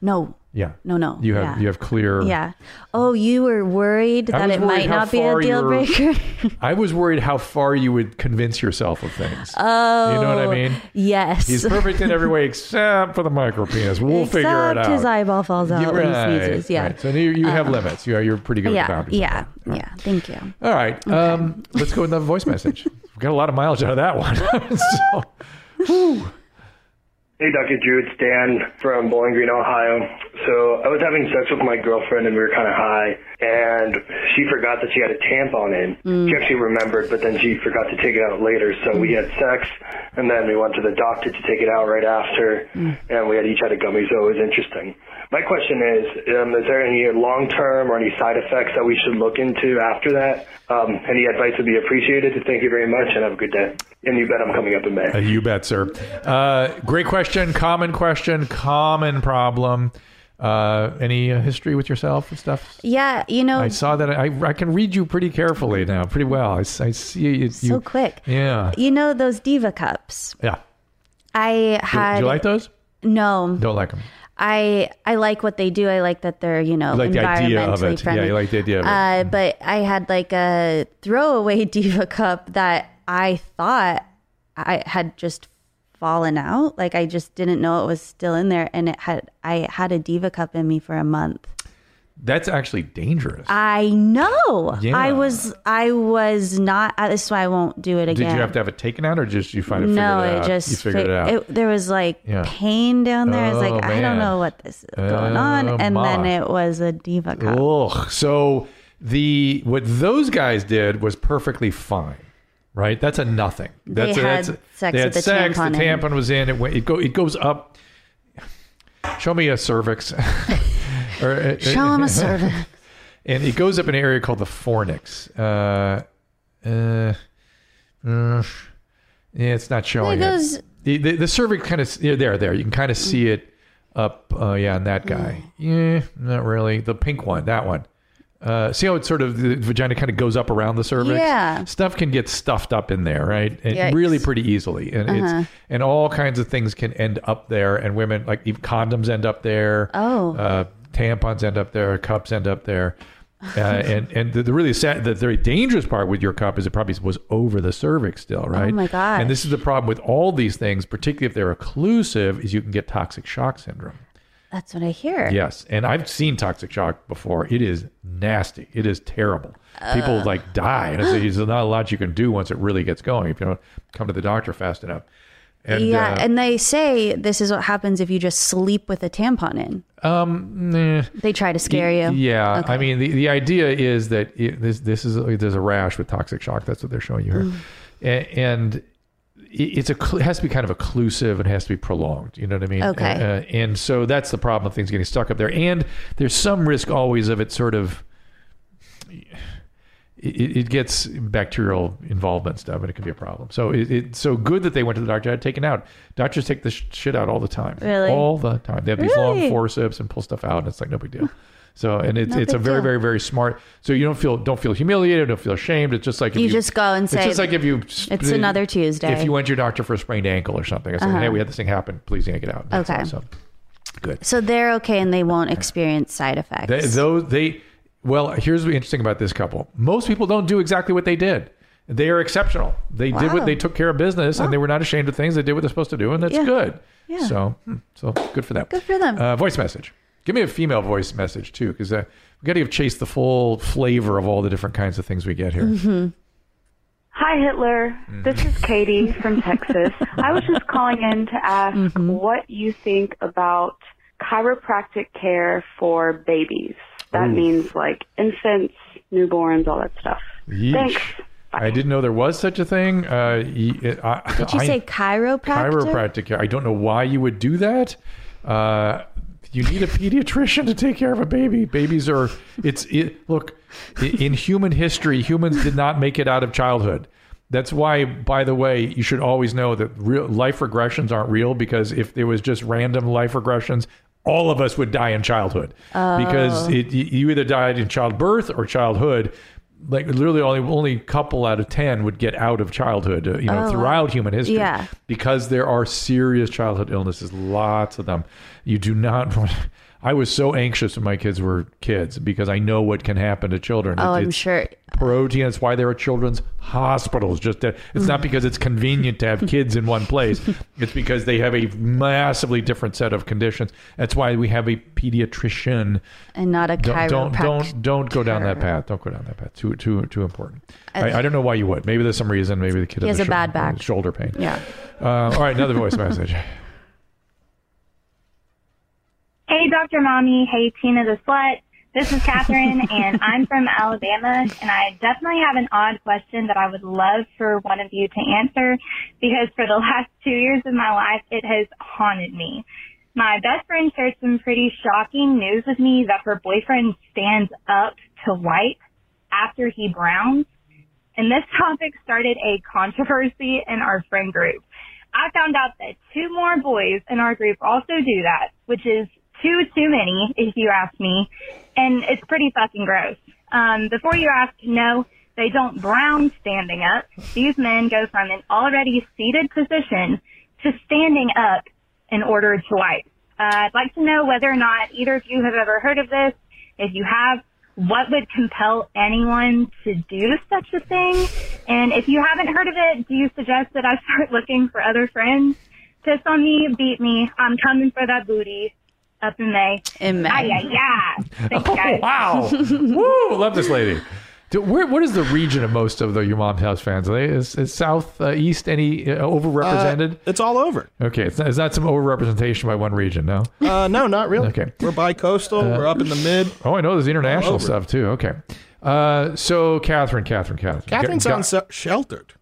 [SPEAKER 3] No.
[SPEAKER 1] Yeah.
[SPEAKER 3] No. No.
[SPEAKER 1] You have
[SPEAKER 3] Yeah.
[SPEAKER 1] you have clear.
[SPEAKER 3] Yeah. Oh, you were worried
[SPEAKER 1] I
[SPEAKER 3] that
[SPEAKER 1] was
[SPEAKER 3] it
[SPEAKER 1] worried
[SPEAKER 3] might
[SPEAKER 1] how
[SPEAKER 3] not be a
[SPEAKER 1] far
[SPEAKER 3] deal
[SPEAKER 1] you were-
[SPEAKER 3] breaker. <laughs>
[SPEAKER 1] I was worried how far you would convince yourself of things. Oh. You know what I mean?
[SPEAKER 3] yes.
[SPEAKER 1] He's perfect in every way except for the micro penis. We'll
[SPEAKER 3] Except
[SPEAKER 1] figure it out.
[SPEAKER 3] his eyeball falls out
[SPEAKER 1] You're
[SPEAKER 3] when
[SPEAKER 1] right,
[SPEAKER 3] he sneezes. Yeah. Uh,
[SPEAKER 1] right. So you, you have limits. You are, you're pretty good with
[SPEAKER 3] Yeah.
[SPEAKER 1] boundaries.
[SPEAKER 3] Yeah. Yeah. Thank you.
[SPEAKER 1] All right. Um, let's go with another <laughs> voice message. We got a lot of mileage out of that one. so,
[SPEAKER 10] Hey, Dr. Drew, it's Dan from Bowling Green, Ohio. So I was having sex with my girlfriend and we were kind of high, and she forgot that she had a tampon in. She actually remembered, but then she forgot to take it out later. So we had sex, and then we went to the doctor to take it out right after, and we had each had a gummy, so it was interesting. My question is, um, is there any long-term or any side effects that we should look into after that? Um, any advice would be appreciated. Thank you very much, and have a good day. And you bet I'm coming up in May.
[SPEAKER 1] Uh, you bet, sir. Uh, great question. Common question. Common problem. Uh, any uh, history with yourself and stuff?
[SPEAKER 3] Yeah, you know,
[SPEAKER 1] I saw that. I, I can read you pretty carefully now, pretty well. I, s- I see you.
[SPEAKER 3] so quick.
[SPEAKER 1] Yeah.
[SPEAKER 3] You know those diva cups.
[SPEAKER 1] Yeah.
[SPEAKER 3] I
[SPEAKER 1] Do, do
[SPEAKER 3] had.
[SPEAKER 1] you like those?
[SPEAKER 3] No,
[SPEAKER 1] Don't like them.
[SPEAKER 3] I I like what they do. I like that they're you know
[SPEAKER 1] You like the
[SPEAKER 3] environmentally
[SPEAKER 1] idea of it.
[SPEAKER 3] friendly.
[SPEAKER 1] Yeah, you like the idea of it.
[SPEAKER 3] Uh, but I had like a throwaway <laughs> diva cup that I thought I had just fallen out. Like I just didn't know it was still in there, and it had I had a diva cup in me for a month.
[SPEAKER 1] That's actually dangerous.
[SPEAKER 3] I know.
[SPEAKER 1] Yeah.
[SPEAKER 3] I was I was not. uh, This is why I won't do it
[SPEAKER 1] Did you
[SPEAKER 3] again.
[SPEAKER 1] have to have it taken out, or just you find it?
[SPEAKER 3] no,
[SPEAKER 1] figured it out?
[SPEAKER 3] it just
[SPEAKER 1] you figured it
[SPEAKER 3] fi-
[SPEAKER 1] out.
[SPEAKER 3] there was like
[SPEAKER 1] Yeah.
[SPEAKER 3] pain down there. I was
[SPEAKER 1] Oh,
[SPEAKER 3] like, I
[SPEAKER 1] man.
[SPEAKER 3] don't know what this is going
[SPEAKER 1] Oh,
[SPEAKER 3] on. And then
[SPEAKER 1] my.
[SPEAKER 3] it was a diva cup.
[SPEAKER 1] Ugh. So the what those guys did was perfectly fine, right? That's a nothing.
[SPEAKER 3] They
[SPEAKER 1] That's a,
[SPEAKER 3] had
[SPEAKER 1] that's,
[SPEAKER 3] sex
[SPEAKER 1] they had
[SPEAKER 3] with the
[SPEAKER 1] sex,
[SPEAKER 3] tampon
[SPEAKER 1] The
[SPEAKER 3] in.
[SPEAKER 1] tampon was in. It went, it go it goes up. Show me a cervix. <laughs> or, uh, <laughs>
[SPEAKER 3] Show 'em a cervix.
[SPEAKER 1] And it goes up in an area called the fornix. Uh, uh, uh, yeah, it's not showing.
[SPEAKER 3] It goes-
[SPEAKER 1] It. The, the, the cervix kind of yeah, there there. You can kind of see it up. Uh, yeah, on
[SPEAKER 3] Mm.
[SPEAKER 1] that guy. Yeah, not really. The pink one, that one. Uh, see how it sort of the vagina kind of goes up around the cervix.
[SPEAKER 3] Yeah.
[SPEAKER 1] stuff can get stuffed up in there, right? And
[SPEAKER 3] Yikes.
[SPEAKER 1] really pretty easily, and
[SPEAKER 3] Uh-huh.
[SPEAKER 1] it's and all kinds of things can end up there. And women like even condoms end up there.
[SPEAKER 3] Oh.
[SPEAKER 1] uh, tampons end up there. Cups end up there.
[SPEAKER 3] <laughs>
[SPEAKER 1] Uh, and and the, the really sad, the very dangerous part with your cup is it probably was over the cervix still, right?
[SPEAKER 3] Oh my gosh.
[SPEAKER 1] And this is the problem with all these things, particularly if they're occlusive, is you can get toxic shock syndrome.
[SPEAKER 3] That's what I hear.
[SPEAKER 1] Yes, and I've seen toxic shock before. It is nasty. It is terrible. People like die, and it's, there's not a lot you can do once it really gets going if you don't come to the doctor fast enough. And,
[SPEAKER 3] yeah.
[SPEAKER 1] uh,
[SPEAKER 3] and they say this is what happens if you just sleep with a tampon in.
[SPEAKER 1] um, nah.
[SPEAKER 3] They try to scare you.
[SPEAKER 1] Yeah, I mean the, the idea is that it, this this is there's a rash with toxic shock. That's what they're showing you here,
[SPEAKER 3] Mm.
[SPEAKER 1] A- and it- it's a it has to be kind of occlusive and has to be prolonged. You know what I mean?
[SPEAKER 3] Okay.
[SPEAKER 1] Uh, and so that's the problem of things getting stuck up there. And there's some risk always of it sort of. It, it gets bacterial involvement stuff, and it can be a problem. So it, it's so good that they went to the doctor. I had it taken out. Doctors take this shit out all the time.
[SPEAKER 3] Really?
[SPEAKER 1] All the time. They have these long
[SPEAKER 3] Really?
[SPEAKER 1] forceps and pull stuff out, and it's like no big deal. So and it's
[SPEAKER 3] No
[SPEAKER 1] it's a
[SPEAKER 3] big
[SPEAKER 1] very
[SPEAKER 3] deal.
[SPEAKER 1] very very smart. So you don't feel don't feel humiliated, don't feel ashamed. It's just like if
[SPEAKER 3] You just go and
[SPEAKER 1] it's
[SPEAKER 3] say,
[SPEAKER 1] just like if you
[SPEAKER 3] "It's another Tuesday."
[SPEAKER 1] If you went to your doctor for a sprained ankle or something, I said,
[SPEAKER 3] Uh-huh.
[SPEAKER 1] hey, we had this thing happen. Please yank it out. That's
[SPEAKER 3] Okay.
[SPEAKER 1] all. So good.
[SPEAKER 3] So they're okay and they won't experience side effects.
[SPEAKER 1] They, though they, well, here's what's interesting about this couple. Most people don't do exactly what they did. They are exceptional. They did
[SPEAKER 3] Wow.
[SPEAKER 1] what they took care of business, and they were not ashamed of things. They did what they're supposed to do, and that's
[SPEAKER 3] Yeah.
[SPEAKER 1] good.
[SPEAKER 3] Yeah.
[SPEAKER 1] So, hmm, so good for them.
[SPEAKER 3] Good for them.
[SPEAKER 1] Uh, voice message. Give me a female voice message too, because uh, we got to give Chase the full flavor of all the different kinds of things we get here.
[SPEAKER 3] Mm-hmm.
[SPEAKER 11] Hi, Hitler. This is
[SPEAKER 1] Mm-hmm.
[SPEAKER 11] Katie from Texas. I was just calling in to ask what you think about chiropractic care for babies. That
[SPEAKER 1] Ooh.
[SPEAKER 11] means like infants, newborns, all that stuff.
[SPEAKER 1] Yeesh.
[SPEAKER 11] Thanks.
[SPEAKER 1] I didn't know there was such a thing. Uh, y- it- I,
[SPEAKER 3] Did you
[SPEAKER 1] I-
[SPEAKER 3] say chiropractor?
[SPEAKER 1] chiropractic care? I don't know why you would do that. Uh, you need a pediatrician to take care of a baby. Babies are it's it, look i- in human history, humans did not make it out of childhood. That's why, by the way, you should always know that real life regressions aren't real because if there was just random life regressions, all of us would die in childhood because
[SPEAKER 3] Oh.
[SPEAKER 1] it, you- you either died in childbirth or childhood. Like literally, only only couple out of ten would get out of childhood. uh, You know,
[SPEAKER 3] Oh, wow.
[SPEAKER 1] throughout human history
[SPEAKER 3] Yeah.
[SPEAKER 1] because there are serious childhood illnesses, lots of them. You do not <laughs> want. I was so anxious when my kids were kids because I know what can happen to children.
[SPEAKER 3] Oh,
[SPEAKER 1] It-
[SPEAKER 3] I'm
[SPEAKER 1] it's
[SPEAKER 3] sure.
[SPEAKER 1] Protein. It's why there are children's hospitals. Just to, it's
[SPEAKER 3] Mm.
[SPEAKER 1] not because it's convenient to have kids in one
[SPEAKER 3] <laughs>
[SPEAKER 1] place. It's because they have a massively different set of conditions. That's why we have a pediatrician.
[SPEAKER 3] And not a
[SPEAKER 1] Don't don't
[SPEAKER 3] chiropractor.
[SPEAKER 1] don't, don't go down that path. Don't go down that path. Too too too important.
[SPEAKER 3] I-
[SPEAKER 1] I, I don't know why you would. Maybe there's some reason. Maybe the kid
[SPEAKER 3] He
[SPEAKER 1] has
[SPEAKER 3] has a bad back.
[SPEAKER 1] shoulder pain.
[SPEAKER 3] Yeah.
[SPEAKER 1] Uh, all right, another voice message.
[SPEAKER 12] Hey, Dr. Mommy. Hey, Tina the Slut. This is Catherine, and I'm from Alabama. And I definitely have an odd question that I would love for one of you to answer because for the <laughs> last two years of my life, it has haunted me. My best friend shared some pretty shocking news with me that her boyfriend stands up to wipe after he browns. And this topic started a controversy in our friend group. I found out that two more boys in our group also do that, which is too, too many, if you ask me. And it's pretty fucking gross. Um, before you ask, no, they don't brown standing up. These men go from an already seated position to standing up in order to wipe. Uh, I'd like to know whether or not either of you have ever heard of this. If you have, what would compel anyone to do such a thing? And if you haven't heard of it, do you suggest that I start <laughs> looking for other friends? Piss on me, beat me. I'm coming for that booty up in May.
[SPEAKER 3] In May.
[SPEAKER 12] Aye, aye, aye.
[SPEAKER 1] <laughs>
[SPEAKER 12] Thanks,
[SPEAKER 1] Oh,
[SPEAKER 12] guys.
[SPEAKER 1] Wow. Woo! Love this lady. Do- Where, what is the region of most of the Your Mom's House fans? Are they, is, is South, uh, East, any uh, overrepresented?
[SPEAKER 4] it's all over.
[SPEAKER 1] Okay, it's not, it's not some overrepresentation by one region, no?
[SPEAKER 4] Uh, no, not really.
[SPEAKER 1] Okay. Uh,
[SPEAKER 4] We're bi-coastal. we're up in the mid.
[SPEAKER 1] Oh, I know there's international
[SPEAKER 4] over.
[SPEAKER 1] stuff too. Okay. Uh, so, Catherine, Catherine, Catherine.
[SPEAKER 4] Catherine
[SPEAKER 1] Got-
[SPEAKER 4] sounds
[SPEAKER 1] got-
[SPEAKER 4] so- sheltered.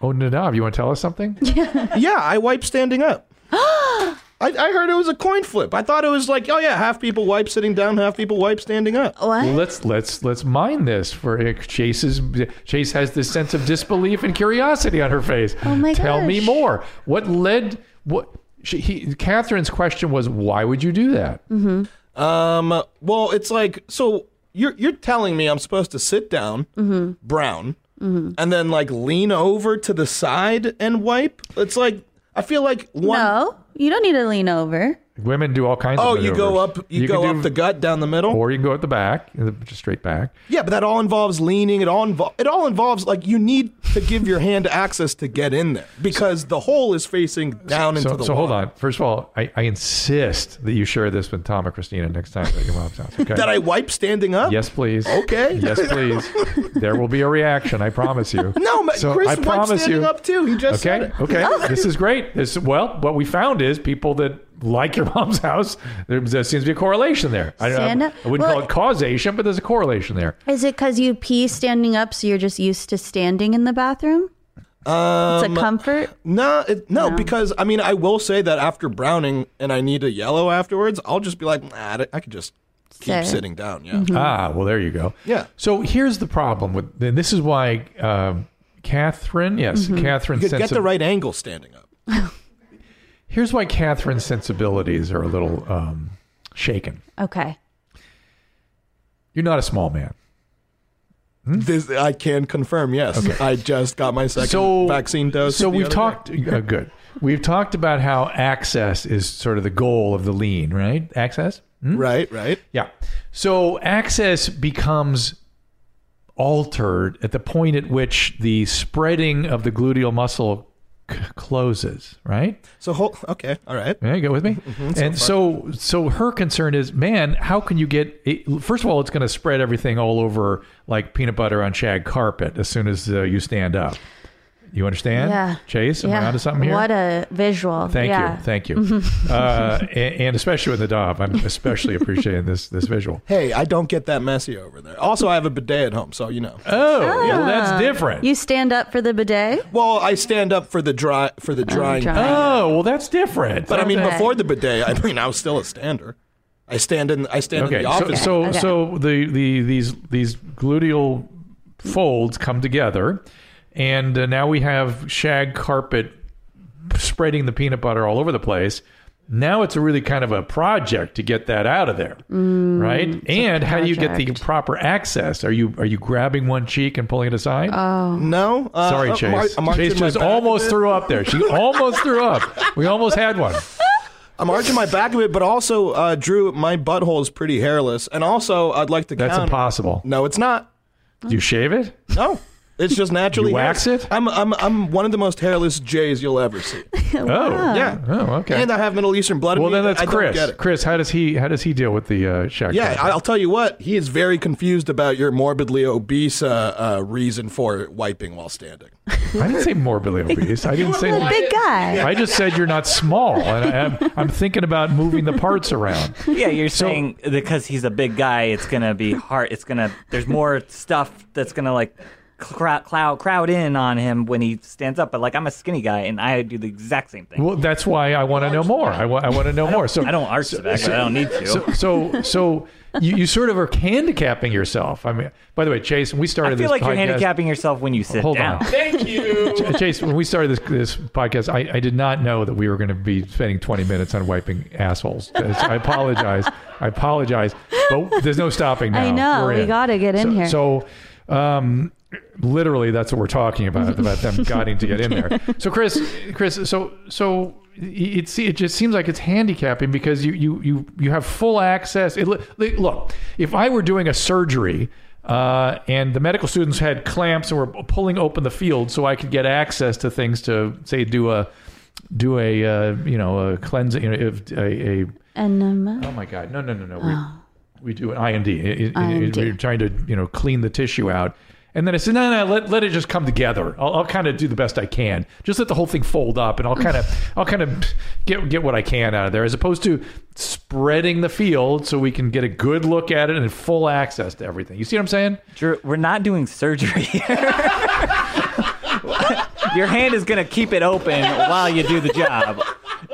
[SPEAKER 1] Oh, Nadav, you want to tell us something?
[SPEAKER 4] yeah, I wipe standing up. I, I heard it was a coin flip. I thought it was like, oh yeah, half people wipe sitting down, half people wipe standing up.
[SPEAKER 1] Well, let's let's let's mine this for Chase's. Chase has this sense of disbelief and curiosity on her face.
[SPEAKER 3] Oh my
[SPEAKER 1] Tell me
[SPEAKER 3] gosh.
[SPEAKER 1] more. What led what? She, he, Catherine's question was, "Why would you do that?"
[SPEAKER 3] Mm-hmm.
[SPEAKER 4] Um, well, it's like so you're you're telling me I'm supposed to sit down,
[SPEAKER 3] Mhm.
[SPEAKER 4] brown, and then like lean over to the side and wipe. It's like I feel like one.
[SPEAKER 3] No, you don't need to lean over.
[SPEAKER 1] Women do all kinds.
[SPEAKER 4] Oh,
[SPEAKER 1] of
[SPEAKER 4] you go
[SPEAKER 1] maneuvers.
[SPEAKER 4] up- you go
[SPEAKER 1] can
[SPEAKER 4] up the gut down the middle,
[SPEAKER 1] or you can go up the back, just straight back.
[SPEAKER 4] Yeah, but that all involves leaning. It all invo- it all involves like you need to give your hand access to get in there because the hole is facing down
[SPEAKER 1] so,
[SPEAKER 4] into the
[SPEAKER 1] so
[SPEAKER 4] wall.
[SPEAKER 1] hold on. First of all, I, I insist that you share this with Tom and Christina next time at your mom's house. Okay?
[SPEAKER 4] <laughs> That I wipe standing up.
[SPEAKER 1] Yes, please.
[SPEAKER 4] Okay.
[SPEAKER 1] Yes, please. there will be a reaction. I promise you.
[SPEAKER 4] No, ma-
[SPEAKER 1] So
[SPEAKER 4] Chris
[SPEAKER 1] I
[SPEAKER 4] wiped
[SPEAKER 1] promise
[SPEAKER 4] standing
[SPEAKER 1] you.
[SPEAKER 4] up too. He just said
[SPEAKER 1] Okay.
[SPEAKER 4] it. Oh.
[SPEAKER 1] Okay. This is great. This well, what we found is people that like your mom's house. There, there seems to be a correlation there. I, I,
[SPEAKER 3] Stand up.
[SPEAKER 1] I wouldn't
[SPEAKER 3] Well-
[SPEAKER 1] call it causation, but there's a correlation there.
[SPEAKER 3] Is it because you pee standing up, so you're just used to standing in the bathroom?
[SPEAKER 4] Um,
[SPEAKER 3] It's a comfort?
[SPEAKER 4] No, it, no, because I mean, I will say that after browning and I need a yellow afterwards, I'll just be like, nah, I- I could just keep
[SPEAKER 1] Sit.
[SPEAKER 4] sitting down. Yeah.
[SPEAKER 3] Hmm.
[SPEAKER 1] Ah, well, there you go.
[SPEAKER 4] Yeah.
[SPEAKER 1] So here's the problem with, and this is why um, Catherine, yes,
[SPEAKER 4] Mhm.
[SPEAKER 1] Catherine,
[SPEAKER 4] You could get
[SPEAKER 1] sensi-
[SPEAKER 4] the right angle standing up.
[SPEAKER 1] Here's why Catherine's sensibilities are a little um, shaken.
[SPEAKER 3] Okay.
[SPEAKER 1] You're not a small man.
[SPEAKER 4] This I can confirm. Yes,
[SPEAKER 1] Hmm? Okay.
[SPEAKER 4] I just got my second
[SPEAKER 1] So-
[SPEAKER 4] vaccine dose.
[SPEAKER 1] So
[SPEAKER 4] the
[SPEAKER 1] we've
[SPEAKER 4] other
[SPEAKER 1] talked.
[SPEAKER 4] day.
[SPEAKER 1] Uh, good. We've talked about how access is sort of the goal of the lean, right? Access. Hmm?
[SPEAKER 4] Right. Right.
[SPEAKER 1] Yeah. So access becomes altered at the point at which the spreading of the gluteal muscle c- closes, right?
[SPEAKER 4] So hold, okay, all right.
[SPEAKER 1] Yeah, you go with me. and so, so her concern is, man, how can you get? It, first of all, it's going to spread everything all over like peanut butter on shag carpet as soon as uh, you stand up. You understand?
[SPEAKER 3] Yeah.
[SPEAKER 1] Chase, am I onto something here?
[SPEAKER 3] What a visual.
[SPEAKER 1] Thank
[SPEAKER 3] Yeah.
[SPEAKER 1] you, thank
[SPEAKER 3] <laughs>
[SPEAKER 1] you. uh, and, and especially with the dog, I'm especially appreciating this this visual.
[SPEAKER 3] <laughs>
[SPEAKER 4] Hey, I don't get that messy over there. Also, I have a bidet at home, so you know.
[SPEAKER 1] Oh, yeah, well,
[SPEAKER 3] Ah.
[SPEAKER 1] that's different.
[SPEAKER 3] You stand up for the bidet?
[SPEAKER 4] Well, I stand up for the dry for the drying.
[SPEAKER 3] drying.
[SPEAKER 1] Oh, well, that's different.
[SPEAKER 4] But I mean,
[SPEAKER 3] Okay.
[SPEAKER 4] before the bidet, I mean, I was still a stander. I stand in. I stand in
[SPEAKER 1] Okay,
[SPEAKER 4] the
[SPEAKER 1] so
[SPEAKER 4] office.
[SPEAKER 1] so, so the, the these these gluteal folds come together, and uh, now we have shag carpet spreading the peanut butter all over the place. Now it's a really kind of a project to get that out of there. Mm, right? And how do you get the proper access? Are you are you grabbing one cheek and pulling it aside?
[SPEAKER 3] Oh.
[SPEAKER 4] No. uh,
[SPEAKER 1] Sorry,
[SPEAKER 4] uh, Mar-
[SPEAKER 1] Chase.
[SPEAKER 4] I marked
[SPEAKER 1] Chase
[SPEAKER 4] in my
[SPEAKER 1] just
[SPEAKER 4] back a
[SPEAKER 1] almost
[SPEAKER 4] bit.
[SPEAKER 1] threw up there.
[SPEAKER 4] <laughs>
[SPEAKER 1] She almost threw up. We almost had one.
[SPEAKER 4] I'm arching my back a bit, but also, uh, Drew, my butthole is pretty hairless, and also, I'd like to.
[SPEAKER 1] That's
[SPEAKER 4] counter-
[SPEAKER 1] impossible.
[SPEAKER 4] No, it's not.
[SPEAKER 1] Do you shave it?
[SPEAKER 4] No. It's just naturally.
[SPEAKER 1] You wax
[SPEAKER 4] it? I'm, I'm, I'm one of the most hairless Jays you'll ever see.
[SPEAKER 1] Oh. <laughs> Wow.
[SPEAKER 4] yeah.
[SPEAKER 1] Oh, okay.
[SPEAKER 4] And I have Middle Eastern blood. in
[SPEAKER 1] Well,
[SPEAKER 4] me.
[SPEAKER 1] then that's
[SPEAKER 4] I don't
[SPEAKER 1] Chris.
[SPEAKER 4] get it.
[SPEAKER 1] Chris, how does he how does he deal with the uh, shack?
[SPEAKER 4] Yeah, I'll tell you what. He is very confused about your morbidly obese uh, uh, reason for wiping while standing.
[SPEAKER 1] I didn't say morbidly obese. I didn't say
[SPEAKER 3] a big guy.
[SPEAKER 1] I just said you're not small, and I, am I'm thinking about moving the parts around.
[SPEAKER 13] Yeah, you're saying because he's a big guy, it's gonna be hard. It's gonna there's more stuff that's gonna like crowd crowd crowd in on him when he stands up. But like I'm a skinny guy, and I do the exact same thing.
[SPEAKER 1] Well, that's why I want to know more. I want I want to know more. So
[SPEAKER 13] I don't arch the back, but I don't need to.
[SPEAKER 1] So so, so you, you sort of are handicapping yourself. I mean, by the way, Chase, when we started
[SPEAKER 13] I feel
[SPEAKER 1] this
[SPEAKER 13] like you're
[SPEAKER 1] podcast-
[SPEAKER 13] handicapping yourself when you sit
[SPEAKER 1] Hold
[SPEAKER 13] down.
[SPEAKER 1] on.
[SPEAKER 13] <laughs> Thank you.
[SPEAKER 1] Ch- Chase, when we started this this podcast, I, I did not know that we were going to be spending 20 minutes on wiping assholes. That's- I apologize. I apologize. But there's no stopping now.
[SPEAKER 3] I know.
[SPEAKER 1] We're
[SPEAKER 3] We gotta get in
[SPEAKER 1] So-
[SPEAKER 3] here.
[SPEAKER 1] So, um, literally, that's what we're talking about about them getting to get in
[SPEAKER 3] <laughs>
[SPEAKER 1] there. So, Chris, Chris, so so it se- it just seems like it's handicapping because you you you you have full access. It, li- li- look, if I were doing a surgery. Uh, and the medical students had clamps and were pulling open the field so I could get access to things to say do a do a uh, you know a cleanse you know if- a, a
[SPEAKER 3] Enema.
[SPEAKER 1] Oh my God! No, no, no, no. We,
[SPEAKER 13] Oh.
[SPEAKER 1] we do an IND. It- it- it-
[SPEAKER 3] IND.
[SPEAKER 1] we're trying to you know clean the tissue out, and then I said, no, no, let, let it just come together. I'll, I'll kind of do the best I can. Just let the whole thing fold up, and I'll kind
[SPEAKER 13] <laughs>
[SPEAKER 1] of I'll kind of get get what I can out of there, as opposed to spreading the field so we can get a good look at it and full access to everything. You see what I'm saying?
[SPEAKER 13] Drew, we're not doing surgery. <laughs> Your hand is gonna keep it open while you do the job.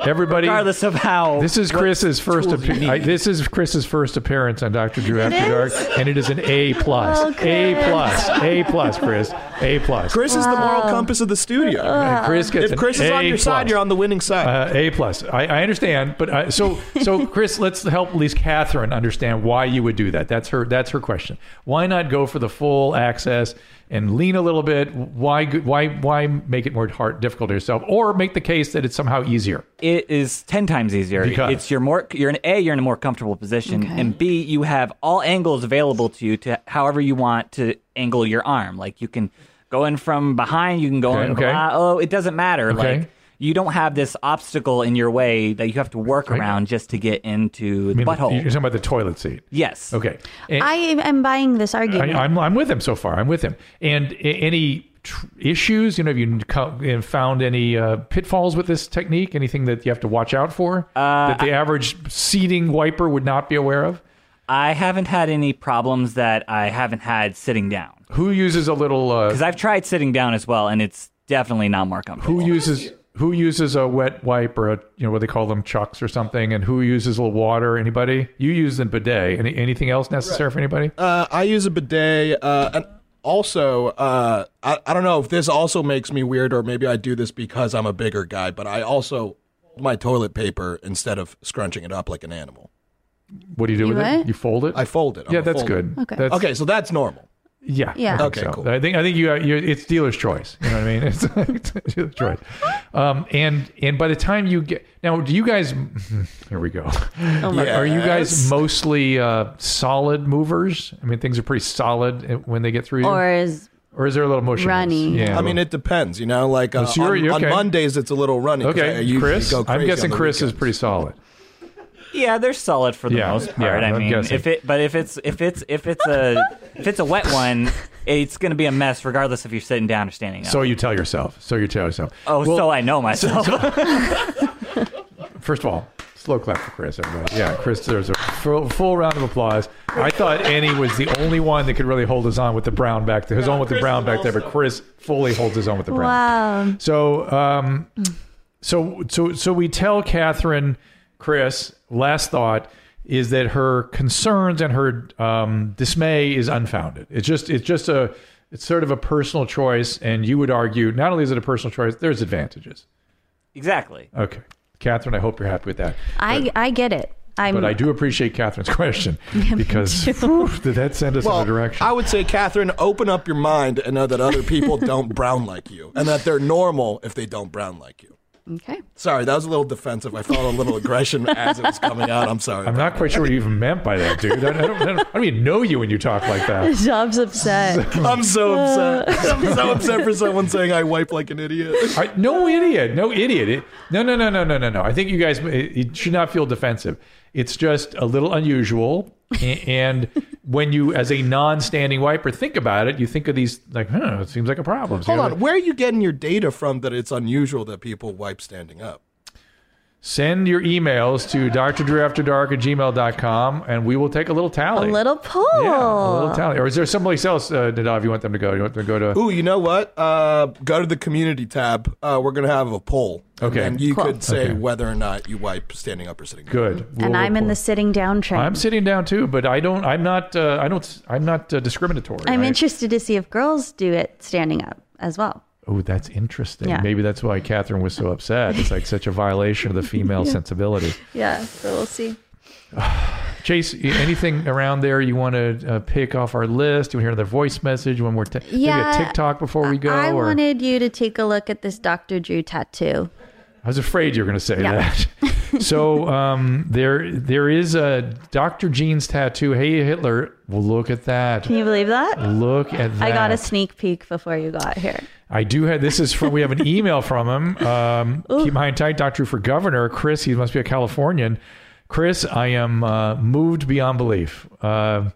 [SPEAKER 1] Everybody,
[SPEAKER 13] regardless of how
[SPEAKER 1] This is
[SPEAKER 13] what
[SPEAKER 1] Chris's first.
[SPEAKER 13] tools you
[SPEAKER 1] appear- I-
[SPEAKER 13] need.
[SPEAKER 1] this is Chris's first appearance on Doctor Drew
[SPEAKER 13] It
[SPEAKER 1] After
[SPEAKER 13] is?
[SPEAKER 1] Dark, and it is an A plus,
[SPEAKER 13] Oh,
[SPEAKER 1] A
[SPEAKER 13] Chris.
[SPEAKER 1] plus, A plus, Chris, A
[SPEAKER 13] <laughs>
[SPEAKER 1] plus.
[SPEAKER 4] Chris is the moral compass of the studio.
[SPEAKER 1] And Chris gets
[SPEAKER 4] if Chris
[SPEAKER 1] an
[SPEAKER 4] is on
[SPEAKER 1] A
[SPEAKER 4] your side,
[SPEAKER 1] plus.
[SPEAKER 4] you're on the winning side.
[SPEAKER 1] Uh, a plus. I, I understand, but I, so
[SPEAKER 4] <laughs>
[SPEAKER 1] so Chris, let's help at least Catherine understand why you would do that. That's her. That's her question. Why not go for the full access and lean a little bit? Why go- why why make it more hard difficult to yourself, or make the case that it's somehow easier?
[SPEAKER 13] It is ten times easier.
[SPEAKER 1] Because?
[SPEAKER 13] It's your more you're in a you're in a more comfortable position, and b you have all angles available to you to however you want to angle your arm. Like you can go in from behind, you can go
[SPEAKER 1] Okay,
[SPEAKER 13] in.
[SPEAKER 1] okay.
[SPEAKER 13] bla- oh, it doesn't matter.
[SPEAKER 1] Okay.
[SPEAKER 13] Like you don't have this obstacle in your way that you have to work around just to get into
[SPEAKER 1] I mean,
[SPEAKER 13] the butthole.
[SPEAKER 1] You're talking about the toilet seat.
[SPEAKER 13] Yes.
[SPEAKER 1] Okay. And-
[SPEAKER 3] I am buying this argument.
[SPEAKER 1] I, I'm, I'm with him so far. I'm with him. And a- any tr- issues? You know, have you co- and found any uh, pitfalls with this technique? Anything that you have to watch out for that the average seating wiper would not be aware of?
[SPEAKER 13] I haven't had any problems that I haven't had sitting down.
[SPEAKER 1] Who uses a little? uh, Because
[SPEAKER 13] I've tried sitting down as well, and it's definitely not more comfortable.
[SPEAKER 1] Who uses who uses a wet wipe or a you know what they call them chucks or something? And who uses a little water? Anybody? You use a bidet. Any, anything else necessary for anybody?
[SPEAKER 4] Uh, I use a bidet. Uh, and also, uh, I, I don't know if this also makes me weird or maybe I do this because I'm a bigger guy, but I also fold my toilet paper instead of scrunching it up like an animal.
[SPEAKER 1] What do you do
[SPEAKER 4] You
[SPEAKER 1] with it?
[SPEAKER 4] what?
[SPEAKER 1] You fold it.
[SPEAKER 4] I fold it. I'm
[SPEAKER 1] yeah,
[SPEAKER 4] a
[SPEAKER 1] that's
[SPEAKER 4] folder.
[SPEAKER 1] good. That's,
[SPEAKER 4] okay, so that's normal.
[SPEAKER 1] Yeah.
[SPEAKER 4] Yeah.
[SPEAKER 1] I think
[SPEAKER 4] Okay,
[SPEAKER 1] so.
[SPEAKER 4] cool.
[SPEAKER 1] I think I think you you it's dealer's choice. You know what I mean? <laughs> It's, it's dealer's choice. Um, and and by the time you get now, do you guys? <laughs> Here we go.
[SPEAKER 2] Oh my
[SPEAKER 1] Are you guys
[SPEAKER 2] Yes.
[SPEAKER 1] mostly uh, solid movers? I mean, things are pretty solid uh, when they get through you.
[SPEAKER 3] Or is
[SPEAKER 1] or is there a little motion?
[SPEAKER 3] runny.
[SPEAKER 1] Yeah.
[SPEAKER 4] I mean, it depends, you know, like uh,
[SPEAKER 1] Well, so you're-
[SPEAKER 4] on,
[SPEAKER 1] you're
[SPEAKER 4] on
[SPEAKER 1] okay.
[SPEAKER 4] Mondays, it's a little runny. 'cause I
[SPEAKER 1] okay,
[SPEAKER 4] usually
[SPEAKER 1] Chris.
[SPEAKER 4] go
[SPEAKER 1] I'm
[SPEAKER 4] crazy
[SPEAKER 1] guessing
[SPEAKER 4] on the
[SPEAKER 1] Chris
[SPEAKER 4] weekend.
[SPEAKER 1] is pretty solid.
[SPEAKER 13] Yeah, they're solid for the
[SPEAKER 1] Yeah,
[SPEAKER 13] most
[SPEAKER 1] yeah,
[SPEAKER 13] part. I
[SPEAKER 1] I'm
[SPEAKER 13] mean,
[SPEAKER 1] guessing.
[SPEAKER 13] if it, but if it's if it's if it's a if it's a wet one, it's going to be a mess regardless if you're sitting down or standing up.
[SPEAKER 1] So you tell yourself. So you tell yourself.
[SPEAKER 13] oh, so I know myself.
[SPEAKER 1] First of all, slow clap for Chris, everybody. Yeah, Chris deserves a full, full round of applause. I thought Annie was the only one that could really hold his own with the brown back there. His own with the brown back there, but Chris fully holds his own with the brown.
[SPEAKER 3] wow.
[SPEAKER 1] So, um, so, so, so we tell Catherine, Chris, last thought is that her concerns and her um, dismay is unfounded. It's just, it's just a, it's sort of a personal choice, and you would argue not only is it a personal choice, there's advantages.
[SPEAKER 13] <laughs> exactly.
[SPEAKER 1] Okay, Catherine, I hope you're happy with that.
[SPEAKER 3] I I get it. I'm
[SPEAKER 1] but I do appreciate Catherine's <laughs> question because whew, did that send us
[SPEAKER 4] Well,
[SPEAKER 1] in a direction?
[SPEAKER 4] I would say, Catherine, open
[SPEAKER 1] <laughs>
[SPEAKER 4] up your mind and know that other people don't brown like you and that they're normal if they don't brown like you.
[SPEAKER 14] Okay.
[SPEAKER 4] Sorry, that was a little defensive. I felt a
[SPEAKER 1] <laughs>
[SPEAKER 4] little aggression as it was coming out. I'm sorry.
[SPEAKER 1] I'm not quite sure what you even meant by that, dude. I, I don't, I, don't, I don't even know you when you talk like that.
[SPEAKER 3] <laughs> Job's upset.
[SPEAKER 4] I'm so upset. <laughs> I'm so upset for someone saying I wipe like an idiot.
[SPEAKER 1] I, no idiot. No idiot. It, no, no, no, no, no, no, no. I think you guys it, it should not feel defensive. It's just a little unusual. A- And when you, as a non standing wiper, think about it, you think of these like, huh, it seems like a problem.
[SPEAKER 4] Hold on. Where are you getting your data from that it's unusual that people wipe standing up?
[SPEAKER 1] Send your emails to drdrewafterdark at gmail.com and we will take a little
[SPEAKER 3] A
[SPEAKER 1] tally.
[SPEAKER 3] little poll.
[SPEAKER 1] Yeah, a little tally. Or is there someplace else, uh, Nadav, you want them to go? You want them to go to.
[SPEAKER 4] Ooh, you know what? Uh, go to the community tab. Uh, we're going to have a poll.
[SPEAKER 1] Okay.
[SPEAKER 4] And you
[SPEAKER 1] Cool.
[SPEAKER 4] could say
[SPEAKER 1] Okay.
[SPEAKER 4] whether or not you wipe standing up or sitting down.
[SPEAKER 1] Good.
[SPEAKER 3] And
[SPEAKER 1] We'll-
[SPEAKER 3] I'm in the sitting down train.
[SPEAKER 1] I'm sitting down too, but I don't. I'm not. Uh, I don't. I'm not uh, discriminatory.
[SPEAKER 3] I'm
[SPEAKER 1] I-
[SPEAKER 3] interested to see if girls do it standing up as well.
[SPEAKER 1] Oh, that's interesting.
[SPEAKER 3] Yeah.
[SPEAKER 1] Maybe that's why Catherine was so upset. It's like such a violation of the female
[SPEAKER 3] <laughs> Yeah.
[SPEAKER 1] sensibility.
[SPEAKER 3] Yeah, so we'll see.
[SPEAKER 1] Chase, y- anything around there you want to uh, pick off our list? You want to hear another voice message? One more t-
[SPEAKER 3] Yeah,
[SPEAKER 1] maybe a TikTok before we go?
[SPEAKER 3] I
[SPEAKER 1] or-
[SPEAKER 3] wanted you to take a look at this Dr. Drew tattoo.
[SPEAKER 1] I was afraid you were going to say
[SPEAKER 3] Yeah. <laughs>
[SPEAKER 1] that. so um, there, there is a Dr. Jean's tattoo. Hey Hitler, well look at that.
[SPEAKER 3] Can you believe that?
[SPEAKER 1] Look at that.
[SPEAKER 3] I got a sneak peek before you got here.
[SPEAKER 1] I do have this is from we have an email from him. Um, keep my hand tight, Doctor for Governor Chris. He must be a Californian. Chris, I am uh, moved beyond belief. Uh,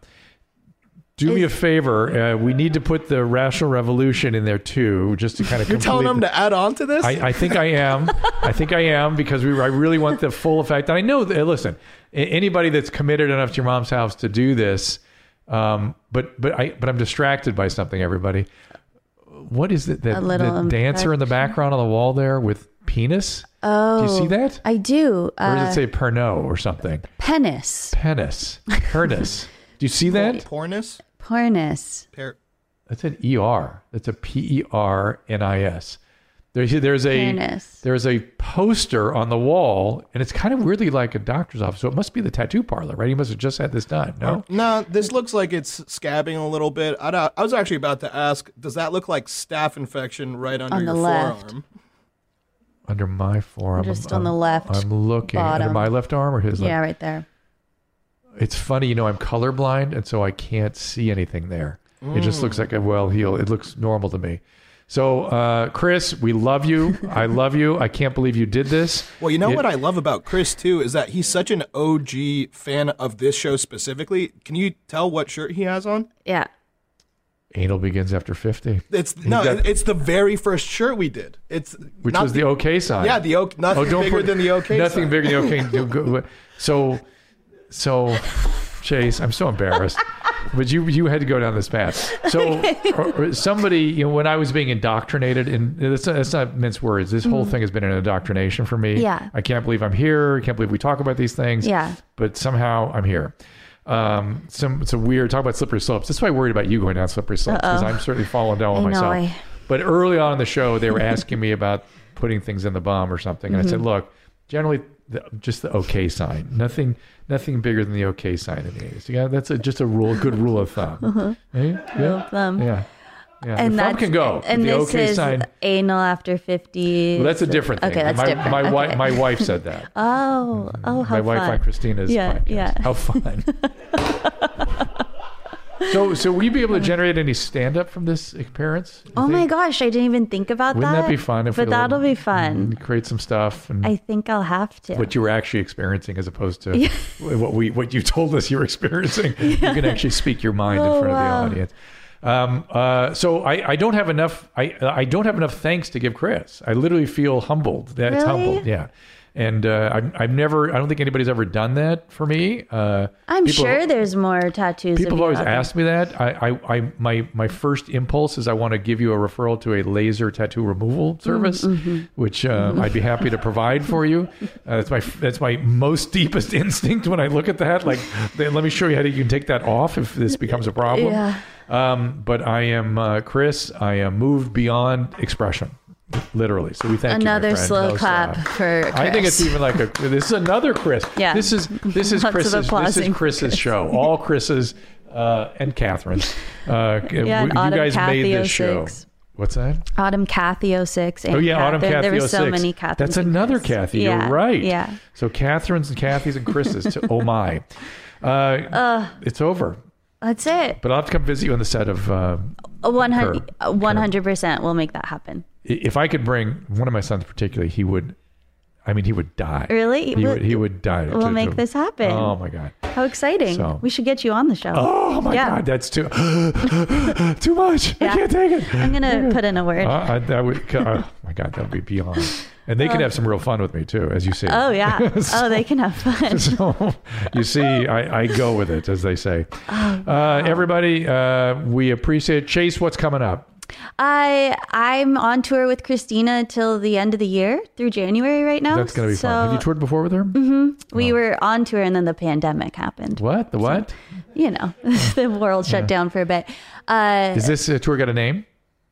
[SPEAKER 1] do me a favor. Uh, we need to put the Rational Revolution in there too, just to kind
[SPEAKER 3] <laughs>
[SPEAKER 1] of.
[SPEAKER 4] You're telling them to add on to this?
[SPEAKER 1] I, I think I am. I think I am because we. I really want the full effect. And I know that. Listen, a- anybody that's committed enough to your mom's house to do this, um, but but I but I'm distracted by something. Everybody, what is it that
[SPEAKER 3] A little
[SPEAKER 1] the dancer in the background on the wall there with penis?
[SPEAKER 3] Oh.
[SPEAKER 1] do you see that?
[SPEAKER 3] I do.
[SPEAKER 1] or
[SPEAKER 3] Uh,
[SPEAKER 1] does it say perno or something?
[SPEAKER 3] penis.
[SPEAKER 1] Penis, pernis. do you see that?
[SPEAKER 4] Pornus?
[SPEAKER 3] Pornis.
[SPEAKER 4] Per-
[SPEAKER 1] That's an ER. That's a P E R N I S. There's there's a
[SPEAKER 3] Fairness.
[SPEAKER 1] there's a poster on the wall, and it's kind of weirdly like a doctor's office. So it must be the tattoo parlor, right? He must have just had this done. No,
[SPEAKER 4] No, this looks like it's scabbing a little bit. uh, I, don't- I was actually about to ask, does that look like staph infection right under
[SPEAKER 3] On the
[SPEAKER 4] your
[SPEAKER 3] left.
[SPEAKER 4] forearm?
[SPEAKER 1] under my forearm,
[SPEAKER 3] Just
[SPEAKER 1] I'm-
[SPEAKER 3] on the
[SPEAKER 1] I'm-
[SPEAKER 3] left
[SPEAKER 1] I'm looking
[SPEAKER 3] bottom.
[SPEAKER 1] under my left arm or his.
[SPEAKER 3] Yeah,
[SPEAKER 1] left?
[SPEAKER 3] right there.
[SPEAKER 1] It's funny, you know, I'm colorblind, and so I can't see anything there. It just
[SPEAKER 3] Mm.
[SPEAKER 1] looks like a well heel. It looks normal to me. So, uh, Chris, we love you.
[SPEAKER 3] <laughs>
[SPEAKER 1] I love you. I can't believe you did this.
[SPEAKER 4] Well, you know
[SPEAKER 1] It-
[SPEAKER 4] what I love about Chris too is that he's such an OG fan of this show specifically. Can you tell what shirt he has on?
[SPEAKER 3] Yeah.
[SPEAKER 1] Anal begins after fifty.
[SPEAKER 4] It's
[SPEAKER 1] He's
[SPEAKER 4] no,
[SPEAKER 1] got-
[SPEAKER 4] it's the very first shirt we did. It's
[SPEAKER 1] which
[SPEAKER 4] not
[SPEAKER 1] was the OK sign.
[SPEAKER 4] Yeah, the OK. Nothing bigger than the OK.
[SPEAKER 1] Oh, Nothing
[SPEAKER 4] sign.
[SPEAKER 1] bigger than the OK. do go- so, so, Chase, I'm so embarrassed. But you you had to go down this path. So or- or somebody, you know, when I was being indoctrinated, and that's not, that's not mince words. This whole
[SPEAKER 3] Mhm.
[SPEAKER 1] thing has been an indoctrination for me.
[SPEAKER 3] Yeah.
[SPEAKER 1] I can't believe I'm here. I can't believe we talk about these things.
[SPEAKER 3] Yeah.
[SPEAKER 1] But somehow I'm here. Um, some it's a weird talk about slippery slopes. That's why I worried about you going down slippery slopes because
[SPEAKER 3] Uh-oh.
[SPEAKER 1] I'm certainly falling down one
[SPEAKER 3] I know,
[SPEAKER 1] myself.
[SPEAKER 3] I-
[SPEAKER 1] But early on in the show, they were asking me about putting things in the bomb or something, and I said,
[SPEAKER 3] Mhm.
[SPEAKER 1] "Look, generally, the, just the OK sign. Nothing, nothing bigger than the OK sign in the 80s. Yeah, that's a, just a rule, good rule of thumb.
[SPEAKER 3] Uh-huh.
[SPEAKER 1] Eh?
[SPEAKER 3] Rule
[SPEAKER 1] Yeah,
[SPEAKER 3] of thumb.
[SPEAKER 1] yeah, yeah.
[SPEAKER 3] And
[SPEAKER 1] the thumb
[SPEAKER 3] that's-
[SPEAKER 1] can go. but
[SPEAKER 3] And
[SPEAKER 1] the
[SPEAKER 3] this
[SPEAKER 1] OK
[SPEAKER 3] is
[SPEAKER 1] sign.
[SPEAKER 3] anal after 50.
[SPEAKER 1] Well, that's a different thing.
[SPEAKER 3] Okay, that's
[SPEAKER 1] my,
[SPEAKER 3] different.
[SPEAKER 1] My,
[SPEAKER 3] okay.
[SPEAKER 1] wife, my wife said that.
[SPEAKER 3] <laughs> Oh, oh, how
[SPEAKER 1] my wife
[SPEAKER 3] fun.
[SPEAKER 1] on Christina's
[SPEAKER 3] yeah,
[SPEAKER 1] podcast.
[SPEAKER 3] Yeah.
[SPEAKER 1] How
[SPEAKER 3] <laughs>
[SPEAKER 1] fun. so, so will you be able to generate any stand up from this appearance?
[SPEAKER 3] Oh my gosh, I didn't even think about
[SPEAKER 1] Wouldn't
[SPEAKER 3] that.
[SPEAKER 1] that be fun if
[SPEAKER 3] but
[SPEAKER 1] we-
[SPEAKER 3] that'll be fun.
[SPEAKER 1] And create some stuff. And
[SPEAKER 3] I think I'll have to.
[SPEAKER 1] what you were actually experiencing as opposed to
[SPEAKER 3] Yeah.
[SPEAKER 1] <laughs> what we what you told us you were experiencing. You can actually speak your mind in
[SPEAKER 3] Oh,
[SPEAKER 1] front
[SPEAKER 3] wow.
[SPEAKER 1] of the audience. Um, uh, so I, I don't have enough I I don't have enough thanks to give Chris. I literally feel humbled. That's
[SPEAKER 3] Really?
[SPEAKER 1] humbled. Yeah. And uh, I've, I've never I don't think anybody's ever done that for me. Uh,
[SPEAKER 3] I'm
[SPEAKER 1] people-
[SPEAKER 3] sure there's more tattoos.
[SPEAKER 1] People have
[SPEAKER 3] of you
[SPEAKER 1] always
[SPEAKER 3] out there.
[SPEAKER 1] asked me that. I, I, I, my, my first impulse is I want to give you a referral to a laser tattoo removal service,
[SPEAKER 3] mhm.
[SPEAKER 1] which um, I'd be happy to provide for
[SPEAKER 3] <laughs>
[SPEAKER 1] you. Uh, that's my, that's my most deepest instinct when I look at that. Like, then let me show you how to, you can take that off if this becomes a problem.
[SPEAKER 3] Yeah.
[SPEAKER 1] Um, but I am uh, Chris. I am moved beyond expression, literally. So we thank
[SPEAKER 3] Another
[SPEAKER 1] you. my friend.
[SPEAKER 3] slow
[SPEAKER 1] Those,
[SPEAKER 3] clap
[SPEAKER 1] uh,
[SPEAKER 3] for Chris.
[SPEAKER 1] I think it's even like a. This is another Chris.
[SPEAKER 3] <laughs> Yeah.
[SPEAKER 1] This is this is
[SPEAKER 3] <laughs> Lots of
[SPEAKER 1] Chris's. This
[SPEAKER 3] applausing
[SPEAKER 1] is
[SPEAKER 3] for
[SPEAKER 1] Chris's
[SPEAKER 3] Chris.
[SPEAKER 1] show. All Chris's uh, and Catherine's. Uh,
[SPEAKER 3] <laughs> Yeah, and
[SPEAKER 1] you
[SPEAKER 3] Autumn
[SPEAKER 1] guys made
[SPEAKER 3] Kathy
[SPEAKER 1] this show.
[SPEAKER 3] 06.
[SPEAKER 1] What's that?
[SPEAKER 3] Autumn Kathy 06.
[SPEAKER 1] oh yeah,
[SPEAKER 3] Aunt
[SPEAKER 1] Autumn
[SPEAKER 3] Catherine.
[SPEAKER 1] Kathy
[SPEAKER 3] There were so
[SPEAKER 1] 06.
[SPEAKER 3] many Catherines.
[SPEAKER 1] That's another Kathy.
[SPEAKER 3] Yeah,
[SPEAKER 1] You're right.
[SPEAKER 3] yeah.
[SPEAKER 1] So Catherine's and Kathy's and Chris's. to, oh
[SPEAKER 3] <laughs>
[SPEAKER 1] my, uh,
[SPEAKER 3] Ugh.
[SPEAKER 1] it's over.
[SPEAKER 3] That's it.
[SPEAKER 1] But I'll have to come visit you on the set of. Uh,
[SPEAKER 3] A 100, a 100% we'll make that happen.
[SPEAKER 1] i- if I could bring one of my sons, particularly, he would. I mean, he would die.
[SPEAKER 3] Really?
[SPEAKER 1] He
[SPEAKER 3] We'll-
[SPEAKER 1] would. He would die.
[SPEAKER 3] we'll make this happen.
[SPEAKER 1] Oh my god.
[SPEAKER 3] How exciting.
[SPEAKER 1] So-
[SPEAKER 3] We should get you on the show.
[SPEAKER 1] Oh my
[SPEAKER 3] yeah.
[SPEAKER 1] god. That's too. <gasps> too much. I can't take it.
[SPEAKER 3] I'm going to put in a word.
[SPEAKER 1] Uh, I, that would.
[SPEAKER 3] <laughs>
[SPEAKER 1] Oh my god. That would be beyond. And they could
[SPEAKER 3] Oh.
[SPEAKER 1] have some real fun with me too, as you see.
[SPEAKER 3] oh, yeah. Oh, they can have fun.
[SPEAKER 1] <laughs> so you see, I, I go with it, as they say.
[SPEAKER 3] Oh,
[SPEAKER 1] Uh, everybody, uh, we appreciate Chase. What's coming up?
[SPEAKER 3] I I'm on tour with Christina till the end of the year through January right now.
[SPEAKER 1] That's going to be
[SPEAKER 3] Oh, so,
[SPEAKER 1] fun. Have you Oh. toured before with her?
[SPEAKER 3] hmm We were on tour and then the pandemic happened.
[SPEAKER 1] What the what?
[SPEAKER 3] You know, <laughs> the world shut
[SPEAKER 1] Yeah.
[SPEAKER 3] down for a bit. Uh,
[SPEAKER 1] Is this uh, tour got a name?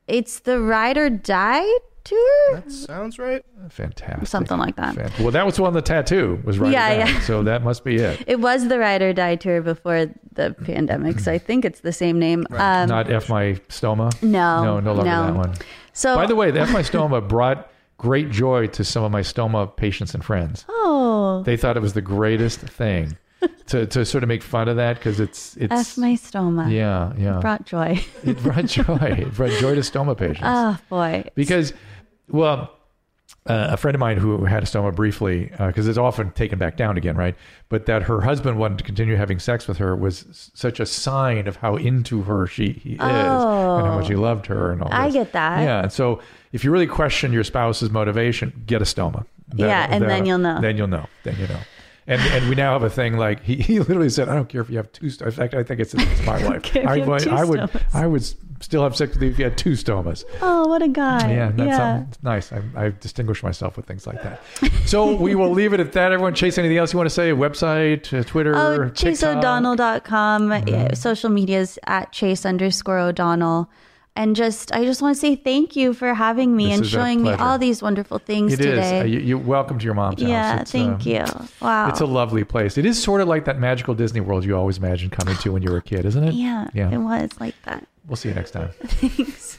[SPEAKER 3] it's the Ride or Die tour. That
[SPEAKER 4] sounds right.
[SPEAKER 1] Fantastic.
[SPEAKER 3] Something like that.
[SPEAKER 1] Fan- Well, that was one. The tattoo was right.
[SPEAKER 3] Yeah,
[SPEAKER 1] there,
[SPEAKER 3] yeah.
[SPEAKER 1] So that must be it.
[SPEAKER 3] It was the Ride or Die tour before the
[SPEAKER 1] Mm.
[SPEAKER 3] pandemic, so I think it's the same name. <laughs> Um,
[SPEAKER 1] Not F my stoma.
[SPEAKER 3] No,
[SPEAKER 1] no, no longer
[SPEAKER 3] no.
[SPEAKER 1] that one.
[SPEAKER 3] So-
[SPEAKER 1] by the way, the F my stoma brought great joy to some of my stoma patients and friends.
[SPEAKER 3] oh,
[SPEAKER 1] They thought it was the greatest thing to, to sort of make fun of that because it's it's
[SPEAKER 3] F my stoma.
[SPEAKER 1] yeah yeah
[SPEAKER 3] Brought
[SPEAKER 1] <laughs>
[SPEAKER 3] joy.
[SPEAKER 1] it brought joy it brought joy to stoma patients
[SPEAKER 3] oh boy.
[SPEAKER 1] because well uh, a friend of mine who had a stoma briefly because it's often taken back down again right but that her husband wanted to continue having sex with her was s- such a sign of how into her she he is and how much he loved her and all
[SPEAKER 3] Oh. I
[SPEAKER 1] this.
[SPEAKER 3] get that.
[SPEAKER 1] yeah and so if you really question your spouse's motivation get a stoma
[SPEAKER 3] Yeah, and then you'll know.
[SPEAKER 1] then you'll know then you know and, and we now have a thing like he, he literally said I don't care if you have two st-. in fact I think it's, it's
[SPEAKER 3] <laughs>
[SPEAKER 1] my wife
[SPEAKER 3] care if
[SPEAKER 1] I,
[SPEAKER 3] you have
[SPEAKER 1] would-
[SPEAKER 3] two
[SPEAKER 1] I would
[SPEAKER 3] stomas.
[SPEAKER 1] I would s- still have sex with you if you had two stomas
[SPEAKER 3] Oh, what a guy.
[SPEAKER 1] yeah, that's um, it's nice. I, I distinguish myself with things like that. So we will leave it at that. Everyone, Chase, anything else you want to say? Website, uh, Twitter,
[SPEAKER 3] Oh,
[SPEAKER 1] TikTok? Mm-hmm.
[SPEAKER 3] chaseodonnell.com. Yeah, social media's at chase underscore O'Donnell. And just, I just want to say thank you for having me
[SPEAKER 1] This
[SPEAKER 3] and
[SPEAKER 1] is a
[SPEAKER 3] showing me
[SPEAKER 1] pleasure.
[SPEAKER 3] all these wonderful things
[SPEAKER 1] It is.
[SPEAKER 3] today.
[SPEAKER 1] Uh, you, you welcome to your mom's house.
[SPEAKER 3] yeah,
[SPEAKER 1] It's,
[SPEAKER 3] thank
[SPEAKER 1] um,
[SPEAKER 3] you. Wow.
[SPEAKER 1] It's a lovely place. It is sort of like that magical Disney world you always imagined coming to when you were a kid, isn't it?
[SPEAKER 3] yeah, it
[SPEAKER 1] Yeah.
[SPEAKER 3] was like that.
[SPEAKER 1] We'll see you next time.
[SPEAKER 3] Thanks.